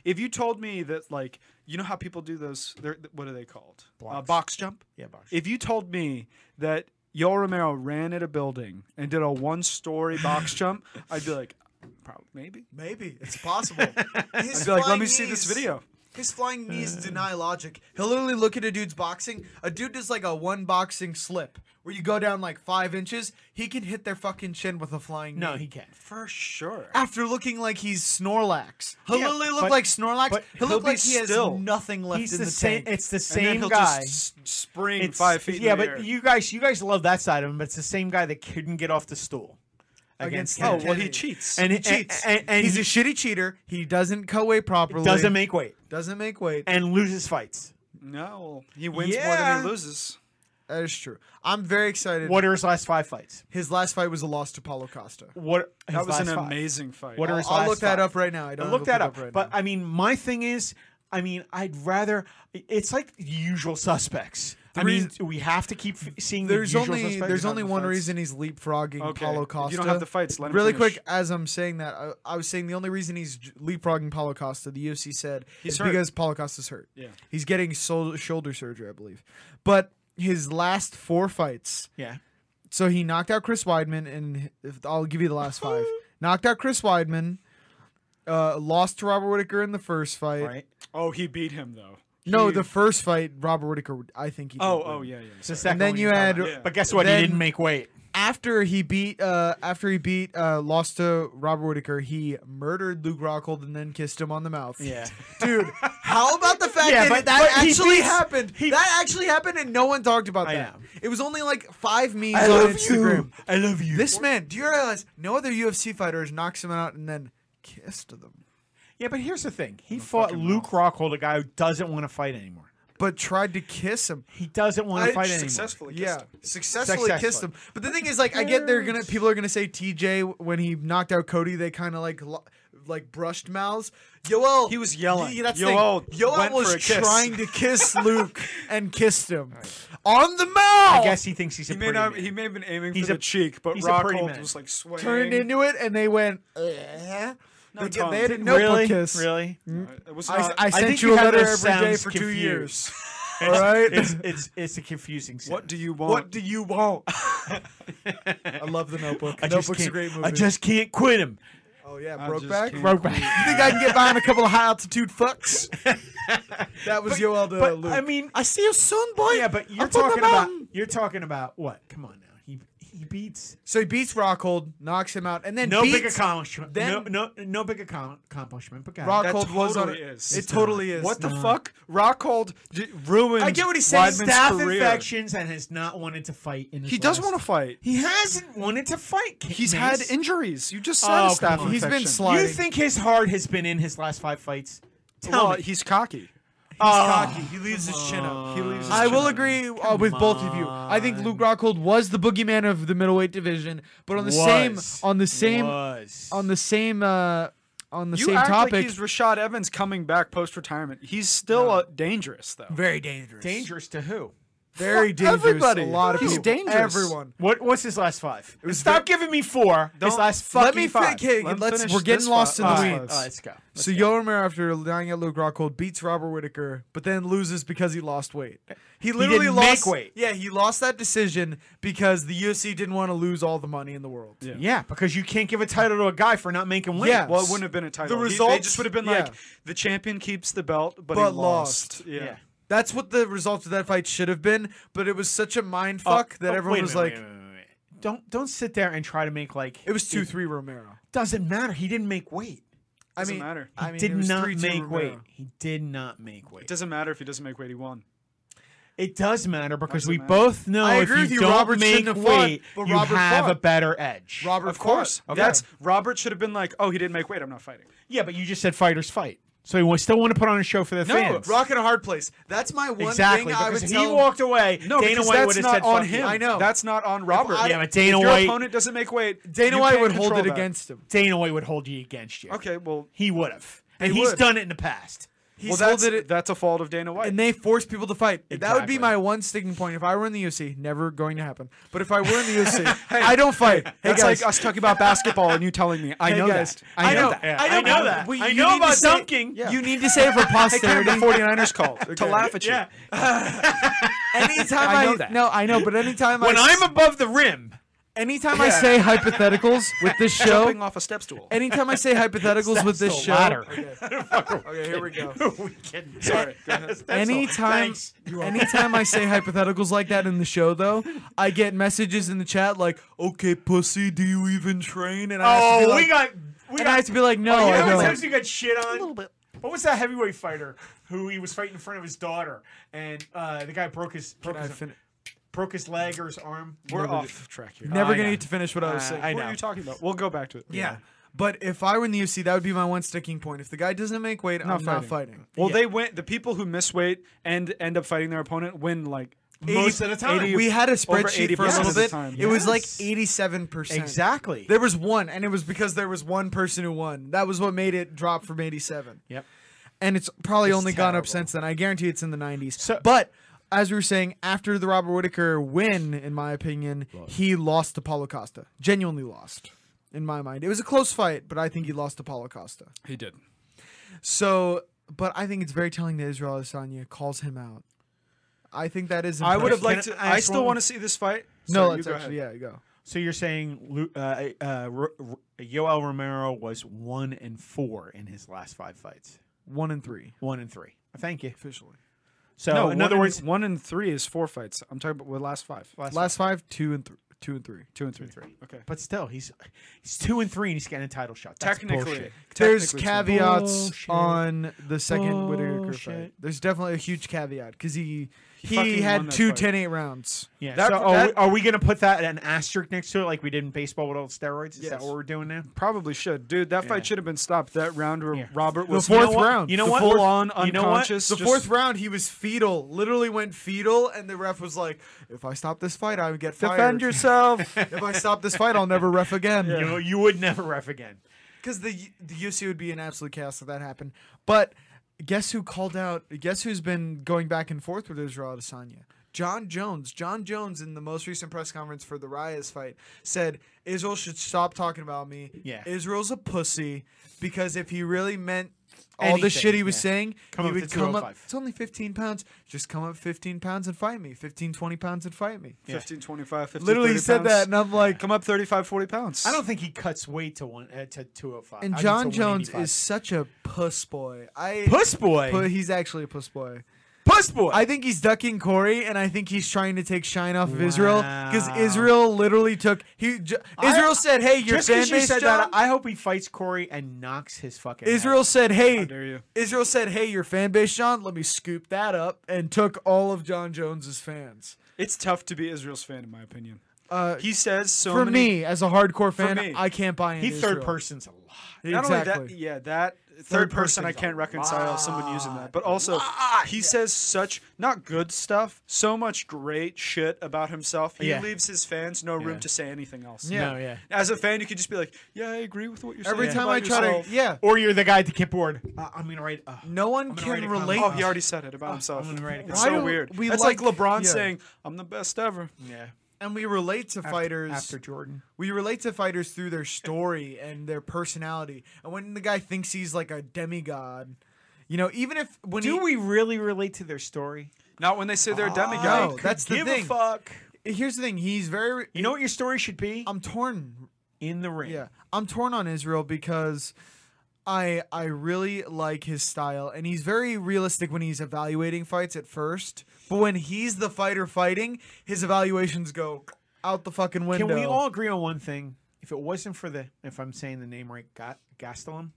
[SPEAKER 4] If you told me that, like, you know how people do those, they're, what are they called? Uh,
[SPEAKER 5] Blocks.
[SPEAKER 4] box jump?
[SPEAKER 5] Yeah, box.
[SPEAKER 4] If you told me that Yoel Romero ran at a building and did a one story
[SPEAKER 5] *laughs*
[SPEAKER 4] box jump, I'd be like, probably, maybe.
[SPEAKER 3] Maybe it's possible. His
[SPEAKER 4] I'd be like, let
[SPEAKER 3] flying
[SPEAKER 4] me see this
[SPEAKER 3] knees-
[SPEAKER 4] video.
[SPEAKER 3] His flying knees deny logic. He'll literally look at a dude's boxing. A dude does like a one boxing slip where you go down like five inches. He can hit their fucking chin with a flying knee.
[SPEAKER 5] No, he can't.
[SPEAKER 4] For sure.
[SPEAKER 3] After looking like he's Snorlax, he'll
[SPEAKER 5] Yeah,
[SPEAKER 3] literally look
[SPEAKER 5] but-
[SPEAKER 3] like Snorlax.
[SPEAKER 5] but
[SPEAKER 3] He'll,
[SPEAKER 4] he'll
[SPEAKER 3] look
[SPEAKER 4] be
[SPEAKER 3] like he has
[SPEAKER 4] still.
[SPEAKER 3] nothing left
[SPEAKER 5] He's
[SPEAKER 3] in
[SPEAKER 5] the,
[SPEAKER 3] the,
[SPEAKER 5] same.
[SPEAKER 3] tank.
[SPEAKER 5] It's the
[SPEAKER 4] And then
[SPEAKER 5] same
[SPEAKER 4] he'll
[SPEAKER 5] guy.
[SPEAKER 4] just s- spring
[SPEAKER 5] It's-
[SPEAKER 4] five feet. in
[SPEAKER 5] Yeah,
[SPEAKER 4] the
[SPEAKER 5] but
[SPEAKER 4] air.
[SPEAKER 5] you guys, you guys love that side of him, but it's the same guy that couldn't get off the stool against,
[SPEAKER 3] Against
[SPEAKER 5] Kennedy.
[SPEAKER 4] Oh, well, he
[SPEAKER 3] Kennedy.
[SPEAKER 4] cheats.
[SPEAKER 5] and
[SPEAKER 3] he cheats.
[SPEAKER 5] and, and
[SPEAKER 3] he's
[SPEAKER 5] he
[SPEAKER 3] a shitty cheater. He doesn't cut weight properly.
[SPEAKER 5] doesn't make weight
[SPEAKER 3] doesn't make weight.
[SPEAKER 5] and loses fights.
[SPEAKER 4] no, he wins more than
[SPEAKER 5] Yeah.
[SPEAKER 4] he loses.
[SPEAKER 3] that is true. I'm very excited.
[SPEAKER 5] What are his last five fights?
[SPEAKER 3] His last fight was a loss to Paulo Costa.
[SPEAKER 5] What his
[SPEAKER 4] That was an
[SPEAKER 5] last five.
[SPEAKER 4] amazing fight.
[SPEAKER 5] What are
[SPEAKER 3] I'll,
[SPEAKER 5] his
[SPEAKER 3] I'll
[SPEAKER 5] last
[SPEAKER 3] look
[SPEAKER 5] five.
[SPEAKER 3] that up right now. I don't
[SPEAKER 5] look
[SPEAKER 3] have it
[SPEAKER 5] that
[SPEAKER 3] up,
[SPEAKER 5] up.
[SPEAKER 3] right
[SPEAKER 5] but
[SPEAKER 3] now.
[SPEAKER 5] I mean, my thing is, I mean, I'd rather. It's like the usual suspects. I mean, we have to keep f- seeing
[SPEAKER 3] there's
[SPEAKER 5] the usual
[SPEAKER 3] only
[SPEAKER 5] suspects.
[SPEAKER 3] there's only
[SPEAKER 4] the
[SPEAKER 3] one
[SPEAKER 4] fights.
[SPEAKER 3] reason he's leapfrogging
[SPEAKER 4] Okay.
[SPEAKER 3] Paulo
[SPEAKER 4] If you don't
[SPEAKER 3] Costa.
[SPEAKER 4] have the fights, let him
[SPEAKER 3] really
[SPEAKER 4] finish.
[SPEAKER 3] quick. As I'm saying that, I, I was saying the only reason he's j- leapfrogging Paulo Costa, the UFC said,
[SPEAKER 4] He's
[SPEAKER 3] is
[SPEAKER 4] hurt.
[SPEAKER 3] because Paulo Costa's hurt.
[SPEAKER 4] Yeah.
[SPEAKER 3] he's getting sol- shoulder surgery, I believe. But his last four fights,
[SPEAKER 5] yeah.
[SPEAKER 3] so he knocked out Chris Weidman, and if, I'll give you the last
[SPEAKER 4] *laughs*
[SPEAKER 3] five. Knocked out Chris Weidman. Uh, lost to Robert Whitaker in the first fight.
[SPEAKER 5] Right.
[SPEAKER 4] Oh, he beat him though.
[SPEAKER 3] No,
[SPEAKER 4] He-
[SPEAKER 3] the first fight, Robert Whitaker. I think he. did
[SPEAKER 4] Oh,
[SPEAKER 3] win.
[SPEAKER 4] oh yeah, yeah.
[SPEAKER 5] It's the
[SPEAKER 4] sorry.
[SPEAKER 5] second
[SPEAKER 3] then
[SPEAKER 5] one
[SPEAKER 3] you
[SPEAKER 5] you're
[SPEAKER 3] had-
[SPEAKER 5] talking about.
[SPEAKER 4] Yeah.
[SPEAKER 5] but guess what? he
[SPEAKER 3] then-
[SPEAKER 5] didn't make weight.
[SPEAKER 3] after he beat uh after he beat uh lost to Robert Whitaker, he murdered Luke Rockhold and then kissed him on the mouth.
[SPEAKER 5] Yeah.
[SPEAKER 3] *laughs* Dude, how about the
[SPEAKER 5] *laughs*
[SPEAKER 3] fact
[SPEAKER 5] Yeah,
[SPEAKER 3] that
[SPEAKER 5] but-
[SPEAKER 3] that
[SPEAKER 5] but he
[SPEAKER 3] actually
[SPEAKER 5] beats-
[SPEAKER 3] happened?
[SPEAKER 5] he-
[SPEAKER 3] that actually happened and no one talked about
[SPEAKER 5] I
[SPEAKER 3] that.
[SPEAKER 5] know.
[SPEAKER 3] It was only like five memes
[SPEAKER 5] I
[SPEAKER 3] on
[SPEAKER 5] love
[SPEAKER 3] Instagram.
[SPEAKER 5] you. I love you.
[SPEAKER 3] This man, do you realize no other UFC fighter has knocked someone out and then kissed them?
[SPEAKER 5] yeah, but here's the thing. He fought Luke Rockhold, a guy who doesn't want to fight anymore.
[SPEAKER 3] But tried to kiss him.
[SPEAKER 5] He doesn't want
[SPEAKER 4] I
[SPEAKER 5] to fight anymore.
[SPEAKER 4] successfully kissed
[SPEAKER 3] Yeah,
[SPEAKER 4] him.
[SPEAKER 3] successfully kissed
[SPEAKER 5] Successfully.
[SPEAKER 3] him. But the thing is, like, I get they're gonna people are gonna say TJ when he knocked out Cody, they kind of like lo- like brushed mouths. Yoel,
[SPEAKER 4] He was yelling.
[SPEAKER 3] Yeah, that's
[SPEAKER 4] Yoel
[SPEAKER 3] the thing. Yoel
[SPEAKER 4] went
[SPEAKER 3] was
[SPEAKER 4] for a kiss.
[SPEAKER 3] trying to
[SPEAKER 5] *laughs*
[SPEAKER 3] kiss Luke and kissed him on the mouth.
[SPEAKER 5] I guess he thinks he's a
[SPEAKER 4] He may
[SPEAKER 5] pretty
[SPEAKER 4] not.
[SPEAKER 5] man.
[SPEAKER 4] He may have been aiming
[SPEAKER 5] He's
[SPEAKER 4] for
[SPEAKER 5] a-
[SPEAKER 4] the cheek, but
[SPEAKER 5] he's a pretty
[SPEAKER 4] Rockhold
[SPEAKER 5] man.
[SPEAKER 4] was like swaying.
[SPEAKER 3] turned into it, and they went. Eh. they,
[SPEAKER 4] tongue.
[SPEAKER 3] they had a notebook
[SPEAKER 5] really,
[SPEAKER 3] kiss.
[SPEAKER 5] really.
[SPEAKER 4] Uh, It was
[SPEAKER 3] I,
[SPEAKER 4] not,
[SPEAKER 3] I sent
[SPEAKER 5] think
[SPEAKER 3] you
[SPEAKER 5] you
[SPEAKER 3] a
[SPEAKER 5] have
[SPEAKER 3] letter
[SPEAKER 5] those
[SPEAKER 3] every day
[SPEAKER 5] sounds
[SPEAKER 3] for two
[SPEAKER 5] confused. *laughs*
[SPEAKER 3] years.
[SPEAKER 5] All
[SPEAKER 3] right.
[SPEAKER 5] it's, it's it's a confusing. Sound.
[SPEAKER 4] what do you want?
[SPEAKER 3] What do you want? I love the Notebook.
[SPEAKER 5] I just
[SPEAKER 3] Notebook's a
[SPEAKER 5] can't.
[SPEAKER 3] great movie.
[SPEAKER 5] I just can't quit him.
[SPEAKER 3] oh yeah,
[SPEAKER 4] I just
[SPEAKER 3] Brokeback.
[SPEAKER 4] can't
[SPEAKER 3] Broke-
[SPEAKER 5] Brokeback.
[SPEAKER 3] You think I can get behind a couple of high altitude fucks? *laughs* that was Yoel
[SPEAKER 5] *laughs*
[SPEAKER 3] to
[SPEAKER 5] but,
[SPEAKER 3] Luke.
[SPEAKER 5] I mean-
[SPEAKER 3] I see you soon, boy.
[SPEAKER 5] Yeah, but you're
[SPEAKER 3] Up on the
[SPEAKER 5] talking about
[SPEAKER 3] mountain.
[SPEAKER 5] you're talking about what? Come on now. He he beats
[SPEAKER 3] So he beats Rockhold, knocks him out, and then
[SPEAKER 5] no big
[SPEAKER 3] beats-
[SPEAKER 5] accomplishment.
[SPEAKER 3] then-
[SPEAKER 5] no, no no big accom- accomplishment. But God,
[SPEAKER 3] Rockhold
[SPEAKER 4] That
[SPEAKER 3] was on
[SPEAKER 4] totally is.
[SPEAKER 3] It
[SPEAKER 4] It's
[SPEAKER 3] totally is.
[SPEAKER 4] What the
[SPEAKER 3] No.
[SPEAKER 4] fuck? Rockhold d- ruined.
[SPEAKER 3] I get what he's saying,
[SPEAKER 4] Weidman's
[SPEAKER 5] staff
[SPEAKER 4] career.
[SPEAKER 5] infections and has not wanted to fight in. His
[SPEAKER 4] He does
[SPEAKER 5] last-
[SPEAKER 4] want to fight.
[SPEAKER 5] He hasn't wanted to fight. Ki-
[SPEAKER 4] He's
[SPEAKER 5] Mace.
[SPEAKER 4] had injuries. You just said
[SPEAKER 5] Oh,
[SPEAKER 4] a
[SPEAKER 5] come
[SPEAKER 4] staff
[SPEAKER 5] on.
[SPEAKER 3] He's been
[SPEAKER 4] infection.
[SPEAKER 3] sliding.
[SPEAKER 5] You think his heart has been in his last five fights? Tell
[SPEAKER 4] Well,
[SPEAKER 5] me. Ah.
[SPEAKER 4] he's cocky.
[SPEAKER 3] cocky. He leaves his chin up.
[SPEAKER 4] He leaves. His
[SPEAKER 3] I
[SPEAKER 4] chin
[SPEAKER 3] will
[SPEAKER 4] up.
[SPEAKER 3] agree uh, with both of you. I think Luke Rockhold was the boogeyman of the middleweight division, but on the same
[SPEAKER 5] Was.
[SPEAKER 3] on the same
[SPEAKER 5] Was.
[SPEAKER 3] on the same uh, on the
[SPEAKER 4] You
[SPEAKER 3] same
[SPEAKER 4] act
[SPEAKER 3] topic.
[SPEAKER 4] like he's Rashad Evans coming back post retirement. He's still uh, dangerous though.
[SPEAKER 3] very dangerous.
[SPEAKER 5] dangerous to who?
[SPEAKER 3] Very
[SPEAKER 4] Fuck
[SPEAKER 3] dangerous.
[SPEAKER 4] everybody.
[SPEAKER 3] A lot of
[SPEAKER 4] He's
[SPEAKER 3] people.
[SPEAKER 4] dangerous.
[SPEAKER 3] Everyone.
[SPEAKER 5] What what's his last five? Stop giving me four. His
[SPEAKER 4] Don't-
[SPEAKER 5] last
[SPEAKER 4] let
[SPEAKER 5] fucking
[SPEAKER 3] Let me
[SPEAKER 5] five.
[SPEAKER 3] think. Hey,
[SPEAKER 4] Let him
[SPEAKER 3] let's.
[SPEAKER 4] finish
[SPEAKER 3] We're getting
[SPEAKER 4] this
[SPEAKER 3] lost
[SPEAKER 4] five.
[SPEAKER 5] All
[SPEAKER 3] in the
[SPEAKER 5] right,
[SPEAKER 4] Alright,
[SPEAKER 3] weeds.
[SPEAKER 5] all right, let's go. Let's
[SPEAKER 3] So
[SPEAKER 5] go.
[SPEAKER 3] Yo Romero, after dying at Luke Rockhold, beats Robert Whitaker, but then loses because he lost weight. He literally
[SPEAKER 5] didn't
[SPEAKER 3] lost
[SPEAKER 5] make weight.
[SPEAKER 3] Yeah, he lost that decision because the UFC didn't want to lose all the money in the world.
[SPEAKER 4] Yeah.
[SPEAKER 5] Yeah, because you can't give a title to a guy for not making weight.
[SPEAKER 3] Yeah.
[SPEAKER 4] Well, it wouldn't have been a title.
[SPEAKER 3] The
[SPEAKER 4] He- they
[SPEAKER 3] results-
[SPEAKER 4] just would have been
[SPEAKER 3] yeah.
[SPEAKER 4] like the champion keeps the belt, but,
[SPEAKER 3] But
[SPEAKER 4] he lost.
[SPEAKER 3] lost.
[SPEAKER 4] Yeah.
[SPEAKER 5] Yeah.
[SPEAKER 3] That's what the results of that fight should have been, but it was such a mind fuck
[SPEAKER 5] Oh,
[SPEAKER 3] that
[SPEAKER 5] oh,
[SPEAKER 3] everyone
[SPEAKER 5] wait a
[SPEAKER 3] was
[SPEAKER 5] minute,
[SPEAKER 3] like,
[SPEAKER 5] wait, wait, wait, wait, wait. don't don't sit there and try to make like
[SPEAKER 3] it was 2 3 Romero.
[SPEAKER 5] doesn't matter. He didn't make weight.
[SPEAKER 3] I
[SPEAKER 4] Doesn't
[SPEAKER 3] mean,
[SPEAKER 4] matter.
[SPEAKER 3] I mean,
[SPEAKER 5] did
[SPEAKER 3] it was
[SPEAKER 5] not
[SPEAKER 3] 3-2
[SPEAKER 5] make
[SPEAKER 3] Romero.
[SPEAKER 5] weight. He did not make weight.
[SPEAKER 4] It doesn't matter if he doesn't make weight. He won.
[SPEAKER 5] It does matter because
[SPEAKER 4] does it
[SPEAKER 5] we
[SPEAKER 4] matter?
[SPEAKER 5] both know
[SPEAKER 3] I
[SPEAKER 5] if
[SPEAKER 3] agree
[SPEAKER 5] you
[SPEAKER 3] with you,
[SPEAKER 5] don't
[SPEAKER 3] Robert
[SPEAKER 5] make
[SPEAKER 3] shouldn't have fought,
[SPEAKER 5] weight,
[SPEAKER 3] but
[SPEAKER 5] you
[SPEAKER 3] Robert
[SPEAKER 5] have
[SPEAKER 3] fought.
[SPEAKER 5] a better edge.
[SPEAKER 3] Robert
[SPEAKER 4] Of course.
[SPEAKER 3] fought.
[SPEAKER 4] That's Robert should have been like, oh, he didn't make weight. I'm not fighting.
[SPEAKER 5] yeah, but you just said fighters fight, so you still want to put on a show for the
[SPEAKER 3] No,
[SPEAKER 5] fans.
[SPEAKER 3] rock in a hard place. That's my one
[SPEAKER 5] exactly,
[SPEAKER 3] thing I would
[SPEAKER 5] because if he
[SPEAKER 3] tell
[SPEAKER 5] walked away,
[SPEAKER 4] No,
[SPEAKER 5] Dana
[SPEAKER 4] because
[SPEAKER 5] White
[SPEAKER 4] that's
[SPEAKER 5] would have
[SPEAKER 4] not
[SPEAKER 5] said,
[SPEAKER 4] on
[SPEAKER 5] "Fuck
[SPEAKER 4] him.
[SPEAKER 5] you."
[SPEAKER 3] I know.
[SPEAKER 4] That's not on Robert.
[SPEAKER 3] I- Yeah,
[SPEAKER 5] but Dana
[SPEAKER 4] if your
[SPEAKER 5] White-
[SPEAKER 4] opponent doesn't make weight.
[SPEAKER 3] Dana
[SPEAKER 4] you
[SPEAKER 3] White
[SPEAKER 4] can't
[SPEAKER 3] would hold it
[SPEAKER 4] control that.
[SPEAKER 3] against him.
[SPEAKER 5] Dana White would hold you against you.
[SPEAKER 4] Okay, well,
[SPEAKER 5] He would have. And
[SPEAKER 3] He
[SPEAKER 5] he's
[SPEAKER 3] would.
[SPEAKER 5] done it in the past.
[SPEAKER 3] He's
[SPEAKER 4] well, that's,
[SPEAKER 3] holded it.
[SPEAKER 4] that's a fault of Dana White.
[SPEAKER 3] and they force people to fight. That would be
[SPEAKER 5] Exactly.
[SPEAKER 3] my one sticking point. If I were in the UFC, never going to happen. But if I were in
[SPEAKER 5] *laughs*
[SPEAKER 3] the UFC, I don't fight. Hey
[SPEAKER 4] that's
[SPEAKER 3] guys,
[SPEAKER 4] like us talking about basketball and you telling me I
[SPEAKER 3] Hey,
[SPEAKER 4] know
[SPEAKER 3] guys.
[SPEAKER 4] that.
[SPEAKER 5] *laughs*
[SPEAKER 3] I know
[SPEAKER 5] that.
[SPEAKER 3] that.
[SPEAKER 5] I know
[SPEAKER 3] but
[SPEAKER 5] that.
[SPEAKER 3] we-
[SPEAKER 5] I
[SPEAKER 3] you
[SPEAKER 5] know
[SPEAKER 3] need to
[SPEAKER 5] about
[SPEAKER 3] say-
[SPEAKER 5] dunking. Yeah.
[SPEAKER 3] You need to say it
[SPEAKER 5] *laughs*
[SPEAKER 3] for posterity.
[SPEAKER 4] The 49ers called to laugh at you.
[SPEAKER 5] Yeah.
[SPEAKER 3] anytime I,
[SPEAKER 4] I know that.
[SPEAKER 3] no, I know, but anytime
[SPEAKER 5] When
[SPEAKER 3] I
[SPEAKER 5] I'm above the rim,
[SPEAKER 3] anytime I say hypotheticals with
[SPEAKER 5] *laughs*
[SPEAKER 3] this
[SPEAKER 4] Jumping
[SPEAKER 3] show,
[SPEAKER 4] off a step stool.
[SPEAKER 3] anytime I say hypotheticals with this
[SPEAKER 5] the
[SPEAKER 3] show,
[SPEAKER 5] ladder. *laughs*
[SPEAKER 3] okay, here we go.
[SPEAKER 5] we can. Sorry.
[SPEAKER 4] *laughs*
[SPEAKER 3] Anytime, anytime
[SPEAKER 5] *laughs*
[SPEAKER 3] I say hypotheticals like that in the show, though, I get messages in the chat like, "Okay, pussy, do you even train?" And I have to be
[SPEAKER 5] Oh,
[SPEAKER 3] like,
[SPEAKER 5] we got. We
[SPEAKER 3] and
[SPEAKER 5] got. oh,
[SPEAKER 3] I have to be like, "No,
[SPEAKER 5] you know
[SPEAKER 3] I
[SPEAKER 5] what
[SPEAKER 3] don't."
[SPEAKER 5] else we got shit on? A little bit. What was that heavyweight fighter who he was fighting in front of his daughter, and uh, the guy broke his broke
[SPEAKER 3] I
[SPEAKER 5] his,
[SPEAKER 3] fin-
[SPEAKER 5] broke his leg or his arm?
[SPEAKER 4] We're off track here.
[SPEAKER 3] Oh,
[SPEAKER 4] Uh,
[SPEAKER 3] Never
[SPEAKER 5] I
[SPEAKER 3] gonna
[SPEAKER 5] know.
[SPEAKER 3] get to finish what I was saying.
[SPEAKER 5] I
[SPEAKER 4] what
[SPEAKER 5] know.
[SPEAKER 4] are you talking about? We'll go back to it.
[SPEAKER 3] Yeah. But if I were in the UFC, that would be my one sticking point. If the guy doesn't make weight, I'm not fighting.
[SPEAKER 4] Well, they win. The people who miss weight and end up fighting their opponent win like
[SPEAKER 5] Most of the time.
[SPEAKER 4] 80
[SPEAKER 3] we had a
[SPEAKER 4] over
[SPEAKER 3] spreadsheet for a
[SPEAKER 4] 80%
[SPEAKER 3] little
[SPEAKER 4] of the
[SPEAKER 3] bit.
[SPEAKER 4] time.
[SPEAKER 3] It was like
[SPEAKER 5] Yes.
[SPEAKER 3] 87%.
[SPEAKER 5] Exactly.
[SPEAKER 3] There was one, and it was because there was one person who won. That was what made it drop from 87.
[SPEAKER 5] Yep.
[SPEAKER 3] And it's probably only gone up
[SPEAKER 5] terrible.
[SPEAKER 3] since then. I guarantee it's in the 90s.
[SPEAKER 5] So-
[SPEAKER 3] but as we were saying, after the Robert Whitaker win, in my opinion, he lost to Paulo Costa. Genuinely lost, in my mind. It was a close fight, but I think he lost to Paulo Costa.
[SPEAKER 4] He did.
[SPEAKER 3] So, but I think it's very telling that Israel Adesanya calls him out. I think that is.
[SPEAKER 4] I would have
[SPEAKER 3] impressive.
[SPEAKER 4] liked
[SPEAKER 5] Can
[SPEAKER 4] to.
[SPEAKER 5] I
[SPEAKER 4] I
[SPEAKER 5] ask
[SPEAKER 4] still
[SPEAKER 5] one-
[SPEAKER 4] want to see this fight.
[SPEAKER 3] No,
[SPEAKER 4] Sorry, you
[SPEAKER 3] that's
[SPEAKER 4] go
[SPEAKER 3] actually
[SPEAKER 4] ahead.
[SPEAKER 3] yeah. You go.
[SPEAKER 5] So you're saying Lu- uh, uh, Ro- Ro- Yoel Romero was one and four in his last five fights,
[SPEAKER 3] One and three
[SPEAKER 5] one and three. Thank you.
[SPEAKER 3] officially.
[SPEAKER 5] So
[SPEAKER 4] No,
[SPEAKER 5] in other words,
[SPEAKER 4] one and three is four fights. I'm talking about the last five.
[SPEAKER 3] Last five, two and three. Two and three.
[SPEAKER 4] Two and three, three. Okay.
[SPEAKER 5] But still, he's he's two and three, and he's getting a title shot. That's
[SPEAKER 4] technically,
[SPEAKER 5] bullshit.
[SPEAKER 3] There's
[SPEAKER 4] technically,
[SPEAKER 3] caveats
[SPEAKER 5] Bullshit.
[SPEAKER 3] on the second Whitaker fight.
[SPEAKER 5] Bullshit.
[SPEAKER 3] There's definitely a huge caveat because he he,
[SPEAKER 4] fucking won
[SPEAKER 3] had
[SPEAKER 4] that
[SPEAKER 3] two
[SPEAKER 4] fight.
[SPEAKER 3] 10-8 rounds.
[SPEAKER 5] yeah.
[SPEAKER 4] that-
[SPEAKER 5] so are, we-
[SPEAKER 4] that-
[SPEAKER 5] are we gonna put that an asterisk next to it, like we did in baseball with all the steroids? Is
[SPEAKER 4] Yes.
[SPEAKER 5] that what we're doing now?
[SPEAKER 4] Probably should, dude. That
[SPEAKER 5] Yeah.
[SPEAKER 4] fight should have been stopped. That round where
[SPEAKER 5] Yeah.
[SPEAKER 4] Robert was
[SPEAKER 5] You know
[SPEAKER 3] fourth
[SPEAKER 5] what?
[SPEAKER 3] round.
[SPEAKER 5] You know
[SPEAKER 4] the
[SPEAKER 5] what?
[SPEAKER 4] full on
[SPEAKER 5] You know what?
[SPEAKER 4] unconscious.
[SPEAKER 3] The
[SPEAKER 4] just-
[SPEAKER 3] fourth round, he was fetal. Literally went fetal, and the ref was like, "If I stop this fight, I would get fired.
[SPEAKER 4] defend *laughs* yourself.
[SPEAKER 3] *laughs* if I stop this fight, I'll never ref again."
[SPEAKER 5] You know, you would never ref again.
[SPEAKER 3] because the the UFC would be an absolute chaos if that happened. But guess who called out? Guess who's been going back and forth with Israel Adesanya? John Jones. John Jones in the most recent press conference for the Reyes fight said Israel should stop talking about me.
[SPEAKER 5] Yeah.
[SPEAKER 3] Israel's a pussy because if he really meant all the
[SPEAKER 5] Anything,
[SPEAKER 3] shit he was
[SPEAKER 5] yeah.
[SPEAKER 3] saying,
[SPEAKER 5] Come
[SPEAKER 3] he
[SPEAKER 5] up
[SPEAKER 3] would
[SPEAKER 5] to
[SPEAKER 3] come up.
[SPEAKER 5] 205.
[SPEAKER 3] It's only 15 pounds. Just come up 15 pounds and fight me. 15, 20 pounds and fight me.
[SPEAKER 4] 15, 25, 15,
[SPEAKER 3] Literally
[SPEAKER 4] 30
[SPEAKER 3] said
[SPEAKER 4] pounds.
[SPEAKER 3] that, and I'm like,
[SPEAKER 4] Come up 35, 40 pounds.
[SPEAKER 5] I don't think he cuts weight to one uh, to two hundred five.
[SPEAKER 3] and John Jones is such a puss boy. I
[SPEAKER 5] puss boy.
[SPEAKER 3] Pu- he's actually a puss boy.
[SPEAKER 5] puss boy.
[SPEAKER 3] I think he's ducking Corey, and I think he's trying to take shine off of Israel because
[SPEAKER 5] Wow.
[SPEAKER 3] Israel literally took he. J-
[SPEAKER 5] I-
[SPEAKER 3] Israel said, "Hey, your
[SPEAKER 5] Just
[SPEAKER 3] fan
[SPEAKER 5] 'cause
[SPEAKER 3] base."
[SPEAKER 5] you said that,
[SPEAKER 3] John?
[SPEAKER 5] I hope he fights Corey and knocks his fucking. head
[SPEAKER 3] Israel said, "Hey."
[SPEAKER 4] How dare you.
[SPEAKER 3] Israel said, "Hey, your fan base, John. Let me scoop that up," and took all of John Jones's fans.
[SPEAKER 4] It's tough to be Israel's fan, in my opinion.
[SPEAKER 3] Uh,
[SPEAKER 4] He says so
[SPEAKER 3] for
[SPEAKER 4] many.
[SPEAKER 3] me, as a hardcore fan,
[SPEAKER 4] me.
[SPEAKER 3] I can't buy into
[SPEAKER 5] He third
[SPEAKER 3] Israel.
[SPEAKER 5] person's a lot.
[SPEAKER 4] Not
[SPEAKER 3] Exactly.
[SPEAKER 4] only that, yeah, that third person I
[SPEAKER 5] person's a
[SPEAKER 4] can't reconcile someone using that. But also, he says such not good stuff, so much great shit about himself. He
[SPEAKER 5] Yeah.
[SPEAKER 4] leaves his fans no room
[SPEAKER 5] Yeah.
[SPEAKER 4] to say anything else.
[SPEAKER 3] Yeah.
[SPEAKER 5] No, yeah.
[SPEAKER 4] As a fan, you could just be like, "Yeah, I agree with what you're
[SPEAKER 3] Every
[SPEAKER 4] saying."
[SPEAKER 3] time
[SPEAKER 4] about
[SPEAKER 3] I try
[SPEAKER 4] yourself."
[SPEAKER 3] to, yeah,
[SPEAKER 5] Or you're the guy at the keyboard. Uh, I'm gonna write. Uh,
[SPEAKER 3] no one
[SPEAKER 5] gonna write
[SPEAKER 3] can
[SPEAKER 5] a comment.
[SPEAKER 3] relate.
[SPEAKER 4] Oh, he already said it about himself.
[SPEAKER 5] I'm gonna write a
[SPEAKER 4] It's
[SPEAKER 3] Why
[SPEAKER 4] so
[SPEAKER 3] don't
[SPEAKER 4] weird.
[SPEAKER 3] we
[SPEAKER 4] That's like,
[SPEAKER 3] like-
[SPEAKER 4] LeBron
[SPEAKER 3] yeah.
[SPEAKER 4] saying, "I'm the best ever."
[SPEAKER 5] yeah.
[SPEAKER 3] and we relate to fighters
[SPEAKER 5] after Jordan.
[SPEAKER 3] we relate to fighters
[SPEAKER 5] *laughs*
[SPEAKER 3] through their story and their personality. And when the guy thinks he's like a demigod, you know, even if when
[SPEAKER 5] Do
[SPEAKER 3] he,
[SPEAKER 5] we really relate to their story?
[SPEAKER 4] Not when they say they're a demigod.
[SPEAKER 3] Ah. no, that's the
[SPEAKER 5] give
[SPEAKER 3] thing.
[SPEAKER 5] a fuck.
[SPEAKER 3] here's the thing, he's very.
[SPEAKER 5] You know what your story should be?
[SPEAKER 3] I'm torn.
[SPEAKER 5] in the ring.
[SPEAKER 3] Yeah, I'm torn on Israel because I I really like his style, and he's very realistic when he's evaluating fights at first. But when he's the fighter fighting, his evaluations go out the fucking window.
[SPEAKER 5] Can we all agree on one thing? If it wasn't for the, if I'm saying the name right, Ga- Gastelum.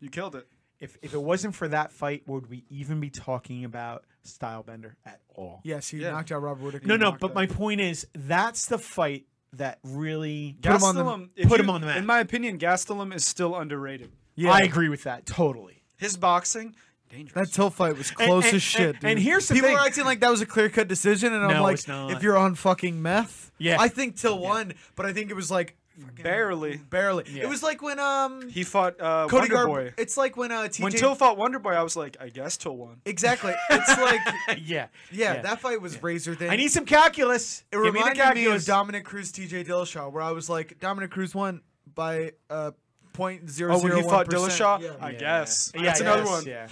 [SPEAKER 4] You killed it.
[SPEAKER 5] If if it wasn't for that fight, would we even be talking about Stylebender at all?
[SPEAKER 3] Yes, he
[SPEAKER 4] Yeah.
[SPEAKER 3] knocked out Robert Whitaker.
[SPEAKER 5] No, no.
[SPEAKER 4] knocked
[SPEAKER 5] But
[SPEAKER 4] out.
[SPEAKER 5] my point is, that's the fight that really.
[SPEAKER 3] Put him on the-
[SPEAKER 4] Gastelum, if
[SPEAKER 5] put
[SPEAKER 4] you-
[SPEAKER 5] him on the map.
[SPEAKER 4] In my opinion, Gastelum is still underrated.
[SPEAKER 3] Yeah.
[SPEAKER 5] I agree with that totally.
[SPEAKER 4] His boxing, dangerous.
[SPEAKER 3] That till fight was
[SPEAKER 5] And-
[SPEAKER 3] close
[SPEAKER 5] and-
[SPEAKER 3] as shit.
[SPEAKER 5] and- and
[SPEAKER 3] dude.
[SPEAKER 5] here's the
[SPEAKER 3] people
[SPEAKER 5] thing.
[SPEAKER 3] are acting like that was a clear cut decision, and I'm
[SPEAKER 5] No,
[SPEAKER 3] like,
[SPEAKER 5] it's not.
[SPEAKER 3] if you're on fucking meth,
[SPEAKER 5] Yeah.
[SPEAKER 3] I think till one, but I think it was like
[SPEAKER 4] barely.
[SPEAKER 3] barely.
[SPEAKER 5] Yeah.
[SPEAKER 3] It was like when um
[SPEAKER 4] He fought uh,
[SPEAKER 3] Cody
[SPEAKER 4] Wonder
[SPEAKER 3] Garb.
[SPEAKER 4] Boy.
[SPEAKER 3] It's like when uh TJ
[SPEAKER 4] When Till fought Wonder Boy, I was like, I guess Till won.
[SPEAKER 3] *laughs* exactly. It's like
[SPEAKER 5] *laughs* *laughs* yeah.
[SPEAKER 3] yeah, that fight was razor thin.
[SPEAKER 5] I need some calculus.
[SPEAKER 3] it
[SPEAKER 5] Give me the
[SPEAKER 3] reminded me, of
[SPEAKER 5] calculus.
[SPEAKER 3] Dominic Cruz, TJ Dillashaw, where I was like, Dominic Cruz won by uh point zero
[SPEAKER 4] Oh, when
[SPEAKER 3] zero
[SPEAKER 4] he
[SPEAKER 3] one
[SPEAKER 4] fought
[SPEAKER 3] percent.
[SPEAKER 4] Dillashaw,
[SPEAKER 3] Yeah.
[SPEAKER 4] I guess.
[SPEAKER 5] Yeah,
[SPEAKER 4] That's
[SPEAKER 5] I
[SPEAKER 4] another
[SPEAKER 5] guess,
[SPEAKER 4] one.
[SPEAKER 5] Yeah.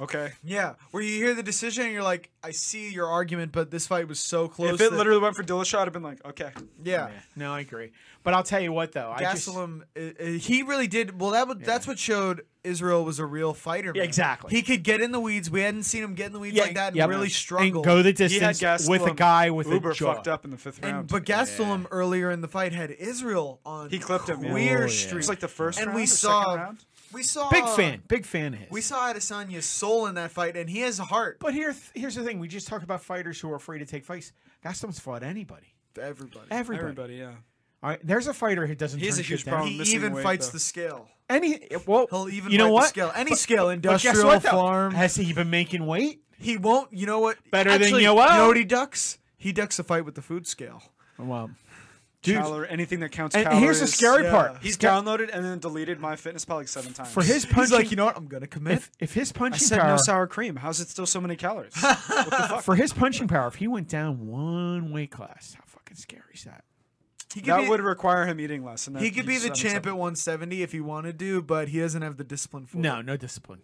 [SPEAKER 4] Okay.
[SPEAKER 3] yeah, where you hear the decision, and you're like, I see your argument, but this fight was so close.
[SPEAKER 4] if it
[SPEAKER 3] that-
[SPEAKER 4] literally went for Dillashaw, I'd have been like, okay.
[SPEAKER 3] yeah.
[SPEAKER 5] Yeah. No, I agree. But I'll tell you what, though. Oh, I just,
[SPEAKER 3] Gastelum, uh, uh, he really did. Well, that was, that's what showed Israel was a real fighter. man.
[SPEAKER 5] Exactly.
[SPEAKER 3] He could get in the weeds. We hadn't seen him get in the weeds like that and
[SPEAKER 5] yep.
[SPEAKER 3] really
[SPEAKER 5] And
[SPEAKER 3] struggle.
[SPEAKER 5] go the
[SPEAKER 4] He had
[SPEAKER 5] distance
[SPEAKER 4] Gastelum.
[SPEAKER 5] with a guy with
[SPEAKER 4] Uber
[SPEAKER 5] a jaw.
[SPEAKER 4] fucked up in the fifth
[SPEAKER 3] And-
[SPEAKER 4] round.
[SPEAKER 3] but Gastelum earlier in the fight had Israel on.
[SPEAKER 4] he clipped him.
[SPEAKER 3] Weird
[SPEAKER 4] yeah. It
[SPEAKER 3] streak.
[SPEAKER 4] was like the first
[SPEAKER 3] And
[SPEAKER 4] round,
[SPEAKER 3] we
[SPEAKER 4] the second
[SPEAKER 3] saw-
[SPEAKER 4] round.
[SPEAKER 3] we saw
[SPEAKER 5] Big fan. Big fan of his.
[SPEAKER 3] We saw Adesanya's soul in that fight, and he has a heart.
[SPEAKER 5] but here, here's the thing. We just talked about fighters who are afraid to take fights. Gastelum's fought anybody.
[SPEAKER 3] Everybody.
[SPEAKER 5] Everybody.
[SPEAKER 4] Everybody, yeah.
[SPEAKER 5] All right. There's a fighter who doesn't
[SPEAKER 4] He's
[SPEAKER 5] turn
[SPEAKER 4] a huge
[SPEAKER 5] shit down.
[SPEAKER 4] problem.
[SPEAKER 3] He
[SPEAKER 4] missing
[SPEAKER 3] even
[SPEAKER 4] weight,
[SPEAKER 3] fights
[SPEAKER 4] though.
[SPEAKER 3] the scale.
[SPEAKER 5] Any well,
[SPEAKER 3] He'll even
[SPEAKER 5] you know
[SPEAKER 3] fight
[SPEAKER 5] what?
[SPEAKER 3] the scale. Any
[SPEAKER 5] But-
[SPEAKER 3] scale,
[SPEAKER 5] but guess
[SPEAKER 3] industrial,
[SPEAKER 5] what, though?
[SPEAKER 3] farm.
[SPEAKER 5] Has he been making weight?
[SPEAKER 3] He won't. You know what?
[SPEAKER 5] Better than
[SPEAKER 3] Actually,
[SPEAKER 5] Yoel.
[SPEAKER 3] You know what he ducks? He ducks a fight with the food scale.
[SPEAKER 5] Well, dude.
[SPEAKER 4] Calorie, anything that counts
[SPEAKER 5] and
[SPEAKER 4] calories.
[SPEAKER 5] here's the scary
[SPEAKER 3] yeah.
[SPEAKER 5] part.
[SPEAKER 4] He's
[SPEAKER 5] Sca-
[SPEAKER 4] downloaded and then deleted my fitness pal like seven times.
[SPEAKER 5] for his punching.
[SPEAKER 3] He's like, you know what? I'm gonna commit.
[SPEAKER 5] if, if his
[SPEAKER 4] I
[SPEAKER 5] punching
[SPEAKER 4] said
[SPEAKER 5] power
[SPEAKER 4] no sour cream. How's it still so many calories?
[SPEAKER 5] for his punching power, if he went down one weight class, how fucking scary is that?
[SPEAKER 3] he could
[SPEAKER 4] that
[SPEAKER 3] be,
[SPEAKER 4] would require him eating less. And that-
[SPEAKER 3] he could be the
[SPEAKER 4] that makes
[SPEAKER 3] champ
[SPEAKER 4] sense.
[SPEAKER 3] at 170 if he wanted to, but he doesn't have the discipline for it.
[SPEAKER 5] No, no discipline.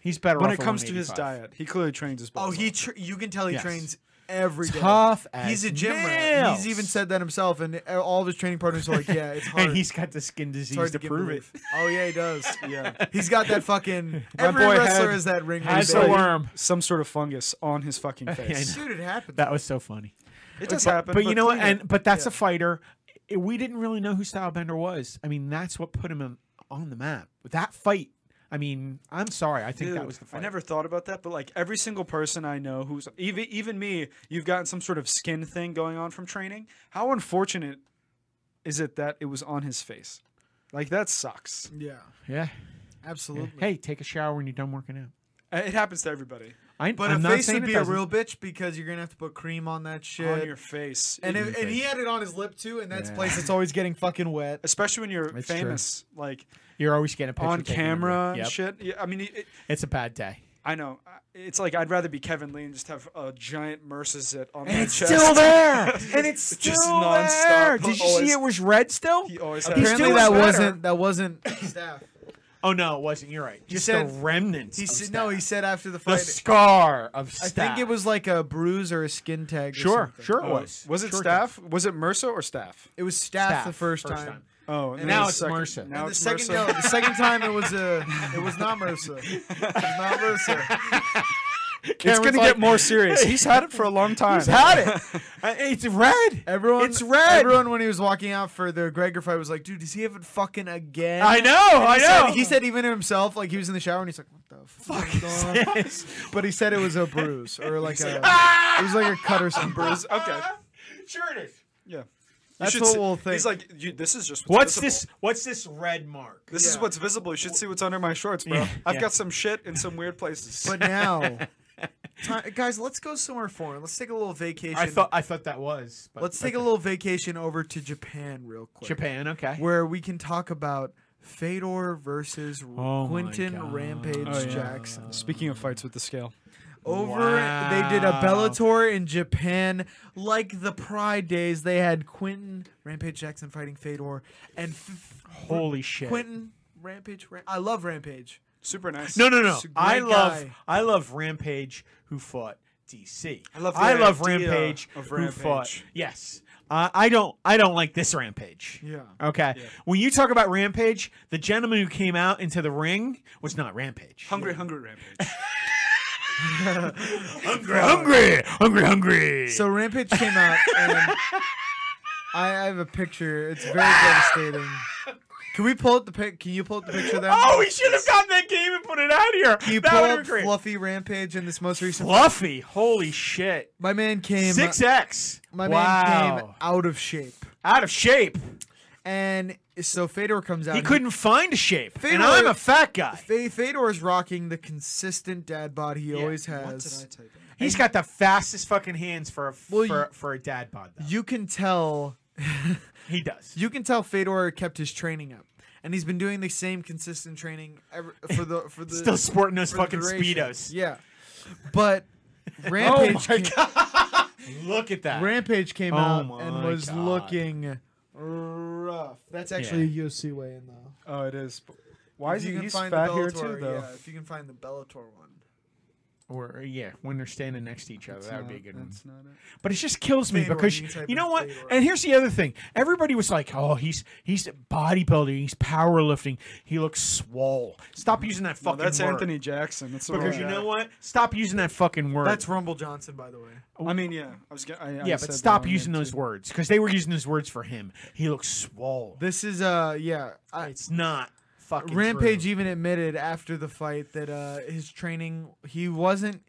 [SPEAKER 5] He's better
[SPEAKER 4] When
[SPEAKER 5] off
[SPEAKER 4] it
[SPEAKER 5] at
[SPEAKER 4] comes to his
[SPEAKER 5] 185.
[SPEAKER 4] diet, he clearly trains his balls.
[SPEAKER 3] Oh, he
[SPEAKER 4] off.
[SPEAKER 3] tr- you can tell he
[SPEAKER 5] Yes.
[SPEAKER 3] trains every day.
[SPEAKER 5] Tough as
[SPEAKER 3] He's a gym rat.
[SPEAKER 5] nails.
[SPEAKER 3] He's even said that himself, and all of his training partners are like, "Yeah, it's
[SPEAKER 5] *laughs*
[SPEAKER 3] hard."
[SPEAKER 5] And he's got the skin
[SPEAKER 3] It's hard
[SPEAKER 5] disease to
[SPEAKER 3] get
[SPEAKER 5] prove it.
[SPEAKER 3] moved. *laughs* Oh yeah, he does.
[SPEAKER 5] *laughs*
[SPEAKER 4] yeah.
[SPEAKER 3] He's got that fucking. every
[SPEAKER 4] boy
[SPEAKER 3] wrestler
[SPEAKER 4] had-
[SPEAKER 3] has that ring.
[SPEAKER 5] had
[SPEAKER 3] race.
[SPEAKER 5] the
[SPEAKER 4] Like,
[SPEAKER 5] worm.
[SPEAKER 4] Some sort of fungus on his fucking
[SPEAKER 5] I
[SPEAKER 4] face.
[SPEAKER 5] know.
[SPEAKER 3] Dude, it happens.
[SPEAKER 5] That was so funny.
[SPEAKER 4] It does
[SPEAKER 5] but,
[SPEAKER 4] happen.
[SPEAKER 5] But you know what?
[SPEAKER 4] clean it.
[SPEAKER 5] And but that's a fighter. I- We didn't really know who Stylebender was. I mean, that's what put him in- on the map. With that fight, I mean, I'm sorry. I think that
[SPEAKER 4] Dude,
[SPEAKER 5] was the fight.
[SPEAKER 4] I never thought about that, but like every single person I know who's even even me, you've gotten some sort of skin thing going on from training. How unfortunate is it that it was on his face? Like that sucks.
[SPEAKER 3] Yeah,
[SPEAKER 5] Yeah.
[SPEAKER 3] absolutely.
[SPEAKER 5] Hey, take a shower when you're done working out.
[SPEAKER 4] Uh, It happens to everybody
[SPEAKER 5] I,
[SPEAKER 3] But
[SPEAKER 5] I'm
[SPEAKER 3] a
[SPEAKER 5] not
[SPEAKER 3] face
[SPEAKER 5] saying
[SPEAKER 3] would
[SPEAKER 5] it
[SPEAKER 3] be a
[SPEAKER 5] doesn't.
[SPEAKER 3] real bitch because you're gonna have to put cream on that shit.
[SPEAKER 4] on your face,
[SPEAKER 3] and
[SPEAKER 4] It-
[SPEAKER 3] if, and he had it on his lip too, and that's
[SPEAKER 5] Yeah.
[SPEAKER 3] place that's always getting fucking wet.
[SPEAKER 4] especially when you're
[SPEAKER 5] It's true.
[SPEAKER 4] famous, like
[SPEAKER 5] You're always getting a picture
[SPEAKER 4] on
[SPEAKER 5] taken of you.
[SPEAKER 4] camera and
[SPEAKER 5] Yep.
[SPEAKER 4] shit. Yeah, I mean, it,
[SPEAKER 5] It's a bad day.
[SPEAKER 4] I know. I- It's like I'd rather be Kevin Lee and just have a giant Mercer's it on
[SPEAKER 5] And
[SPEAKER 4] my
[SPEAKER 5] it's
[SPEAKER 4] chest.
[SPEAKER 5] still there.
[SPEAKER 4] *laughs*
[SPEAKER 3] *laughs*
[SPEAKER 5] And it's still
[SPEAKER 4] Just nonstop. Oh,
[SPEAKER 5] there. Did you
[SPEAKER 4] Always-
[SPEAKER 5] see it was red still?
[SPEAKER 4] He always has
[SPEAKER 5] He's
[SPEAKER 3] Apparently
[SPEAKER 5] doing
[SPEAKER 3] that
[SPEAKER 5] better.
[SPEAKER 3] wasn't that wasn't staff.
[SPEAKER 5] Oh no, it wasn't. You're right. Just
[SPEAKER 3] said-
[SPEAKER 5] the remnants.
[SPEAKER 3] He
[SPEAKER 5] of
[SPEAKER 3] said
[SPEAKER 5] staff.
[SPEAKER 3] no. He said after the
[SPEAKER 5] the
[SPEAKER 3] fight.
[SPEAKER 5] scar of
[SPEAKER 3] I
[SPEAKER 5] staff.
[SPEAKER 3] think it was like a bruise or a skin tag. or
[SPEAKER 5] sure,
[SPEAKER 3] something.
[SPEAKER 5] sure it
[SPEAKER 4] Oh,
[SPEAKER 5] was.
[SPEAKER 4] Was it
[SPEAKER 5] Sure
[SPEAKER 4] staff? Was it Mercer or staff?
[SPEAKER 3] It was staff,
[SPEAKER 5] Staff,
[SPEAKER 3] the first,
[SPEAKER 5] first
[SPEAKER 3] time.
[SPEAKER 5] time.
[SPEAKER 4] Oh, and
[SPEAKER 5] now
[SPEAKER 4] then the
[SPEAKER 5] it's
[SPEAKER 4] second-
[SPEAKER 5] Mercer.
[SPEAKER 4] Now
[SPEAKER 3] The
[SPEAKER 4] it's
[SPEAKER 3] second,
[SPEAKER 4] Mercer.
[SPEAKER 3] no,
[SPEAKER 4] *laughs*
[SPEAKER 3] the second time it was a, it was not MRSA. It was not MRSA.
[SPEAKER 4] It's
[SPEAKER 5] Cameron's
[SPEAKER 4] gonna
[SPEAKER 5] like-
[SPEAKER 4] get more serious. He's had it for a long time.
[SPEAKER 5] He's had *laughs* it. Uh, it's red.
[SPEAKER 3] Everyone,
[SPEAKER 5] It's red.
[SPEAKER 3] Everyone, when he was walking out for the Gregor fight, was like, "Dude, does he have it fucking again?"
[SPEAKER 5] I know.
[SPEAKER 3] And
[SPEAKER 5] I
[SPEAKER 3] he
[SPEAKER 5] know.
[SPEAKER 3] Said,
[SPEAKER 5] *laughs*
[SPEAKER 3] he said even to himself, like he was in the shower and he's like, "What the fuck?" is going on?"
[SPEAKER 5] *laughs*
[SPEAKER 3] But he said it was a bruise or like a,
[SPEAKER 5] "Ah!"
[SPEAKER 3] it was like a cut or something.
[SPEAKER 4] Bruce-
[SPEAKER 3] *laughs*
[SPEAKER 4] okay.
[SPEAKER 5] Sure it is.
[SPEAKER 4] Yeah. You
[SPEAKER 3] That's
[SPEAKER 4] should
[SPEAKER 3] what
[SPEAKER 4] see-
[SPEAKER 3] we'll think.
[SPEAKER 4] He's like, you, this is just
[SPEAKER 5] What's
[SPEAKER 4] what's, visible.
[SPEAKER 5] this? What's this red mark?
[SPEAKER 4] This is
[SPEAKER 3] Yeah.
[SPEAKER 4] what's visible. You should see what's under my shorts, bro.
[SPEAKER 5] Yeah,
[SPEAKER 4] I've
[SPEAKER 5] yeah.
[SPEAKER 4] got some shit in some weird places. *laughs*
[SPEAKER 5] *laughs*
[SPEAKER 3] but now, ti- guys, let's go somewhere foreign. Let's take a little vacation.
[SPEAKER 5] I thought. I thought that was. but-
[SPEAKER 3] let's take a
[SPEAKER 5] okay.
[SPEAKER 3] little vacation over to Japan real quick.
[SPEAKER 5] Japan. Okay.
[SPEAKER 3] where we can talk about Fedor versus
[SPEAKER 5] Oh my
[SPEAKER 3] Quentin
[SPEAKER 5] God.
[SPEAKER 3] Rampage
[SPEAKER 4] Oh, yeah.
[SPEAKER 3] Jackson.
[SPEAKER 4] Speaking of fights with the scale,
[SPEAKER 3] Over, they did a
[SPEAKER 5] Wow.
[SPEAKER 3] Bellator in Japan, like the Pride days. They had Quentin Rampage Jackson fighting Fedor, and f-
[SPEAKER 5] Holy shit.
[SPEAKER 3] Quentin Rampage. Ram- I love Rampage.
[SPEAKER 4] super nice.
[SPEAKER 5] No, no, no.
[SPEAKER 3] It's a great
[SPEAKER 5] I love.
[SPEAKER 3] guy.
[SPEAKER 5] I love Rampage who fought DC. I
[SPEAKER 4] love the
[SPEAKER 5] I love
[SPEAKER 4] idea
[SPEAKER 5] Rampage
[SPEAKER 4] of
[SPEAKER 5] who fought.
[SPEAKER 4] Rampage.
[SPEAKER 5] Yes. Uh, I don't. I don't like this Rampage.
[SPEAKER 3] Yeah.
[SPEAKER 5] Okay. When you talk about Rampage, the gentleman who came out into the ring was not Rampage.
[SPEAKER 4] Hungry, hungry *laughs* rampage.
[SPEAKER 5] Hungry, hungry, hungry, hungry.
[SPEAKER 3] So Rampage came out, and I I have a picture. It's very devastating. Can we pull up the pic? Can you pull up the picture? Then
[SPEAKER 5] oh, we should have gotten that game and put it out here.
[SPEAKER 3] Can you
[SPEAKER 5] that
[SPEAKER 3] pull
[SPEAKER 5] would have
[SPEAKER 3] up
[SPEAKER 5] been great.
[SPEAKER 3] Fluffy Rampage in this most recent?
[SPEAKER 5] Fluffy. Holy shit.
[SPEAKER 3] My man came.
[SPEAKER 5] Six X.
[SPEAKER 3] My
[SPEAKER 5] wow.
[SPEAKER 3] man came out of shape.
[SPEAKER 5] out of shape.
[SPEAKER 3] And so Fedor comes out.
[SPEAKER 5] He couldn't find a shape,
[SPEAKER 3] Fedor-
[SPEAKER 5] and I'm a fat guy.
[SPEAKER 3] Fe- Fedor's rocking the consistent dad bod he always
[SPEAKER 4] What did
[SPEAKER 3] has.
[SPEAKER 4] I type in?
[SPEAKER 5] He's got the fastest fucking hands for a for,
[SPEAKER 3] Well, you-
[SPEAKER 5] for a dad bod. Though.
[SPEAKER 3] You can tell. *laughs*
[SPEAKER 5] he does.
[SPEAKER 3] you can tell Fedor kept his training up, and he's been doing the same consistent training ever, for the for the
[SPEAKER 5] Still sporting those
[SPEAKER 3] for the
[SPEAKER 5] fucking
[SPEAKER 3] duration.
[SPEAKER 5] speedos.
[SPEAKER 3] Yeah, *laughs* but Oh Rampage.
[SPEAKER 5] my
[SPEAKER 3] came,
[SPEAKER 5] Look at that.
[SPEAKER 3] Rampage came
[SPEAKER 5] Oh
[SPEAKER 3] out
[SPEAKER 5] my
[SPEAKER 3] and was
[SPEAKER 5] God.
[SPEAKER 3] looking rough. That's actually a UFC way in though.
[SPEAKER 4] Oh, it is. Why is he
[SPEAKER 3] If you can
[SPEAKER 4] he's
[SPEAKER 3] find
[SPEAKER 4] fat
[SPEAKER 3] the
[SPEAKER 4] here
[SPEAKER 3] Bellator,
[SPEAKER 4] too, though?
[SPEAKER 3] Yeah, if you can find the Bellator one.
[SPEAKER 5] or yeah, when they're standing next to each other, that would be a good one.
[SPEAKER 4] That's not it.
[SPEAKER 5] But it just kills me
[SPEAKER 3] Fedor,
[SPEAKER 5] because
[SPEAKER 3] you type
[SPEAKER 5] you
[SPEAKER 3] in
[SPEAKER 5] know what?
[SPEAKER 3] Fedor.
[SPEAKER 5] And here's the other thing: everybody was like, "Oh, he's he's a bodybuilder, he's powerlifting, he looks swole." Stop using that
[SPEAKER 4] No,
[SPEAKER 5] fucking
[SPEAKER 4] that's
[SPEAKER 5] word.
[SPEAKER 4] Anthony Jackson. That's the
[SPEAKER 5] Because
[SPEAKER 4] wrong
[SPEAKER 5] you
[SPEAKER 4] guy.
[SPEAKER 5] know what? Stop using that fucking word.
[SPEAKER 3] That's Rumble Johnson, by the way.
[SPEAKER 4] I mean, yeah. I was. Gonna, I, I
[SPEAKER 5] yeah,
[SPEAKER 4] said
[SPEAKER 5] but
[SPEAKER 4] the
[SPEAKER 5] stop
[SPEAKER 4] wrong
[SPEAKER 5] using
[SPEAKER 4] name,
[SPEAKER 5] those
[SPEAKER 4] too.
[SPEAKER 5] words because they were using those words for him. He looks swole.
[SPEAKER 3] This is uh yeah. I,
[SPEAKER 5] It's not fucking
[SPEAKER 3] Rampage
[SPEAKER 5] true.
[SPEAKER 3] even admitted after the fight that uh his training he wasn't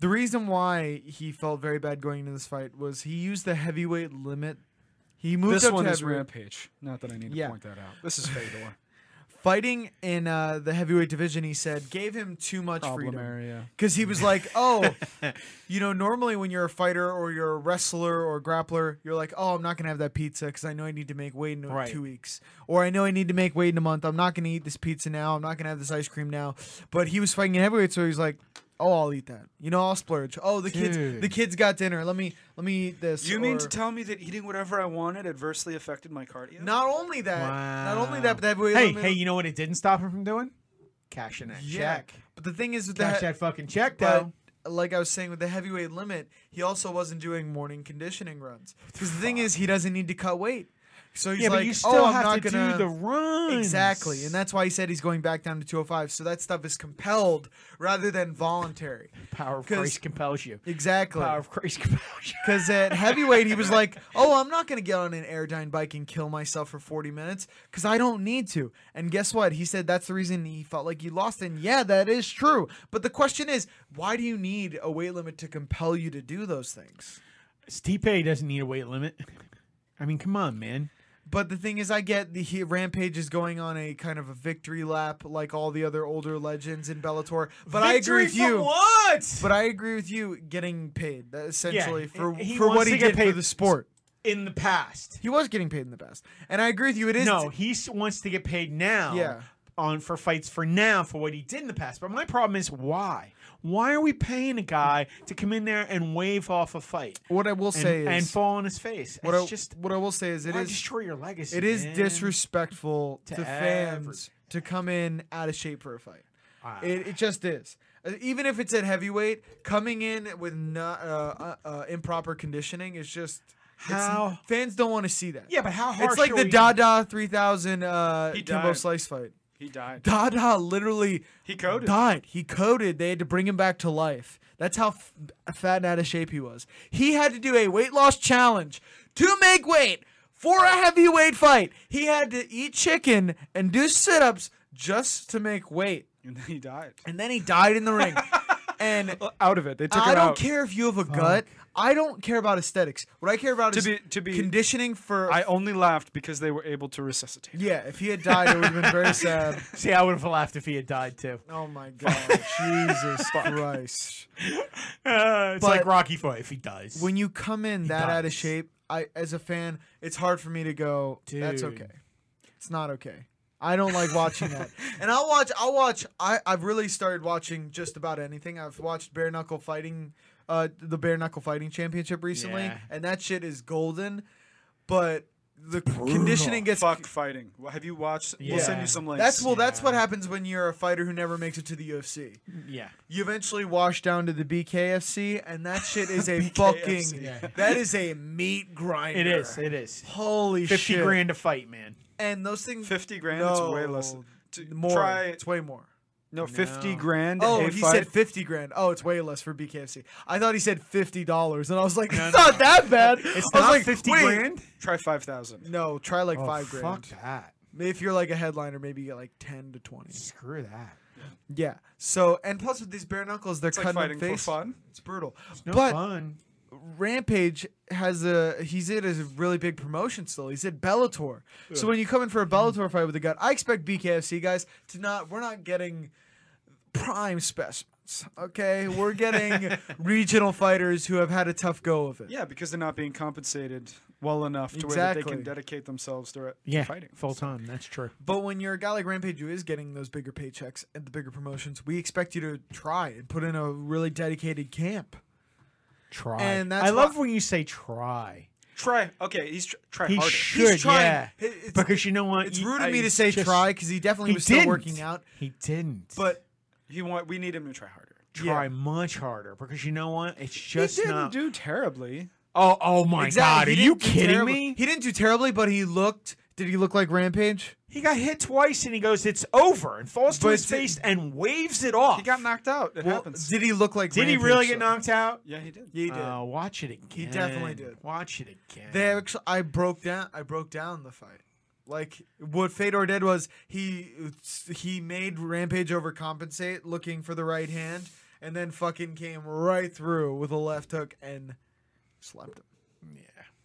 [SPEAKER 3] the reason why he felt very bad going into this fight was he used the heavyweight limit. He moved
[SPEAKER 4] This
[SPEAKER 3] up
[SPEAKER 4] one
[SPEAKER 3] to
[SPEAKER 4] is
[SPEAKER 3] heavyweight-
[SPEAKER 4] rampage. Not that I need to
[SPEAKER 3] Yeah.
[SPEAKER 4] point that out. This is *laughs* Fedor.
[SPEAKER 3] fighting in uh, the heavyweight division. He said gave him too much
[SPEAKER 4] Problem
[SPEAKER 3] freedom.
[SPEAKER 4] area.
[SPEAKER 3] because he
[SPEAKER 5] *laughs*
[SPEAKER 3] was like, "Oh, you know, normally when you're a fighter or you're a wrestler or grappler, you're like, oh, I'm not gonna have that pizza because I know I need to make weight in
[SPEAKER 5] Right.
[SPEAKER 3] two weeks, or I know I need to make weight in a month. I'm not gonna eat this pizza now. I'm not gonna have this ice cream now." But he was fighting in heavyweight, so he's like, "Oh, I'll eat that. You know, I'll splurge. Oh, the kids,
[SPEAKER 5] Dude.
[SPEAKER 3] the kids got dinner. Let me, let me eat this."
[SPEAKER 4] You mean
[SPEAKER 3] or-
[SPEAKER 4] to tell me that eating whatever I wanted adversely affected my cardio?
[SPEAKER 3] Not only that, not only
[SPEAKER 5] Wow.
[SPEAKER 3] that, but the heavyweight.
[SPEAKER 5] Hey,
[SPEAKER 3] limit-
[SPEAKER 5] hey, you know what? It didn't stop him from doing cashing that
[SPEAKER 3] yeah.
[SPEAKER 5] check.
[SPEAKER 3] But the thing is, with
[SPEAKER 5] Cash
[SPEAKER 3] that,
[SPEAKER 5] that fucking check,
[SPEAKER 3] But
[SPEAKER 5] though.
[SPEAKER 3] like I was saying with the heavyweight limit, he also wasn't doing morning conditioning runs. Because the thing is, he doesn't need to cut weight. So he's
[SPEAKER 5] yeah,
[SPEAKER 3] like,
[SPEAKER 5] but you still
[SPEAKER 3] oh, I'm
[SPEAKER 5] have
[SPEAKER 3] not
[SPEAKER 5] to
[SPEAKER 3] gonna
[SPEAKER 5] do the run.
[SPEAKER 3] Exactly. And that's why he said he's going back down to 205. So that stuff is compelled rather than voluntary.
[SPEAKER 5] power of
[SPEAKER 3] 'Cause-
[SPEAKER 5] Christ compels
[SPEAKER 3] *laughs*
[SPEAKER 5] you.
[SPEAKER 3] Exactly.
[SPEAKER 5] Power of Christ compels you. *laughs*
[SPEAKER 3] Because at heavyweight, he was like, oh, I'm not going to get on an Airdyne bike and kill myself for 40 minutes because I don't need to. And guess what? He said that's the reason he felt like he lost. And yeah, that is true. But the question is, why do you need a weight limit to compel you to do those things?
[SPEAKER 5] Stipe doesn't need a weight limit. I mean, come on, man.
[SPEAKER 3] But the thing is, I get the he, Rampage is going on a kind of a victory lap like all the other older legends in Bellator. But I
[SPEAKER 5] Victory
[SPEAKER 3] agree with
[SPEAKER 5] for
[SPEAKER 3] you.
[SPEAKER 5] What?
[SPEAKER 3] But I agree with you getting paid that essentially for
[SPEAKER 5] he
[SPEAKER 3] for what
[SPEAKER 5] wants
[SPEAKER 3] he
[SPEAKER 5] to get
[SPEAKER 3] did for
[SPEAKER 5] paid.
[SPEAKER 3] the sport.
[SPEAKER 5] in the past.
[SPEAKER 3] He was getting paid in the past, and I agree with you. It is
[SPEAKER 5] No, he s- wants to get paid now.
[SPEAKER 3] Yeah.
[SPEAKER 5] On for fights for now for what he did in the past. But my problem is why? Why are we paying a guy to come in there and wave off a fight
[SPEAKER 3] what I will
[SPEAKER 5] and,
[SPEAKER 3] say
[SPEAKER 5] and
[SPEAKER 3] is
[SPEAKER 5] fall on his face?
[SPEAKER 3] what
[SPEAKER 5] it's
[SPEAKER 3] I,
[SPEAKER 5] just
[SPEAKER 3] what I will say is it
[SPEAKER 5] why
[SPEAKER 3] is
[SPEAKER 5] destroy your legacy.
[SPEAKER 3] it is
[SPEAKER 5] man?
[SPEAKER 3] disrespectful to,
[SPEAKER 5] To
[SPEAKER 3] fans to come in out of shape for a fight.
[SPEAKER 5] Ah.
[SPEAKER 3] It, it just is. Uh, Even if it's at heavyweight, coming in with not uh, uh, uh, improper conditioning is just it's-
[SPEAKER 5] How-
[SPEAKER 3] fans don't want to see that.
[SPEAKER 5] Yeah, but how harsh?
[SPEAKER 3] it's like
[SPEAKER 5] are
[SPEAKER 3] the
[SPEAKER 5] we-
[SPEAKER 3] Dada three thousand uh,
[SPEAKER 4] He
[SPEAKER 3] Kimbo
[SPEAKER 4] died.
[SPEAKER 3] Slice fight.
[SPEAKER 4] He died.
[SPEAKER 3] Dada literally
[SPEAKER 4] He coded.
[SPEAKER 3] died. He coded. They had to bring him back to life. That's how f- fat and out of shape he was. He had to do a weight loss challenge to make weight for a heavyweight fight. He had to eat chicken and do sit ups just to make weight.
[SPEAKER 4] *laughs* And then he died.
[SPEAKER 3] And then he died in
[SPEAKER 4] *laughs*
[SPEAKER 3] the ring. and
[SPEAKER 4] Out of it. They took
[SPEAKER 3] I
[SPEAKER 4] it
[SPEAKER 3] don't
[SPEAKER 4] out.
[SPEAKER 3] care if you have a gut. I don't care about aesthetics. What I care about
[SPEAKER 4] To
[SPEAKER 3] is
[SPEAKER 4] be- to be-
[SPEAKER 3] conditioning for.
[SPEAKER 4] I only laughed because they were able to resuscitate. him.
[SPEAKER 3] yeah, if he had died, it would have
[SPEAKER 4] *laughs*
[SPEAKER 3] been very sad.
[SPEAKER 5] See, I would have laughed if he had died *laughs* too.
[SPEAKER 3] Oh my God, Jesus Christ.
[SPEAKER 5] Uh, it's
[SPEAKER 3] But-
[SPEAKER 5] like Rocky Four if he dies.
[SPEAKER 3] when you come in that out of
[SPEAKER 5] dies.
[SPEAKER 3] shape, I as a fan, it's hard for me to go. That's
[SPEAKER 5] Dude.
[SPEAKER 3] okay. It's not okay. I don't like watching
[SPEAKER 4] *laughs*
[SPEAKER 3] that. And I'll watch. I'll watch. I I've really started watching just about anything. I've watched bare knuckle fighting, uh, the bare knuckle fighting championship recently,
[SPEAKER 5] Yeah.
[SPEAKER 3] and that shit is golden. But the conditioning gets
[SPEAKER 4] Fuck fighting. Well, Have you watched? We'll send
[SPEAKER 5] Yeah.
[SPEAKER 4] you some links.
[SPEAKER 3] That's well. That's
[SPEAKER 5] Yeah.
[SPEAKER 3] what happens when you're a fighter who never makes it to the UFC.
[SPEAKER 5] yeah,
[SPEAKER 3] You eventually wash down to the BKFC, and that shit is a fucking.
[SPEAKER 5] Yeah.
[SPEAKER 3] That is a meat grinder.
[SPEAKER 5] it is. It is.
[SPEAKER 3] Holy
[SPEAKER 5] Fifty
[SPEAKER 3] shit.
[SPEAKER 5] grand a fight, man.
[SPEAKER 3] And those
[SPEAKER 4] *laughs*
[SPEAKER 3] things.
[SPEAKER 4] Fifty grand.
[SPEAKER 3] No,
[SPEAKER 4] it's way less. To
[SPEAKER 3] more.
[SPEAKER 4] Try
[SPEAKER 3] It's way more.
[SPEAKER 4] no fifty
[SPEAKER 5] No.
[SPEAKER 4] grand.
[SPEAKER 3] Oh,
[SPEAKER 4] a
[SPEAKER 3] he
[SPEAKER 4] fight.
[SPEAKER 3] said fifty grand. Oh, it's way less for BKFC. I thought he said fifty dollars, and I was like,
[SPEAKER 5] No,
[SPEAKER 3] it's
[SPEAKER 5] no.
[SPEAKER 3] not that bad.
[SPEAKER 5] It's
[SPEAKER 3] I was
[SPEAKER 5] not
[SPEAKER 3] like,
[SPEAKER 5] fifty
[SPEAKER 3] wait.
[SPEAKER 5] grand.
[SPEAKER 4] try five thousand.
[SPEAKER 3] No, try like five grand.
[SPEAKER 5] Oh, Fuck that.
[SPEAKER 3] If you're like a headliner, maybe you get like ten to twenty.
[SPEAKER 5] Screw that.
[SPEAKER 3] Yeah. So, and plus with these bare knuckles, they're
[SPEAKER 4] It's like
[SPEAKER 3] cutting up
[SPEAKER 4] fighting for
[SPEAKER 3] face.
[SPEAKER 4] fun.
[SPEAKER 3] It's brutal.
[SPEAKER 5] No
[SPEAKER 3] but
[SPEAKER 5] fun.
[SPEAKER 3] Rampage has a he's in a really big promotion still. He's at Bellator. So when you come in for a Bellator fight with a gut, I expect BKFC guys to not we're not getting prime specimens. Okay?
[SPEAKER 5] *laughs*
[SPEAKER 3] We're getting regional fighters who have had a tough go of it.
[SPEAKER 4] Yeah, because they're not being compensated well enough to where that they
[SPEAKER 3] Exactly.
[SPEAKER 4] can dedicate themselves to it.
[SPEAKER 5] Yeah,
[SPEAKER 4] fighting
[SPEAKER 5] full time. That's true.
[SPEAKER 3] But when you're a guy like Rampage who is getting those bigger paychecks and the bigger promotions, we expect you to try and put in a really dedicated camp.
[SPEAKER 5] Try.
[SPEAKER 3] And that's
[SPEAKER 5] I
[SPEAKER 3] why-
[SPEAKER 5] love when you say try.
[SPEAKER 4] Try. Okay, he's tr- try
[SPEAKER 5] He
[SPEAKER 4] harder.
[SPEAKER 5] should,
[SPEAKER 3] trying.
[SPEAKER 5] yeah.
[SPEAKER 3] It- it's-
[SPEAKER 5] because you know what?
[SPEAKER 3] It's
[SPEAKER 5] You-
[SPEAKER 3] rude of me
[SPEAKER 5] I
[SPEAKER 3] to say
[SPEAKER 5] just-
[SPEAKER 3] try because he definitely
[SPEAKER 5] He
[SPEAKER 3] was
[SPEAKER 5] didn't.
[SPEAKER 3] still working out.
[SPEAKER 5] He didn't.
[SPEAKER 3] But
[SPEAKER 4] He want. We need him to try harder.
[SPEAKER 5] try much harder because you know what? It's just
[SPEAKER 4] he didn't
[SPEAKER 5] not.
[SPEAKER 4] do terribly.
[SPEAKER 5] oh, oh my
[SPEAKER 3] Exactly.
[SPEAKER 5] God!
[SPEAKER 3] he
[SPEAKER 5] Are you
[SPEAKER 3] didn't do
[SPEAKER 5] kidding
[SPEAKER 3] terribly-
[SPEAKER 5] me?
[SPEAKER 3] He didn't do terribly, but he looked. Did he look like Rampage?
[SPEAKER 5] He got hit twice and he goes, "It's over," and falls to
[SPEAKER 3] But
[SPEAKER 5] his
[SPEAKER 3] did-
[SPEAKER 5] face and waves it off.
[SPEAKER 4] He got knocked out. It happens.
[SPEAKER 3] Did he look like?
[SPEAKER 5] Did he
[SPEAKER 3] Rampage,
[SPEAKER 5] really get
[SPEAKER 3] though?
[SPEAKER 5] knocked out?
[SPEAKER 4] yeah, he did.
[SPEAKER 3] Yeah, he did.
[SPEAKER 5] Uh, watch it again. He
[SPEAKER 3] definitely did.
[SPEAKER 5] Watch it again.
[SPEAKER 3] they actually, I broke down. I broke down the fight. Like what Fedor did was he he made Rampage overcompensate, looking for the right hand, and then fucking came right through with a left hook and slapped him.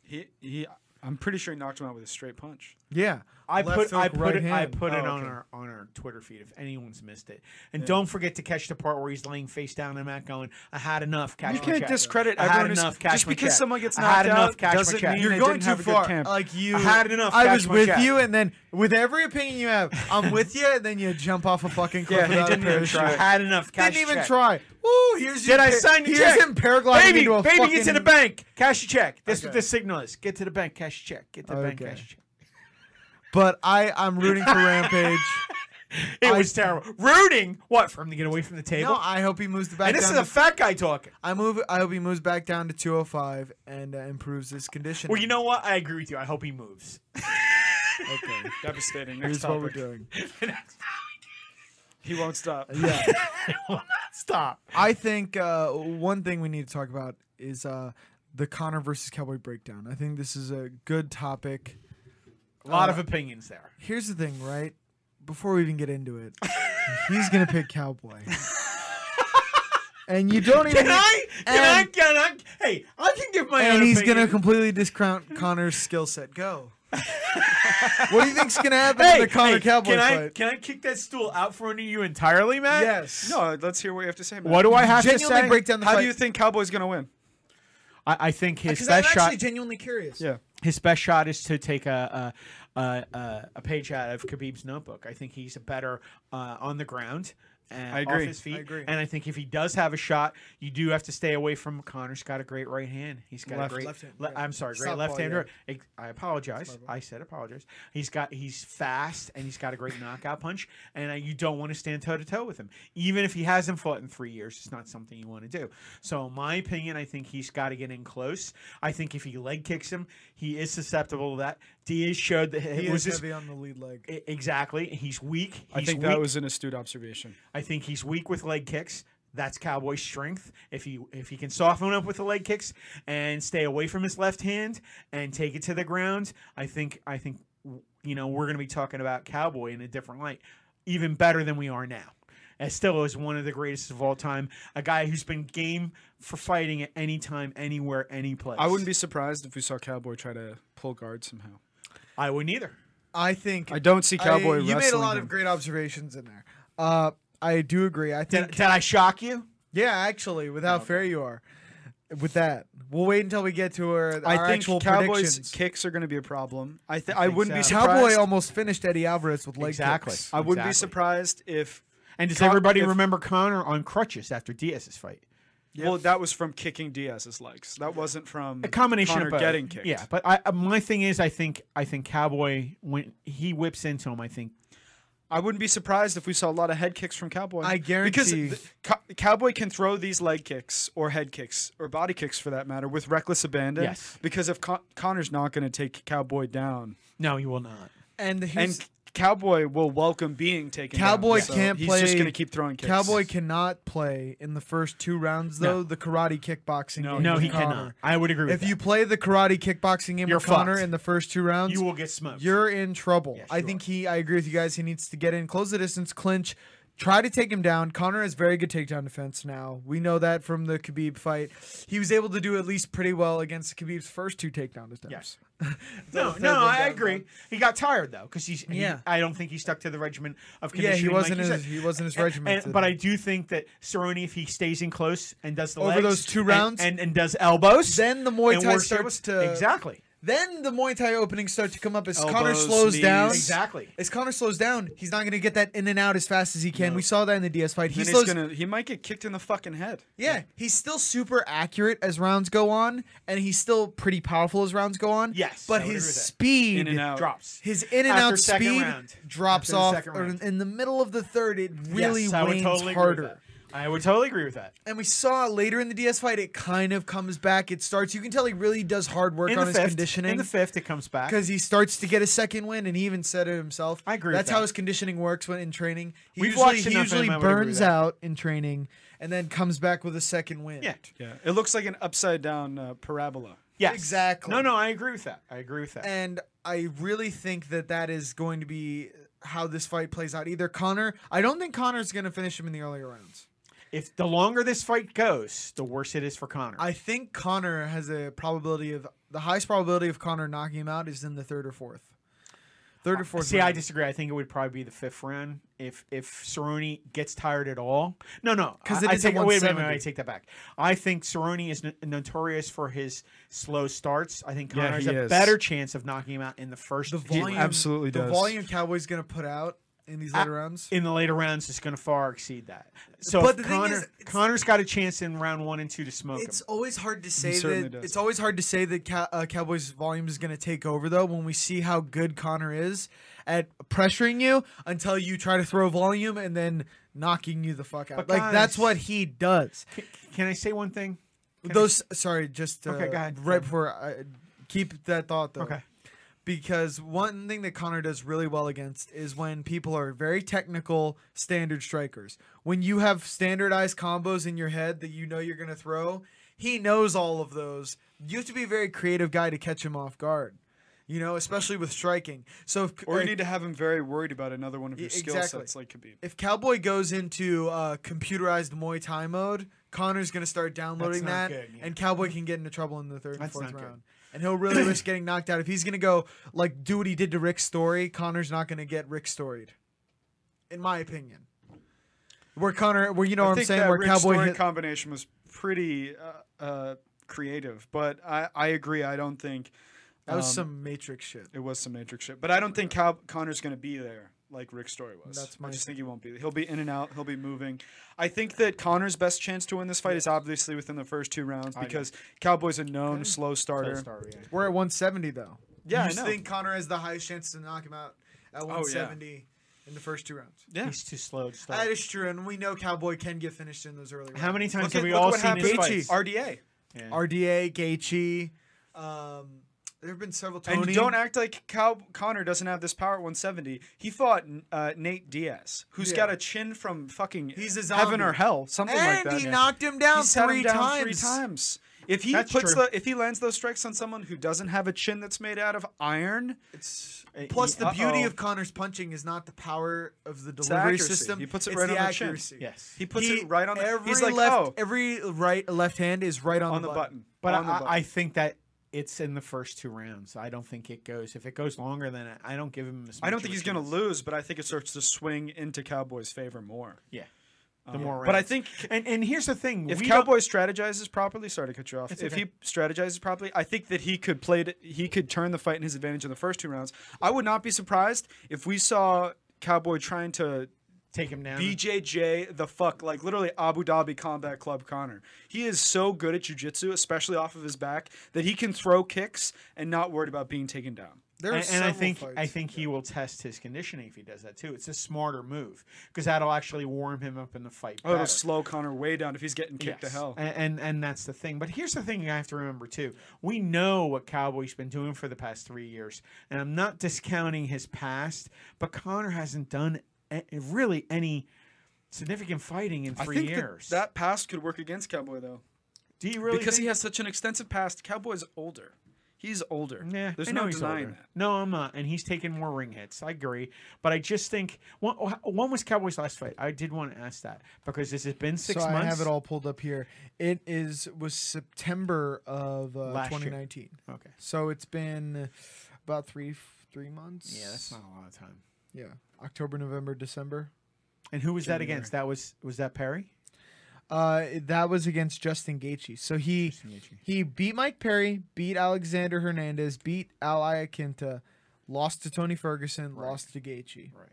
[SPEAKER 4] He he. I'm pretty sure he knocked him out with a straight
[SPEAKER 3] *laughs*
[SPEAKER 4] punch.
[SPEAKER 3] Yeah,
[SPEAKER 5] I
[SPEAKER 3] Left
[SPEAKER 5] put I
[SPEAKER 3] hook,
[SPEAKER 5] put
[SPEAKER 3] right
[SPEAKER 5] it I
[SPEAKER 3] hand.
[SPEAKER 5] put
[SPEAKER 4] Oh,
[SPEAKER 5] it on
[SPEAKER 4] okay.
[SPEAKER 5] our on our Twitter feed if anyone's missed it. And don't forget to catch the part where he's laying face down and Matt going, I had enough cash.
[SPEAKER 4] You can't discredit
[SPEAKER 5] I had
[SPEAKER 4] everyone who's-
[SPEAKER 5] enough cash.
[SPEAKER 4] just because someone gets
[SPEAKER 5] I had
[SPEAKER 4] knocked
[SPEAKER 5] enough
[SPEAKER 4] out
[SPEAKER 5] cash
[SPEAKER 4] doesn't mean
[SPEAKER 3] You're
[SPEAKER 4] they
[SPEAKER 3] going
[SPEAKER 4] didn't
[SPEAKER 3] too
[SPEAKER 4] have a good
[SPEAKER 3] far.
[SPEAKER 4] camp.
[SPEAKER 3] Like you
[SPEAKER 5] I had enough
[SPEAKER 3] I
[SPEAKER 5] cash
[SPEAKER 3] was
[SPEAKER 5] my
[SPEAKER 3] with
[SPEAKER 5] cat.
[SPEAKER 3] you, and then with every opinion you have, I'm with you, and then you jump off a fucking cliff.
[SPEAKER 4] Yeah, he
[SPEAKER 3] without a
[SPEAKER 4] didn't even
[SPEAKER 3] parachute.
[SPEAKER 4] try.
[SPEAKER 5] I had enough cash.
[SPEAKER 3] Didn't even
[SPEAKER 5] check.
[SPEAKER 3] try. Woo! Here's
[SPEAKER 5] Did
[SPEAKER 3] you
[SPEAKER 5] I
[SPEAKER 3] par-
[SPEAKER 5] sign your
[SPEAKER 3] Here's
[SPEAKER 5] check?
[SPEAKER 3] him paragliding
[SPEAKER 5] baby,
[SPEAKER 3] into a
[SPEAKER 5] baby
[SPEAKER 3] fucking.
[SPEAKER 5] get to the bank. Cash a check. That's what
[SPEAKER 3] Okay.
[SPEAKER 5] this signal is. Get to the bank. Cash a check. Get to the bank.
[SPEAKER 3] Okay.
[SPEAKER 5] Cash a check. *laughs*
[SPEAKER 3] But I, I'm rooting for Rampage.
[SPEAKER 5] It was terrible. Rooting what for him to get away from the table.
[SPEAKER 3] No, I hope he moves back.
[SPEAKER 5] and this
[SPEAKER 3] down
[SPEAKER 5] is a
[SPEAKER 3] to-
[SPEAKER 5] fat guy talking.
[SPEAKER 3] I move. I hope he moves back down to 205 and uh, improves his condition.
[SPEAKER 5] Well, you know what? I agree with you. I hope he moves. *laughs*
[SPEAKER 4] Okay, devastating. Next
[SPEAKER 3] here's what we're
[SPEAKER 4] topic.
[SPEAKER 3] doing.
[SPEAKER 4] He won't stop.
[SPEAKER 3] Uh, Yeah,
[SPEAKER 5] Stop.
[SPEAKER 3] I think uh, one thing we need to talk about is uh, the Connor versus Cowboy breakdown. I think this is a good topic. Uh,
[SPEAKER 5] A lot of opinions there.
[SPEAKER 3] Here's the thing, right? Before we even get
[SPEAKER 5] *laughs*
[SPEAKER 3] into it, he's gonna pick Cowboy, and you don't even.
[SPEAKER 5] Can I? Can
[SPEAKER 3] and-
[SPEAKER 5] I? Can I? Hey, I can give my own
[SPEAKER 3] and he's
[SPEAKER 5] opinion.
[SPEAKER 3] gonna completely discount Connor's skill
[SPEAKER 5] *laughs*
[SPEAKER 3] set. Go. what do you think's gonna happen
[SPEAKER 5] Hey,
[SPEAKER 3] in the Connor
[SPEAKER 5] hey,
[SPEAKER 3] Cowboy
[SPEAKER 5] can I
[SPEAKER 3] fight?
[SPEAKER 5] can I kick that stool out from under you entirely, Matt?
[SPEAKER 3] yes.
[SPEAKER 4] *laughs* No, let's hear what you have to say. Man.
[SPEAKER 5] What do I have to
[SPEAKER 3] Genuinely
[SPEAKER 5] say?
[SPEAKER 3] break down the
[SPEAKER 4] How
[SPEAKER 3] fight.
[SPEAKER 4] do you think Cowboy's gonna win?
[SPEAKER 5] I, Uh, I think his
[SPEAKER 3] Because I'm
[SPEAKER 5] best
[SPEAKER 3] actually
[SPEAKER 5] shot.
[SPEAKER 3] genuinely curious.
[SPEAKER 4] Yeah.
[SPEAKER 5] his best shot is to take a a, a, a, a page out of Khabib's notebook. I think he's better uh, on the ground. And
[SPEAKER 4] I agree.
[SPEAKER 5] Off his feet.
[SPEAKER 3] I agree.
[SPEAKER 5] And I think if he does have a shot, you do have to stay away from Connor's got a great right hand. He's got
[SPEAKER 4] Left.
[SPEAKER 5] a great
[SPEAKER 3] Left hand,
[SPEAKER 5] le-
[SPEAKER 3] right.
[SPEAKER 5] I'm sorry, great
[SPEAKER 3] Southpaw,
[SPEAKER 5] left hander.
[SPEAKER 3] yeah.
[SPEAKER 5] Ex- I apologize. I said apologize. He's got he's fast and he's got a great knockout punch, and uh, you don't want to stand toe to toe with him, even if he hasn't fought in three years. It's not something you want to do. So, in my opinion, I think he's got to get in close. I think if he leg kicks him, he is susceptible to that. Diaz showed that
[SPEAKER 3] He
[SPEAKER 5] it was
[SPEAKER 3] is
[SPEAKER 5] his,
[SPEAKER 3] heavy on the lead leg.
[SPEAKER 5] e- exactly. He's weak. He's
[SPEAKER 4] I think
[SPEAKER 5] weak.
[SPEAKER 4] that was an astute observation.
[SPEAKER 5] I think he's weak with leg kicks. That's Cowboy's strength. If he if he can soften up with the leg kicks and stay away from his left hand and take it to the ground, I think I think you know we're going to be talking about Cowboy in a different light, even better than we are now. And still is one of the greatest of all time. A guy who's been game for fighting at any time, anywhere, any place.
[SPEAKER 4] I wouldn't be surprised if we saw Cowboy try to pull guard somehow.
[SPEAKER 5] I wouldn't either.
[SPEAKER 3] I think
[SPEAKER 4] I don't see Cowboy
[SPEAKER 3] I- You made a
[SPEAKER 4] wrestling
[SPEAKER 3] lot
[SPEAKER 4] him.
[SPEAKER 3] of great observations in there. Uh, I do agree. I
[SPEAKER 5] Did,
[SPEAKER 3] think
[SPEAKER 5] did I shock you?
[SPEAKER 3] yeah, actually, with how fair you are with that. We'll wait until we get to our,
[SPEAKER 4] I
[SPEAKER 3] our
[SPEAKER 4] think
[SPEAKER 3] actual
[SPEAKER 4] Cowboys
[SPEAKER 3] predictions.
[SPEAKER 4] kicks are going to be a problem. I, th- I, wouldn't be
[SPEAKER 5] so.
[SPEAKER 4] surprised.
[SPEAKER 3] Cowboy almost finished Eddie Alvarez with leg
[SPEAKER 5] Exactly.
[SPEAKER 3] kicks.
[SPEAKER 4] I wouldn't be
[SPEAKER 5] Exactly.
[SPEAKER 4] surprised if.
[SPEAKER 5] And does
[SPEAKER 4] Con-
[SPEAKER 5] everybody
[SPEAKER 4] if-
[SPEAKER 5] remember Connor on crutches after Diaz's fight?
[SPEAKER 4] Well, that was from kicking Diaz's legs. That wasn't from
[SPEAKER 5] a combination
[SPEAKER 4] Connor
[SPEAKER 5] of both.
[SPEAKER 4] getting kicked.
[SPEAKER 5] Yeah, but I, uh, my thing is, I think I think Cowboy when he whips into him, I think
[SPEAKER 4] I wouldn't be surprised if we saw a lot of head kicks from Cowboy.
[SPEAKER 3] I
[SPEAKER 4] because
[SPEAKER 3] guarantee-
[SPEAKER 4] the- Co- Cowboy can throw these leg kicks or head kicks or body kicks for that matter with reckless abandon.
[SPEAKER 5] Yes.
[SPEAKER 4] Because if Con- Connor's not going to take Cowboy down,
[SPEAKER 5] no, you will not.
[SPEAKER 3] And here's,
[SPEAKER 4] and Cowboy will welcome being taken. down,
[SPEAKER 3] Cowboy
[SPEAKER 4] so
[SPEAKER 3] can't
[SPEAKER 4] he's
[SPEAKER 3] play.
[SPEAKER 4] just going to keep throwing kicks.
[SPEAKER 3] Cowboy cannot play in the first two rounds though. The karate kickboxing. game
[SPEAKER 5] No,
[SPEAKER 3] with
[SPEAKER 5] he
[SPEAKER 3] Connor.
[SPEAKER 5] cannot. Oh, Uh-huh. I would agree with
[SPEAKER 3] If you play the karate kickboxing game
[SPEAKER 5] You're
[SPEAKER 3] with Connor
[SPEAKER 5] fucked.
[SPEAKER 3] in the first two rounds,
[SPEAKER 5] you will get smoked.
[SPEAKER 3] *laughs* you're in trouble.
[SPEAKER 5] Yes,
[SPEAKER 3] I
[SPEAKER 5] you
[SPEAKER 3] think he. I agree with you guys. He needs to get in, close the distance, clinch, try to take him down. Connor has very good takedown defense now. We know that from the Khabib fight. He was able to do at least pretty well against Khabib's first two takedown attempts.
[SPEAKER 5] yes. no, no, I agree. He got tired though because he's. he-
[SPEAKER 3] Yeah.
[SPEAKER 5] I don't think he stuck to the regimen of
[SPEAKER 3] Yeah,
[SPEAKER 5] conditioning.
[SPEAKER 3] he wasn't
[SPEAKER 5] like
[SPEAKER 3] in
[SPEAKER 5] you
[SPEAKER 3] his,
[SPEAKER 5] said.
[SPEAKER 3] he wasn't his
[SPEAKER 5] And-
[SPEAKER 3] regiment.
[SPEAKER 5] and- but I do think that Cerrone, if he stays in close and does the
[SPEAKER 3] Over
[SPEAKER 5] legs
[SPEAKER 3] those two
[SPEAKER 5] and-
[SPEAKER 3] rounds,
[SPEAKER 5] and, and, does elbows,
[SPEAKER 3] then the Muay
[SPEAKER 5] and
[SPEAKER 3] Thai
[SPEAKER 5] works their-
[SPEAKER 3] starts to-
[SPEAKER 5] exactly,
[SPEAKER 3] Then the Muay Thai openings start to come up as Connor
[SPEAKER 4] Elbows,
[SPEAKER 3] slows
[SPEAKER 4] knees.
[SPEAKER 3] down.
[SPEAKER 5] exactly.
[SPEAKER 3] As Connor slows down, he's not going to get that in and out as fast as he can. We saw that in the DS fight. He
[SPEAKER 4] Then he's
[SPEAKER 3] slows.
[SPEAKER 4] gonna. He might get kicked in the fucking head.
[SPEAKER 3] yeah, he's still super accurate as rounds go on, and he's still pretty powerful as rounds go on.
[SPEAKER 5] Yes, I
[SPEAKER 3] but
[SPEAKER 5] would agree
[SPEAKER 3] his
[SPEAKER 5] with that.
[SPEAKER 3] speed,
[SPEAKER 4] In and out.
[SPEAKER 5] Drops.
[SPEAKER 3] his in and
[SPEAKER 5] After
[SPEAKER 3] out
[SPEAKER 5] second
[SPEAKER 3] speed
[SPEAKER 5] round.
[SPEAKER 3] drops
[SPEAKER 5] After the
[SPEAKER 3] off.
[SPEAKER 5] second
[SPEAKER 3] or
[SPEAKER 5] round.
[SPEAKER 3] in the middle of the third, it really
[SPEAKER 5] yes, I would
[SPEAKER 3] wanes
[SPEAKER 5] totally
[SPEAKER 3] harder.
[SPEAKER 5] Agree with that. I would totally agree with that.
[SPEAKER 3] And we saw later in the DS fight, it kind of comes back. It starts. You can tell he really does hard work
[SPEAKER 5] in
[SPEAKER 3] on
[SPEAKER 5] the
[SPEAKER 3] his
[SPEAKER 5] fifth,
[SPEAKER 3] conditioning.
[SPEAKER 5] In the fifth, it comes back.
[SPEAKER 3] because he starts to get a second win, and he even said it himself.
[SPEAKER 5] I agree with
[SPEAKER 3] That's
[SPEAKER 5] that.
[SPEAKER 3] how his conditioning works when in training. He
[SPEAKER 5] We've
[SPEAKER 3] usually,
[SPEAKER 5] watched
[SPEAKER 3] he
[SPEAKER 5] enough of
[SPEAKER 3] usually
[SPEAKER 5] him, I would agree with
[SPEAKER 3] burns
[SPEAKER 5] that.
[SPEAKER 3] out in training, and then comes back with a second win.
[SPEAKER 5] Yeah.
[SPEAKER 4] Yeah. It looks like an upside down uh, parabola.
[SPEAKER 5] Yes.
[SPEAKER 3] Exactly.
[SPEAKER 5] No, no, I agree with that. I agree with that.
[SPEAKER 3] and I really think that that is going to be how this fight plays out. Either Connor, I don't think Connor's going to finish him in the earlier rounds.
[SPEAKER 5] if the longer this fight goes, the worse it is for Connor.
[SPEAKER 3] I think Connor has a probability of the highest probability of Connor knocking him out is in the third or fourth. Third or fourth.
[SPEAKER 5] See, I
[SPEAKER 3] round.
[SPEAKER 5] disagree. I think it would probably be the fifth round if if Cerrone gets tired at all. No, no,
[SPEAKER 3] 'Cause
[SPEAKER 5] I-
[SPEAKER 3] it
[SPEAKER 5] I
[SPEAKER 3] is a
[SPEAKER 5] take- wait, wait, wait, wait,
[SPEAKER 3] 170.
[SPEAKER 5] I take that back. I think Cerrone is no- notorious for his slow starts. I think Connor has
[SPEAKER 4] he
[SPEAKER 5] a
[SPEAKER 4] is.
[SPEAKER 5] better chance of knocking him out in the first.
[SPEAKER 3] the
[SPEAKER 5] two
[SPEAKER 3] volume
[SPEAKER 5] rounds.
[SPEAKER 4] absolutely
[SPEAKER 3] the
[SPEAKER 4] does.
[SPEAKER 3] volume Cowboy's going to put out in these later rounds.
[SPEAKER 5] in the later rounds is going to far exceed that. So
[SPEAKER 6] But
[SPEAKER 5] if
[SPEAKER 6] the thing
[SPEAKER 5] Connor,
[SPEAKER 6] is, it's-
[SPEAKER 5] Connor's got a chance in round one and two to smoke
[SPEAKER 3] It's
[SPEAKER 5] him.
[SPEAKER 3] always hard to say
[SPEAKER 4] certainly
[SPEAKER 3] that.
[SPEAKER 4] does.
[SPEAKER 3] It's always hard to say that Cow- uh, Cowboys volume is going to take over though. When we see how good Connor is at pressuring you until you try to throw volume and then knocking you the fuck out.
[SPEAKER 5] But
[SPEAKER 3] like that's
[SPEAKER 5] guys-
[SPEAKER 3] what he does.
[SPEAKER 5] Can I say one thing? Can I-
[SPEAKER 3] Those sorry, just uh,
[SPEAKER 5] Okay, go ahead.
[SPEAKER 3] right before I keep that thought though.
[SPEAKER 5] Okay.
[SPEAKER 3] Because one thing that Connor does really well against is when people are very technical standard strikers. When you have standardized combos in your head that you know you're going to throw, he knows all of those. You have to be a very creative guy to catch him off guard. You know, especially with striking. So if,
[SPEAKER 4] Or you
[SPEAKER 3] like-
[SPEAKER 4] need to have him very worried about another one of
[SPEAKER 3] Y-
[SPEAKER 4] your skill
[SPEAKER 3] exactly.
[SPEAKER 4] sets, like Khabib.
[SPEAKER 3] if Cowboy goes into uh, computerized Muay Thai mode, Connor's going to start downloading that,
[SPEAKER 5] That's not good, yeah.
[SPEAKER 3] and Cowboy can get into trouble in the third and
[SPEAKER 5] That's
[SPEAKER 3] fourth
[SPEAKER 5] not
[SPEAKER 3] round.
[SPEAKER 5] good.
[SPEAKER 3] And he'll really risk getting knocked out. If he's going to go like do what he did to Rick Story, Connor's not going to get Rick Storied, in my opinion. Where Connor, where you know
[SPEAKER 4] I
[SPEAKER 3] what I'm
[SPEAKER 4] think
[SPEAKER 3] saying,
[SPEAKER 4] that
[SPEAKER 3] where
[SPEAKER 4] Rick
[SPEAKER 3] Cowboy
[SPEAKER 4] Story
[SPEAKER 3] hit,
[SPEAKER 4] combination was pretty uh, uh, creative, but I, I agree. I don't think
[SPEAKER 3] that was
[SPEAKER 4] um,
[SPEAKER 3] some Matrix shit.
[SPEAKER 4] it was some Matrix shit, but I don't think Cal- Connor's going to be there like Rick Story was.
[SPEAKER 3] That's my
[SPEAKER 4] I just think he won't be. He'll be in and out. He'll be moving. I think that Connor's best chance to win this fight is obviously within the first two rounds because Cowboy's a known slow starter.
[SPEAKER 5] Sorry, yeah.
[SPEAKER 3] We're at 170 though.
[SPEAKER 4] Yeah,
[SPEAKER 3] you
[SPEAKER 4] I know. Oh,
[SPEAKER 3] think Connor has the highest chance to knock him out at 170 in the first two rounds.
[SPEAKER 4] Yeah.
[SPEAKER 5] He's too slow to
[SPEAKER 3] That
[SPEAKER 5] start.
[SPEAKER 3] is true, and we know Cowboy can get finished in those early rounds.
[SPEAKER 5] How many
[SPEAKER 4] Look
[SPEAKER 5] times have
[SPEAKER 4] at,
[SPEAKER 5] we
[SPEAKER 4] look
[SPEAKER 5] all
[SPEAKER 4] what
[SPEAKER 5] seen
[SPEAKER 4] happened
[SPEAKER 5] his
[SPEAKER 4] to
[SPEAKER 5] fights?
[SPEAKER 4] RDA.
[SPEAKER 3] RDA, Gaethje. Um, there have been several. Tony.
[SPEAKER 4] And don't act like Cal- Connor doesn't have this power at 170. He fought uh, Nate Diaz, who's
[SPEAKER 3] Yeah.
[SPEAKER 4] got a chin from fucking
[SPEAKER 3] He's a
[SPEAKER 4] heaven or
[SPEAKER 3] zombie.
[SPEAKER 4] hell, something like
[SPEAKER 3] And
[SPEAKER 4] that.
[SPEAKER 3] he knocked him down,
[SPEAKER 4] He sat
[SPEAKER 3] three,
[SPEAKER 4] him down
[SPEAKER 3] times.
[SPEAKER 4] three times. If he
[SPEAKER 5] That's
[SPEAKER 4] puts
[SPEAKER 5] true.
[SPEAKER 4] the if he lands those strikes on someone who doesn't have a chin that's made out of iron,
[SPEAKER 3] It's-
[SPEAKER 5] Uh,
[SPEAKER 3] plus, the
[SPEAKER 4] uh-oh.
[SPEAKER 3] beauty of Connor's punching is not the power of the
[SPEAKER 4] the
[SPEAKER 3] delivery
[SPEAKER 4] accuracy.
[SPEAKER 3] system.
[SPEAKER 4] He puts it
[SPEAKER 3] it's
[SPEAKER 4] right
[SPEAKER 3] the
[SPEAKER 4] on the chin.
[SPEAKER 3] accuracy.
[SPEAKER 5] Yes.
[SPEAKER 4] he puts
[SPEAKER 3] He-
[SPEAKER 4] it right on the
[SPEAKER 3] every
[SPEAKER 4] he's like
[SPEAKER 3] left,
[SPEAKER 4] oh
[SPEAKER 3] every right left hand is right on,
[SPEAKER 4] on the button.
[SPEAKER 5] But
[SPEAKER 4] on the
[SPEAKER 5] I,
[SPEAKER 4] button.
[SPEAKER 5] I think that it's in the first two rounds. I don't think it goes. If it goes longer than I don't give him. As
[SPEAKER 4] I don't
[SPEAKER 5] much of
[SPEAKER 4] think
[SPEAKER 5] a
[SPEAKER 4] he's going to
[SPEAKER 5] chance.
[SPEAKER 4] lose, but I think it starts to swing into Cowboys' favor more.
[SPEAKER 5] Oh, Yeah, the more. Rounds.
[SPEAKER 4] But I think
[SPEAKER 5] and and here's the thing:
[SPEAKER 4] if
[SPEAKER 5] we don't-
[SPEAKER 4] Cowboy strategizes properly, sorry to cut you off. If he strategizes properly, I think that he could play. To, he could turn the fight in his advantage in the first two rounds. I would not be surprised if we saw Cowboy trying to
[SPEAKER 5] take him down,
[SPEAKER 4] BJJ the fuck like literally Abu Dhabi Combat Club Connor. He is so good at jujitsu, especially off of his back, that he can throw kicks and not worried about being taken down.
[SPEAKER 3] There are
[SPEAKER 5] and, and I
[SPEAKER 3] several
[SPEAKER 5] think
[SPEAKER 3] fights.
[SPEAKER 5] I think he will test his conditioning if he does that too. It's a smarter move because that'll actually warm him up in the fight.
[SPEAKER 4] Oh, it'll
[SPEAKER 5] better.
[SPEAKER 4] slow Connor way down if he's getting kicked
[SPEAKER 5] Yes.
[SPEAKER 4] to hell.
[SPEAKER 5] A- And, and that's the thing. But here's the thing I have to remember too. We know what Cowboy's been doing for the past three years, and I'm not discounting his past, but Connor hasn't done a- really any significant fighting in
[SPEAKER 4] I
[SPEAKER 5] three
[SPEAKER 4] think that-
[SPEAKER 5] years.
[SPEAKER 4] that pass could work against Cowboy though.
[SPEAKER 5] Do you really?
[SPEAKER 4] because
[SPEAKER 5] think-
[SPEAKER 4] he has such an extensive past. Cowboy's older. He's older.
[SPEAKER 5] Yeah,
[SPEAKER 4] There's
[SPEAKER 5] I know
[SPEAKER 4] no
[SPEAKER 5] he's
[SPEAKER 4] denying
[SPEAKER 5] older. No, I'm not, and he's taken more ring hits. I agree, but I just think when, when was Cowboy's last fight? I did want to ask that because this has been six
[SPEAKER 3] so
[SPEAKER 5] months.
[SPEAKER 3] I have it all pulled up here. It is was September of uh,
[SPEAKER 5] Last year.
[SPEAKER 3] 2019.
[SPEAKER 5] Okay,
[SPEAKER 3] So it's been about three three months.
[SPEAKER 5] yeah, that's not a lot of time.
[SPEAKER 3] Yeah, October, November, December.
[SPEAKER 5] And who was that against? That was was that Perry?
[SPEAKER 3] Uh, that was against Justin Gaethje. So he he beat Mike Perry, beat Alexander Hernandez, beat Al Iaquinta, lost to Tony Ferguson, lost to Gaethje.
[SPEAKER 5] Right.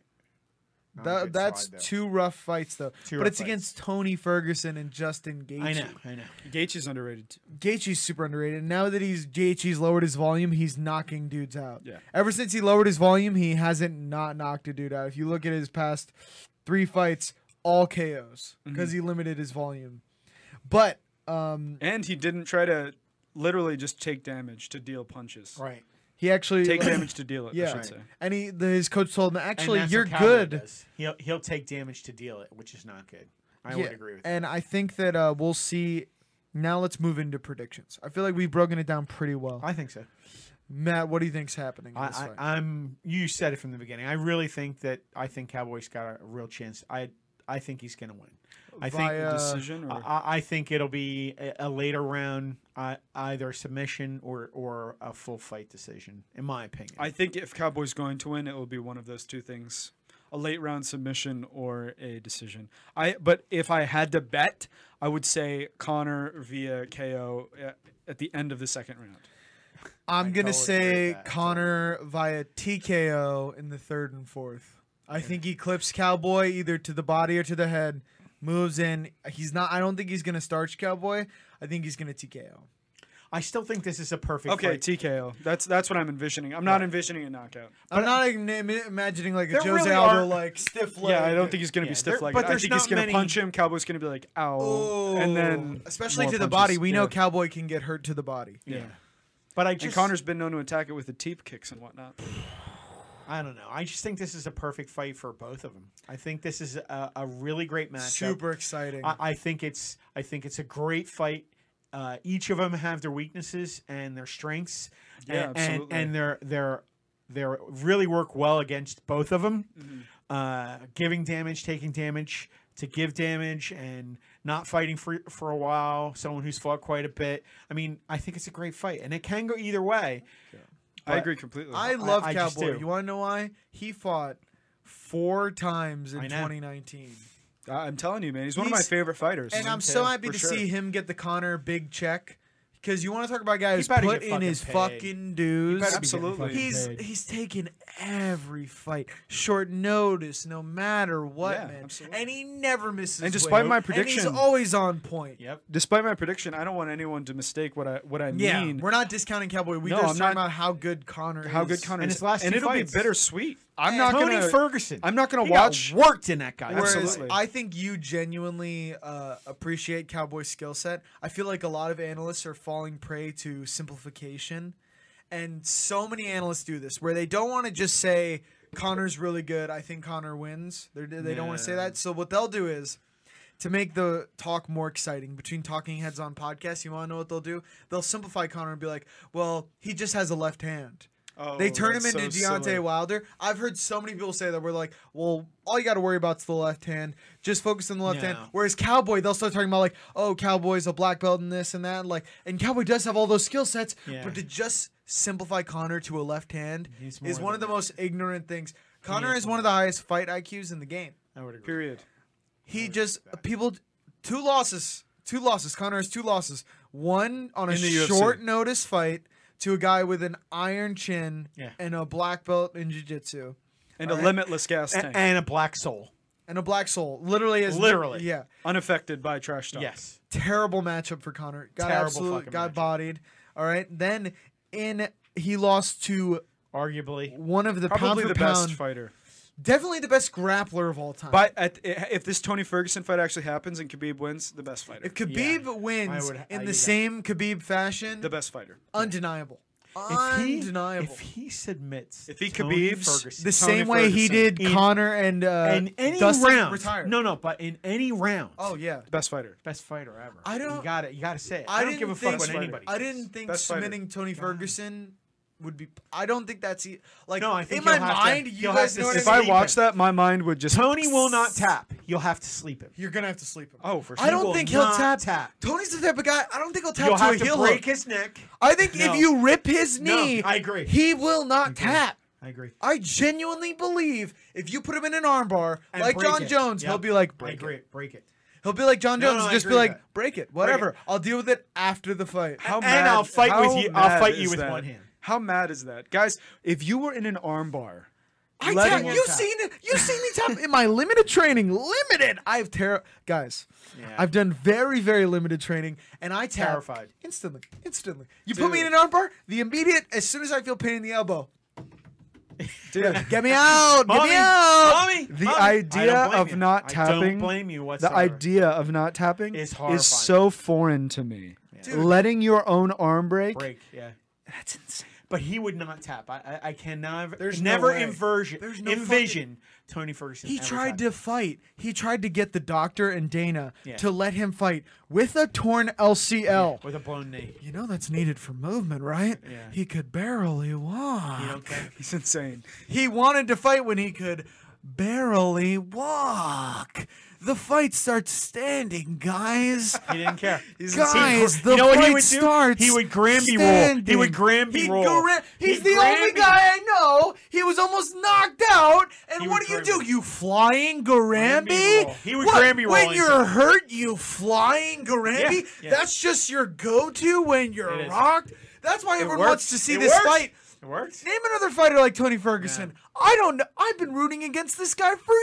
[SPEAKER 5] Not a
[SPEAKER 3] Tha-
[SPEAKER 5] good
[SPEAKER 3] that's
[SPEAKER 5] slide there.
[SPEAKER 3] two rough fights though.
[SPEAKER 5] Two
[SPEAKER 3] but
[SPEAKER 5] rough
[SPEAKER 3] it's
[SPEAKER 5] fights.
[SPEAKER 3] against Tony Ferguson and Justin Gaethje.
[SPEAKER 5] I know, I know.
[SPEAKER 4] that. Gaethje's underrated. Too.
[SPEAKER 3] Gaethje's super underrated. Now that he's Gaethje's lowered his volume, he's knocking dudes out.
[SPEAKER 4] Yeah.
[SPEAKER 3] Ever since he lowered his volume, he hasn't not knocked a dude out. If you look at his past three fights, all KOs
[SPEAKER 4] Mm-hmm.
[SPEAKER 3] because he limited his volume. But um,
[SPEAKER 4] And he didn't try to literally just take damage to deal punches.
[SPEAKER 5] Right.
[SPEAKER 3] he actually
[SPEAKER 4] Take damage to deal it. I
[SPEAKER 3] *laughs* Yeah,
[SPEAKER 4] should say.
[SPEAKER 3] and he the, his coach told him
[SPEAKER 5] And
[SPEAKER 3] actually
[SPEAKER 5] that's what
[SPEAKER 3] you're
[SPEAKER 5] Cowboy
[SPEAKER 3] good.
[SPEAKER 5] does. He'll he'll take damage to deal it, which is not good. I
[SPEAKER 3] Yeah,
[SPEAKER 5] would agree with that.
[SPEAKER 3] And I think that uh, we'll see. Now let's move into predictions. I feel like we've broken it down pretty well.
[SPEAKER 5] I think so.
[SPEAKER 3] Matt, what do you think's happening? In this
[SPEAKER 5] I,
[SPEAKER 3] fight?
[SPEAKER 5] I, I'm. You said it from the beginning. I really think that I think Cowboys got a real chance. I I think he's going to win. I
[SPEAKER 3] Via-
[SPEAKER 5] think.
[SPEAKER 4] Decision
[SPEAKER 5] Uh, I,
[SPEAKER 4] or
[SPEAKER 5] I- I think it'll be a, a later round, uh, either submission or or a full fight decision, in my opinion.
[SPEAKER 4] I think if Cowboy's going to win, it will be one of those two things: a late round submission or a decision. I but if I had to bet, I would say Connor via KO at, at the end of the second round.
[SPEAKER 3] I'm
[SPEAKER 5] totally agree
[SPEAKER 3] gonna
[SPEAKER 5] with
[SPEAKER 3] say
[SPEAKER 5] that.
[SPEAKER 3] Connor via TKO in the third and fourth. I think he clips Cowboy either to the body or to the head, moves in. He's not. I don't think he's gonna starch Cowboy. I think he's gonna TKO.
[SPEAKER 5] I still think this is a perfect
[SPEAKER 4] Okay,
[SPEAKER 5] fight.
[SPEAKER 4] TKO. That's that's what I'm envisioning. I'm not envisioning a knockout.
[SPEAKER 3] I'm not im- imagining like a
[SPEAKER 5] There
[SPEAKER 3] Jose
[SPEAKER 5] really
[SPEAKER 3] Aldo
[SPEAKER 5] aren't-
[SPEAKER 3] like stiff leg.
[SPEAKER 4] Yeah, I don't think he's gonna
[SPEAKER 5] Yeah,
[SPEAKER 4] be stiff
[SPEAKER 5] there-
[SPEAKER 4] like
[SPEAKER 5] but
[SPEAKER 4] that. I
[SPEAKER 5] there's
[SPEAKER 4] think he's
[SPEAKER 5] not
[SPEAKER 4] gonna
[SPEAKER 5] many-
[SPEAKER 4] punch him. Cowboy's gonna be like, ow, and then
[SPEAKER 3] especially
[SPEAKER 4] more
[SPEAKER 3] to the
[SPEAKER 4] punches.
[SPEAKER 3] body, we know
[SPEAKER 4] Yeah.
[SPEAKER 3] Cowboy can get hurt to the body.
[SPEAKER 4] Yeah.
[SPEAKER 5] but I
[SPEAKER 4] And
[SPEAKER 5] just
[SPEAKER 4] Connor's been known to attack it with the teep kicks and whatnot.
[SPEAKER 5] I don't know. I just think this is a perfect fight for both of them. I think this is a, a really great matchup.
[SPEAKER 3] Super exciting.
[SPEAKER 5] I, I think it's I think it's a great fight. Uh, each of them have their weaknesses and their strengths,
[SPEAKER 4] Yeah,
[SPEAKER 5] and, and
[SPEAKER 4] absolutely.
[SPEAKER 5] and they're they're they're really work well against both of them,
[SPEAKER 4] Mm-hmm.
[SPEAKER 5] uh, giving damage, taking damage, to give damage, and not fighting for for a while. Someone who's fought quite a bit. I mean, I think it's a great fight, and it can go either way.
[SPEAKER 4] I agree completely.
[SPEAKER 3] I love
[SPEAKER 5] I just
[SPEAKER 3] Cowboy.
[SPEAKER 5] do.
[SPEAKER 3] You want to know why? He fought four times in
[SPEAKER 5] I know.
[SPEAKER 3] 2019,
[SPEAKER 4] I- I'm telling you, man, he's one of my
[SPEAKER 3] He's-
[SPEAKER 4] favorite fighters.
[SPEAKER 3] and I'm so happy
[SPEAKER 4] for
[SPEAKER 3] to
[SPEAKER 4] sure.
[SPEAKER 3] see him get the Connor big check. Because you want to talk about a guy who's
[SPEAKER 5] better get
[SPEAKER 3] put in
[SPEAKER 5] fucking
[SPEAKER 3] his
[SPEAKER 5] paid.
[SPEAKER 3] fucking
[SPEAKER 4] better be
[SPEAKER 3] dues.
[SPEAKER 4] getting Absolutely. fucking
[SPEAKER 3] He's he's taken every fight, short notice, no matter what,
[SPEAKER 4] Yeah,
[SPEAKER 3] man.
[SPEAKER 4] absolutely.
[SPEAKER 3] And he never misses.
[SPEAKER 4] And despite
[SPEAKER 3] weight.
[SPEAKER 4] my
[SPEAKER 3] and
[SPEAKER 4] prediction-
[SPEAKER 3] he's always on point.
[SPEAKER 5] Yep.
[SPEAKER 4] Despite my prediction, I don't want anyone to mistake what I what I
[SPEAKER 3] Yeah,
[SPEAKER 4] mean.
[SPEAKER 3] we're not discounting Cowboy. We
[SPEAKER 4] No,
[SPEAKER 3] just
[SPEAKER 4] I'm
[SPEAKER 3] talking
[SPEAKER 4] not-
[SPEAKER 3] about how good Connor.
[SPEAKER 4] How
[SPEAKER 3] is.
[SPEAKER 4] good Connor
[SPEAKER 5] And
[SPEAKER 4] is,
[SPEAKER 5] his last
[SPEAKER 4] and
[SPEAKER 5] two
[SPEAKER 4] it'll
[SPEAKER 5] fights.
[SPEAKER 4] be bittersweet. I'm not
[SPEAKER 5] Tony
[SPEAKER 4] gonna.
[SPEAKER 5] Ferguson.
[SPEAKER 4] I'm not gonna
[SPEAKER 5] He got
[SPEAKER 4] watch.
[SPEAKER 5] worked in that guy.
[SPEAKER 3] Whereas
[SPEAKER 4] Absolutely.
[SPEAKER 3] I think you genuinely uh, appreciate Cowboy's skill set. I feel like a lot of analysts are falling prey to simplification. And so many analysts do this where they don't want to just say, Connor's really good. I think Connor wins. They're, they don't want to say
[SPEAKER 5] Yeah.
[SPEAKER 3] that. So what they'll do is. To make the talk more exciting between talking heads on podcasts, you want to know what they'll do? They'll simplify Connor and be like, "Well, he just has a left hand."
[SPEAKER 4] Oh,
[SPEAKER 3] they turn him
[SPEAKER 4] that's
[SPEAKER 3] into
[SPEAKER 4] so
[SPEAKER 3] Deontay
[SPEAKER 4] silly.
[SPEAKER 3] Wilder. I've heard so many people say that we're like, well, all you got to worry about is the left hand. Just focus on the left hand.
[SPEAKER 5] No.
[SPEAKER 3] Whereas Cowboy, they'll start talking about like, oh, Cowboy's a black belt and this and that. And like, and Cowboy does have all those skill sets,
[SPEAKER 5] Yeah.
[SPEAKER 3] but to just simplify Connor to a left hand
[SPEAKER 5] He's more
[SPEAKER 3] is one of the
[SPEAKER 5] than
[SPEAKER 3] most ignorant things. Connor
[SPEAKER 5] is
[SPEAKER 3] is one of the highest fight IQs in the game.
[SPEAKER 5] I would agree.
[SPEAKER 4] Period.
[SPEAKER 3] He just people two losses, two losses. Connor has two losses. One on a
[SPEAKER 4] In the UFC.
[SPEAKER 3] short notice fight to a guy with an iron chin
[SPEAKER 5] Yeah.
[SPEAKER 3] and a black belt in jiu-jitsu
[SPEAKER 4] And a limitless gas
[SPEAKER 5] A-
[SPEAKER 4] tank,
[SPEAKER 5] and a black soul.
[SPEAKER 3] and a black soul. Literally as
[SPEAKER 5] Literally.
[SPEAKER 3] Yeah.
[SPEAKER 4] unaffected by trash talk.
[SPEAKER 5] Yes.
[SPEAKER 3] Terrible matchup for Connor. Got
[SPEAKER 5] Terrible
[SPEAKER 3] absolute
[SPEAKER 5] fucking
[SPEAKER 3] got
[SPEAKER 5] matchup.
[SPEAKER 3] bodied. All right. Then in he lost to
[SPEAKER 5] Arguably.
[SPEAKER 3] one of the
[SPEAKER 4] probably
[SPEAKER 3] pound
[SPEAKER 4] the
[SPEAKER 3] for
[SPEAKER 4] best
[SPEAKER 3] pound,
[SPEAKER 4] fighter.
[SPEAKER 3] definitely the best grappler of all time.
[SPEAKER 4] But at, if this Tony Ferguson fight actually happens and Khabib wins, the best fighter,
[SPEAKER 3] if Khabib
[SPEAKER 5] Yeah.
[SPEAKER 3] wins
[SPEAKER 5] I would- uh,
[SPEAKER 3] in
[SPEAKER 5] I-
[SPEAKER 3] the
[SPEAKER 5] yeah.
[SPEAKER 3] same Khabib fashion,
[SPEAKER 4] the best fighter.
[SPEAKER 3] undeniable.
[SPEAKER 5] If he,
[SPEAKER 3] undeniable.
[SPEAKER 5] If he submits,
[SPEAKER 4] If he
[SPEAKER 5] Tony
[SPEAKER 4] Khabibs,
[SPEAKER 5] Ferguson,
[SPEAKER 4] Tony
[SPEAKER 3] the same way he
[SPEAKER 4] Ferguson.
[SPEAKER 3] did
[SPEAKER 5] In-
[SPEAKER 3] Connor and uh,
[SPEAKER 5] in any
[SPEAKER 3] Dustin
[SPEAKER 5] round,
[SPEAKER 3] retired.
[SPEAKER 5] no, no, but in any round,
[SPEAKER 3] Oh yeah.
[SPEAKER 4] Best fighter.
[SPEAKER 5] best fighter ever.
[SPEAKER 3] I
[SPEAKER 5] You
[SPEAKER 3] don't-
[SPEAKER 5] got it. You got to say it.
[SPEAKER 3] I
[SPEAKER 5] I, don't
[SPEAKER 3] didn't
[SPEAKER 5] give a fuck
[SPEAKER 3] think-
[SPEAKER 5] what
[SPEAKER 4] Best
[SPEAKER 5] anybody.
[SPEAKER 3] I didn't think
[SPEAKER 4] Best fighter.
[SPEAKER 3] submitting Tony Ferguson would be. I don't think that's e- like
[SPEAKER 5] No, I think
[SPEAKER 3] in my
[SPEAKER 5] you'll have to-
[SPEAKER 3] mind. you
[SPEAKER 5] you'll
[SPEAKER 3] guys
[SPEAKER 5] have to
[SPEAKER 3] know what
[SPEAKER 4] If
[SPEAKER 5] Sleep
[SPEAKER 3] I
[SPEAKER 4] I
[SPEAKER 3] mean?
[SPEAKER 5] him.
[SPEAKER 4] watched that, my mind would just.
[SPEAKER 5] Tony will not tap. You'll have to sleep him.
[SPEAKER 3] You're gonna have to sleep him.
[SPEAKER 4] Oh, for sure.
[SPEAKER 3] I don't
[SPEAKER 5] will
[SPEAKER 3] think he'll
[SPEAKER 5] not
[SPEAKER 3] tap.
[SPEAKER 5] tap.
[SPEAKER 3] Tony's the type of guy. I don't think he'll tap
[SPEAKER 5] You'll
[SPEAKER 3] to
[SPEAKER 5] have
[SPEAKER 3] a
[SPEAKER 5] to
[SPEAKER 3] heel
[SPEAKER 5] break
[SPEAKER 3] hook.
[SPEAKER 5] his neck.
[SPEAKER 3] I think
[SPEAKER 5] No.
[SPEAKER 3] if you rip his
[SPEAKER 5] No,
[SPEAKER 3] knee,
[SPEAKER 5] I agree.
[SPEAKER 3] He will not tap.
[SPEAKER 5] I agree.
[SPEAKER 3] I genuinely believe if you put him in an armbar
[SPEAKER 5] And
[SPEAKER 3] like
[SPEAKER 5] break
[SPEAKER 3] John
[SPEAKER 5] it.
[SPEAKER 3] Jones,
[SPEAKER 5] Yep.
[SPEAKER 3] he'll be like,
[SPEAKER 5] I
[SPEAKER 3] break
[SPEAKER 5] agree.
[SPEAKER 3] it.
[SPEAKER 5] Break it.
[SPEAKER 3] He'll be like John
[SPEAKER 5] No,
[SPEAKER 3] Jones,
[SPEAKER 5] no, I
[SPEAKER 3] and just be
[SPEAKER 5] agree with
[SPEAKER 3] like,
[SPEAKER 5] that.
[SPEAKER 3] break it, whatever. I'll deal with it after the fight.
[SPEAKER 4] How
[SPEAKER 5] And
[SPEAKER 4] mad-
[SPEAKER 5] I'll fight with
[SPEAKER 4] how
[SPEAKER 5] you- I'll
[SPEAKER 4] mad
[SPEAKER 5] fight you
[SPEAKER 4] is
[SPEAKER 5] with
[SPEAKER 4] that?
[SPEAKER 5] one hand.
[SPEAKER 4] How mad is that, guys? If you were in an armbar,
[SPEAKER 3] I
[SPEAKER 4] let
[SPEAKER 3] tap.
[SPEAKER 4] him
[SPEAKER 3] You've
[SPEAKER 4] tap.
[SPEAKER 3] seen it. You've seen me tap
[SPEAKER 5] *laughs*
[SPEAKER 3] in my limited training. Limited. I've terror guys. I've done very very limited training, and I tap
[SPEAKER 5] Terrified.
[SPEAKER 3] instantly. Instantly. You put me in an
[SPEAKER 4] Dude.
[SPEAKER 3] armbar. The immediate as soon as I feel pain in the elbow.
[SPEAKER 4] dude.
[SPEAKER 5] *laughs*
[SPEAKER 3] *laughs* Get me out. Get
[SPEAKER 5] Mommy,
[SPEAKER 3] me out.
[SPEAKER 5] mommy,
[SPEAKER 4] The
[SPEAKER 5] mommy.
[SPEAKER 4] idea
[SPEAKER 5] I don't blame
[SPEAKER 4] of
[SPEAKER 5] you.
[SPEAKER 4] not tapping.
[SPEAKER 5] I don't blame you
[SPEAKER 4] The
[SPEAKER 5] whatsoever.
[SPEAKER 4] idea of not tapping
[SPEAKER 5] Is
[SPEAKER 4] is,
[SPEAKER 5] horrifying.
[SPEAKER 4] so foreign to me.
[SPEAKER 3] Dude.
[SPEAKER 4] Letting your own arm break.
[SPEAKER 5] break. Yeah.
[SPEAKER 4] That's insane.
[SPEAKER 5] But he would not tap. I I, I can never.
[SPEAKER 3] There's no
[SPEAKER 5] never
[SPEAKER 3] way.
[SPEAKER 5] inversion.
[SPEAKER 3] There's no
[SPEAKER 5] envision Tony Ferguson.
[SPEAKER 3] He
[SPEAKER 5] ever
[SPEAKER 3] tried
[SPEAKER 5] tapping.
[SPEAKER 3] to fight. He tried to get the doctor and Dana
[SPEAKER 5] Yeah.
[SPEAKER 3] to let him fight with a torn LCL.
[SPEAKER 5] with a blown
[SPEAKER 3] *laughs*
[SPEAKER 5] knee.
[SPEAKER 3] You know that's needed for movement, right?
[SPEAKER 5] Yeah.
[SPEAKER 3] He could barely walk.
[SPEAKER 5] You don't care.
[SPEAKER 4] He's insane.
[SPEAKER 3] He wanted to fight when he could barely walk. The fight starts standing, guys.
[SPEAKER 5] He didn't
[SPEAKER 3] *laughs*
[SPEAKER 5] care.
[SPEAKER 4] He's
[SPEAKER 3] Guys, the fight starts.
[SPEAKER 5] He would Gramby roll.
[SPEAKER 3] standing.
[SPEAKER 5] He would Gramby
[SPEAKER 3] He'd
[SPEAKER 5] roll.
[SPEAKER 3] gra- he's
[SPEAKER 5] He'd
[SPEAKER 3] the only
[SPEAKER 5] Gramby-
[SPEAKER 3] guy I know. He was almost knocked out. And
[SPEAKER 5] He
[SPEAKER 3] what
[SPEAKER 5] would
[SPEAKER 3] do you
[SPEAKER 5] Gramby.
[SPEAKER 3] do? You flying Gramby?
[SPEAKER 5] roll. He would
[SPEAKER 3] What?
[SPEAKER 5] Gramby roll
[SPEAKER 3] When
[SPEAKER 5] into
[SPEAKER 3] you're
[SPEAKER 5] it.
[SPEAKER 3] hurt, you flying Gramby?
[SPEAKER 5] Yeah, yeah.
[SPEAKER 3] That's just your go to when you're
[SPEAKER 5] It is.
[SPEAKER 3] rocked? That's why everyone
[SPEAKER 5] works.
[SPEAKER 3] wants to see
[SPEAKER 5] It
[SPEAKER 3] this
[SPEAKER 5] works.
[SPEAKER 3] fight.
[SPEAKER 5] It worked.
[SPEAKER 3] Name another fighter like Tony Ferguson. I don't know. I've been rooting against this guy for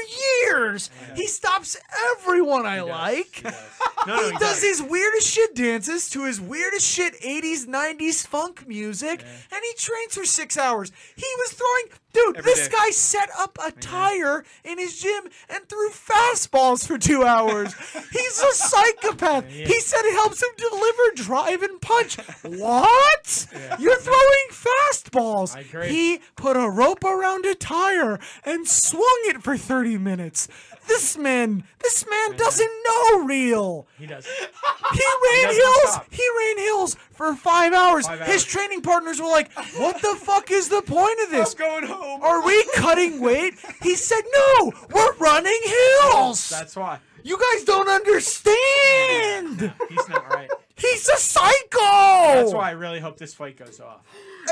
[SPEAKER 3] years. He stops everyone I like.
[SPEAKER 5] No, no,
[SPEAKER 3] He does his weirdest shit dances to his weirdest shit 80s, 90s funk music, and he trains for six hours. He was throwing, dude,
[SPEAKER 4] Every
[SPEAKER 3] this
[SPEAKER 4] day.
[SPEAKER 3] guy set up a tire in his gym and threw fastballs for two hours. He's a psychopath. He said it helps him deliver, drive, and punch. What? You're throwing fastballs.
[SPEAKER 5] I agree.
[SPEAKER 3] He put a rope around a tire and swung it for 30 minutes. This man, this man doesn't know real.
[SPEAKER 5] He
[SPEAKER 3] *laughs*
[SPEAKER 5] does. *laughs*
[SPEAKER 3] He ran
[SPEAKER 5] doesn't
[SPEAKER 3] hills.
[SPEAKER 5] stop.
[SPEAKER 3] He ran hills for five hours.
[SPEAKER 5] Five
[SPEAKER 3] His
[SPEAKER 5] hours.
[SPEAKER 3] training partners were like, "What the fuck is the point of this?
[SPEAKER 4] going home.
[SPEAKER 3] Are we cutting weight?" He said, "No, we're running hills.
[SPEAKER 5] That's why.
[SPEAKER 3] you guys don't understand.
[SPEAKER 5] He's not right.
[SPEAKER 3] He's a psycho."
[SPEAKER 5] That's why I really hope this fight goes off.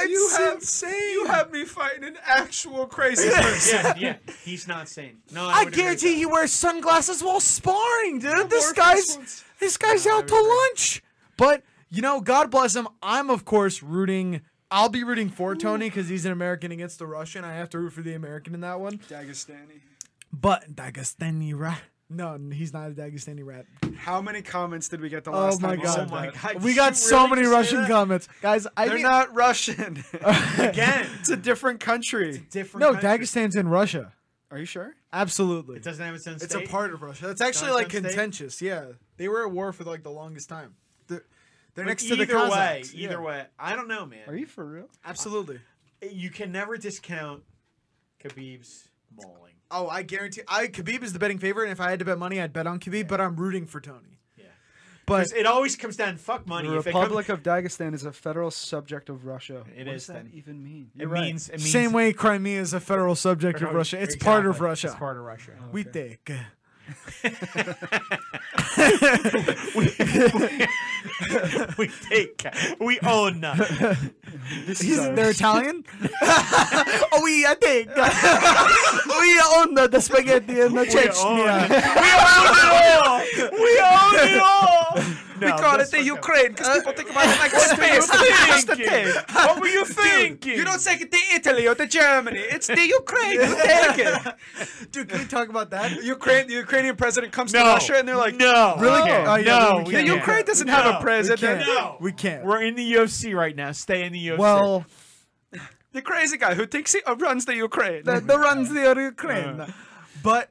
[SPEAKER 4] you have
[SPEAKER 3] insane.
[SPEAKER 4] you have me fighting an actual crazy person.
[SPEAKER 5] Yeah, yeah. He's not sane. No, I,
[SPEAKER 3] I
[SPEAKER 5] would agree with
[SPEAKER 3] guarantee
[SPEAKER 5] that.
[SPEAKER 3] he wears sunglasses while sparring, dude. This
[SPEAKER 4] Morpheus
[SPEAKER 3] guy's
[SPEAKER 4] ones.
[SPEAKER 3] this guy's out to lunch. But you know, God bless him. I'm of course rooting. I'll be rooting for Tony because he's an American against the Russian. I have to root for the American in that one.
[SPEAKER 4] *laughs* Dagestani.
[SPEAKER 3] But Dagestani rat. No, he's not a Dagestani rat.
[SPEAKER 4] How many comments did we get the
[SPEAKER 3] Oh
[SPEAKER 4] last
[SPEAKER 3] my
[SPEAKER 4] time?
[SPEAKER 3] god!
[SPEAKER 4] We said that?
[SPEAKER 5] God,
[SPEAKER 3] We
[SPEAKER 5] did
[SPEAKER 3] got
[SPEAKER 5] you
[SPEAKER 3] so
[SPEAKER 5] really
[SPEAKER 3] many
[SPEAKER 5] just say
[SPEAKER 3] Russian
[SPEAKER 5] that?
[SPEAKER 3] comments, guys. I
[SPEAKER 4] They're
[SPEAKER 3] mean-
[SPEAKER 4] not Russian. *laughs*
[SPEAKER 5] Again,
[SPEAKER 3] *laughs*
[SPEAKER 4] it's a different country.
[SPEAKER 5] different.
[SPEAKER 3] No,
[SPEAKER 5] country.
[SPEAKER 3] Dagestan's in Russia.
[SPEAKER 4] Are you sure?
[SPEAKER 3] Absolutely.
[SPEAKER 5] It doesn't have its own
[SPEAKER 3] It's
[SPEAKER 5] state.
[SPEAKER 3] a part of Russia. It's actually like
[SPEAKER 5] Dagestan state?
[SPEAKER 3] contentious. Yeah, they were at war for like the longest time. They're, they're
[SPEAKER 5] But
[SPEAKER 3] next to
[SPEAKER 5] either
[SPEAKER 3] the Kazakhs.
[SPEAKER 5] way, either
[SPEAKER 3] yeah.
[SPEAKER 5] way, I don't know, man.
[SPEAKER 4] Are you for real?
[SPEAKER 3] absolutely.
[SPEAKER 5] You can never discount Khabib's mauling.
[SPEAKER 3] Oh, I guarantee. I Khabib is the betting favorite, and if I had to bet money, I'd bet on Khabib. But I'm rooting for Tony.
[SPEAKER 5] Yeah. 'Cause
[SPEAKER 3] But
[SPEAKER 5] It always comes down to fuck money.
[SPEAKER 4] The
[SPEAKER 5] if it comes-
[SPEAKER 4] Republic of Dagestan is a federal subject of Russia.
[SPEAKER 5] It
[SPEAKER 4] what
[SPEAKER 5] is
[SPEAKER 4] does that
[SPEAKER 5] then.
[SPEAKER 4] even mean?
[SPEAKER 5] it means it means
[SPEAKER 3] same way Crimea is a federal subject of
[SPEAKER 5] Federal-
[SPEAKER 3] Russia. It's part of
[SPEAKER 5] exactly.
[SPEAKER 3] Russia.
[SPEAKER 5] It's part
[SPEAKER 4] *laughs*
[SPEAKER 5] of Russia.
[SPEAKER 3] We take.
[SPEAKER 5] we take.
[SPEAKER 4] *laughs*
[SPEAKER 5] We own.
[SPEAKER 4] This is
[SPEAKER 3] He's,
[SPEAKER 4] our-
[SPEAKER 3] they're Italian. *laughs* oh, we I take. *laughs* we own the, the spaghetti and the Chechnya.
[SPEAKER 5] We own
[SPEAKER 4] *laughs*
[SPEAKER 5] it all. we
[SPEAKER 4] call it the Ukraine because people think about it like space. That's the thing.
[SPEAKER 5] What
[SPEAKER 4] *laughs*
[SPEAKER 5] were you thinking?
[SPEAKER 4] You don't take it to Italy or to Germany. It's the Ukraine. You take it.
[SPEAKER 3] *laughs* Dude, can we talk about
[SPEAKER 4] *laughs*
[SPEAKER 3] that?
[SPEAKER 4] Ukraine, the Ukrainian president comes
[SPEAKER 5] No.
[SPEAKER 4] to Russia and they're like,
[SPEAKER 5] no.
[SPEAKER 3] Really? Oh, yeah,
[SPEAKER 5] no. we
[SPEAKER 3] we
[SPEAKER 4] the
[SPEAKER 5] can't.
[SPEAKER 3] can't.
[SPEAKER 4] Ukraine doesn't
[SPEAKER 5] We
[SPEAKER 4] have
[SPEAKER 5] can't.
[SPEAKER 4] a
[SPEAKER 5] We
[SPEAKER 3] We
[SPEAKER 4] president.
[SPEAKER 3] can't.
[SPEAKER 5] No.
[SPEAKER 3] We can't.
[SPEAKER 5] We're in the UFC right now. Stay in the UFC.
[SPEAKER 4] um,
[SPEAKER 3] well,
[SPEAKER 4] The crazy guy who thinks he uh, runs the Ukraine.
[SPEAKER 3] the, the runs the Ukraine.
[SPEAKER 5] Uh.
[SPEAKER 3] But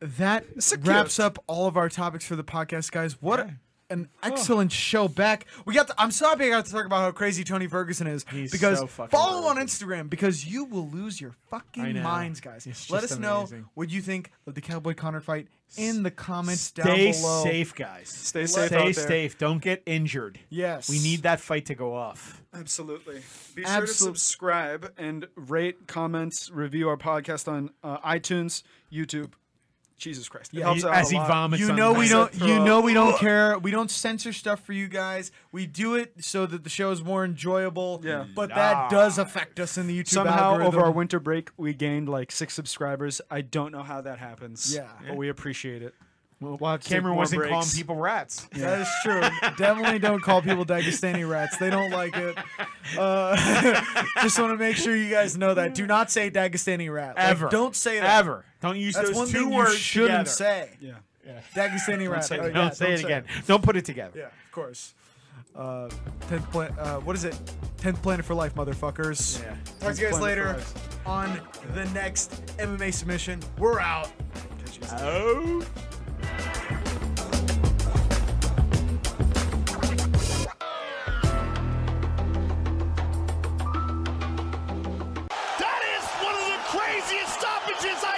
[SPEAKER 3] that
[SPEAKER 4] Secure.
[SPEAKER 3] wraps up all of our topics for the podcast, guys. What an
[SPEAKER 5] Oh.
[SPEAKER 3] excellent show back. We got. To, I'm so happy I got to talk about how crazy Tony Ferguson is
[SPEAKER 5] He's
[SPEAKER 3] because
[SPEAKER 5] so fucking
[SPEAKER 3] follow on Instagram because you will lose your fucking
[SPEAKER 5] know.
[SPEAKER 3] minds, guys.
[SPEAKER 5] It's
[SPEAKER 3] Let us
[SPEAKER 5] just
[SPEAKER 3] know
[SPEAKER 5] amazing.
[SPEAKER 3] what you think of the Cowboy Connor fight in the comments
[SPEAKER 5] Stay
[SPEAKER 3] down below.
[SPEAKER 5] safe, guys. Stay
[SPEAKER 4] safe
[SPEAKER 5] Stay
[SPEAKER 4] out there.
[SPEAKER 5] safe. Don't get injured.
[SPEAKER 3] Yes,
[SPEAKER 5] We need that fight to go off.
[SPEAKER 4] Absolutely. Be sure
[SPEAKER 3] Absol-
[SPEAKER 4] to subscribe and rate, comments, review our podcast on uh, iTunes, YouTube. Jesus Christ. It helps out
[SPEAKER 5] As
[SPEAKER 4] a
[SPEAKER 5] he
[SPEAKER 4] lot.
[SPEAKER 5] vomits.
[SPEAKER 3] You
[SPEAKER 5] on
[SPEAKER 3] know
[SPEAKER 5] the
[SPEAKER 3] we
[SPEAKER 5] mic.
[SPEAKER 3] don't.
[SPEAKER 4] Said
[SPEAKER 3] You
[SPEAKER 4] throw
[SPEAKER 3] know
[SPEAKER 4] up.
[SPEAKER 3] we don't care. We don't censor stuff for you guys. We do it so that the show is more enjoyable.
[SPEAKER 4] Yeah.
[SPEAKER 3] But that does affect us in the YouTube
[SPEAKER 4] Somehow
[SPEAKER 3] algorithm.
[SPEAKER 4] over our winter break, we gained like six subscribers. I don't know how that happens.
[SPEAKER 3] Yeah.
[SPEAKER 4] But we appreciate it. Well,
[SPEAKER 5] Cameron wasn't calling people rats.
[SPEAKER 3] that is true. Definitely don't call people Dagestani rats. They don't like it. Uh, *laughs* just want to make sure you guys know that. Do not say Dagestani rat. Like,
[SPEAKER 5] Ever.
[SPEAKER 3] don't say that.
[SPEAKER 5] Ever. Don't use
[SPEAKER 3] That's
[SPEAKER 5] those
[SPEAKER 3] one
[SPEAKER 5] two
[SPEAKER 3] thing
[SPEAKER 5] words
[SPEAKER 3] you shouldn't
[SPEAKER 5] together.
[SPEAKER 3] say.
[SPEAKER 4] Yeah.
[SPEAKER 3] Dagestani rat.
[SPEAKER 4] say
[SPEAKER 3] Oh,
[SPEAKER 4] that.
[SPEAKER 3] yeah,
[SPEAKER 5] Don't say it again. Don't put it together.
[SPEAKER 3] Yeah, of course. Uh, tenth planet. Uh, what is it? Tenth planet for life, motherfuckers.
[SPEAKER 4] Yeah.
[SPEAKER 3] Talk
[SPEAKER 4] Tenth
[SPEAKER 3] to you
[SPEAKER 4] planet
[SPEAKER 3] guys
[SPEAKER 4] for
[SPEAKER 3] later
[SPEAKER 4] life.
[SPEAKER 3] on the next MMA submission. We're out. Catch you soon.
[SPEAKER 5] Oh.
[SPEAKER 6] That is one of the craziest stoppages I